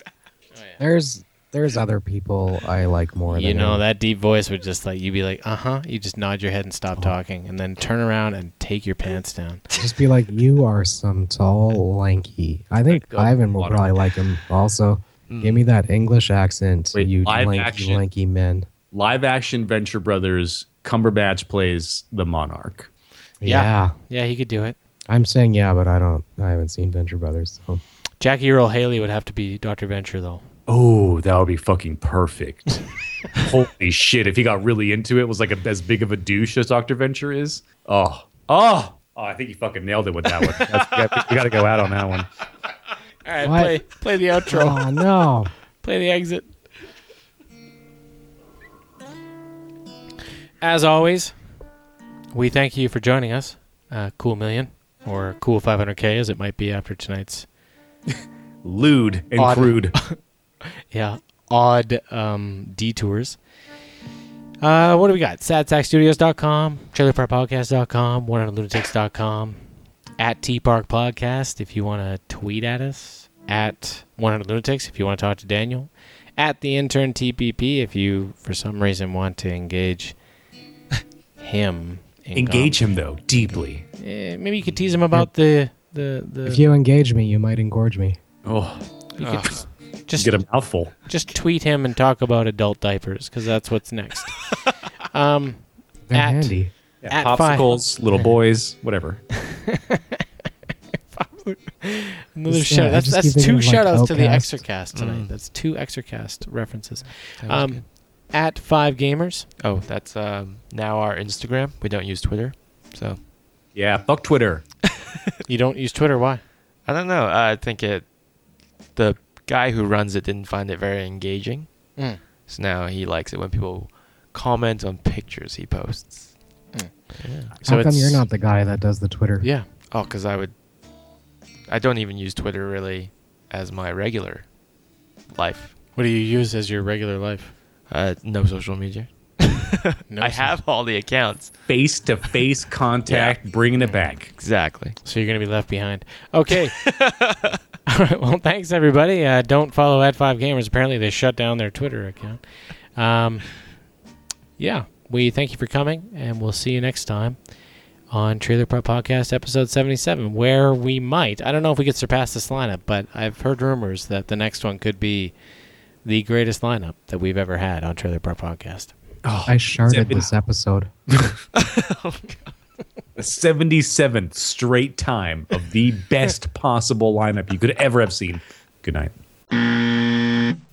There's There's other people I like more. You than know, him. that deep voice would just like, you'd be like, uh huh. You just nod your head and Uh-huh. stop talking, and then turn around and take your pants down. Just be like, you are some tall, lanky. I think Ivan will probably like him also. Hmm. Give me that English accent, you live lanky, action. lanky men. Live action Venture Brothers. Cumberbatch plays the monarch. Yeah. Yeah, he could do it. I'm saying yeah, but I don't. I haven't seen Venture Brothers. So. Jackie Earl Haley would have to be Dr. Venture, though. Oh, that would be fucking perfect. Holy shit! If he got really into it, was like a, as big of a douche as Doctor Venture is. Oh, oh, oh! I think he fucking nailed it with that one. That's, we got to go out on that one. All right, What? play, play the outro. Oh no! play the exit. As always, we thank you for joining us. Uh, cool million, or cool 500K as it might be after tonight's Lewd and Odd. Oh crude. yeah, odd um, detours. Uh, what do we got? SadSackStudios.com, TrailerParkPodcast.com, OneHundredLunatics.com, at T Park Podcast if you want to tweet at us, at 100 Lunatics if you want to talk to Daniel, at The Intern TPP if you, for some reason, want to engage him. in Engage com- him though deeply. Eh, maybe you could tease him about the, the, the If you engage me, you might engorge me. Oh, You could just- just get a mouthful. just tweet him and talk about adult diapers because that's what's next. um, They're at, handy. Yeah, at fi- popsicles, little boys, whatever. Another Just, shout. yeah, I That's, just that's keep two thinking of, shout like, outs to the Outcast. Exorcast tonight. That's two Exorcast references. That was Um, at five gamers. Oh, that's um, now our Instagram. We don't use Twitter, so Yeah, fuck Twitter. you don't use Twitter. Why? I don't know. I think it. The guy who runs it didn't find it very engaging, Mm. so now he likes it when people comment on pictures he posts. Yeah. How come you're not the guy that does the Twitter? Yeah. Oh, because I would. I don't even use Twitter really as my regular life. What do you use as your regular life? Uh, no social media. I have all the accounts. Face to face contact, bringing it back. Exactly. So you're gonna be left behind. Okay. All right. Well, thanks everybody. Uh, don't follow at Five Gamers. Apparently, they shut down their Twitter account. Um, yeah, we thank you for coming, and we'll see you next time on Trailer Prep Podcast episode 77, where we might. I don't know if we could surpass this lineup, but I've heard rumors that the next one could be the greatest lineup that we've ever had on Trailer Prep Podcast. Oh, I sharded Seven- this episode. The 77th straight time of the best possible lineup you could ever have seen. Good night.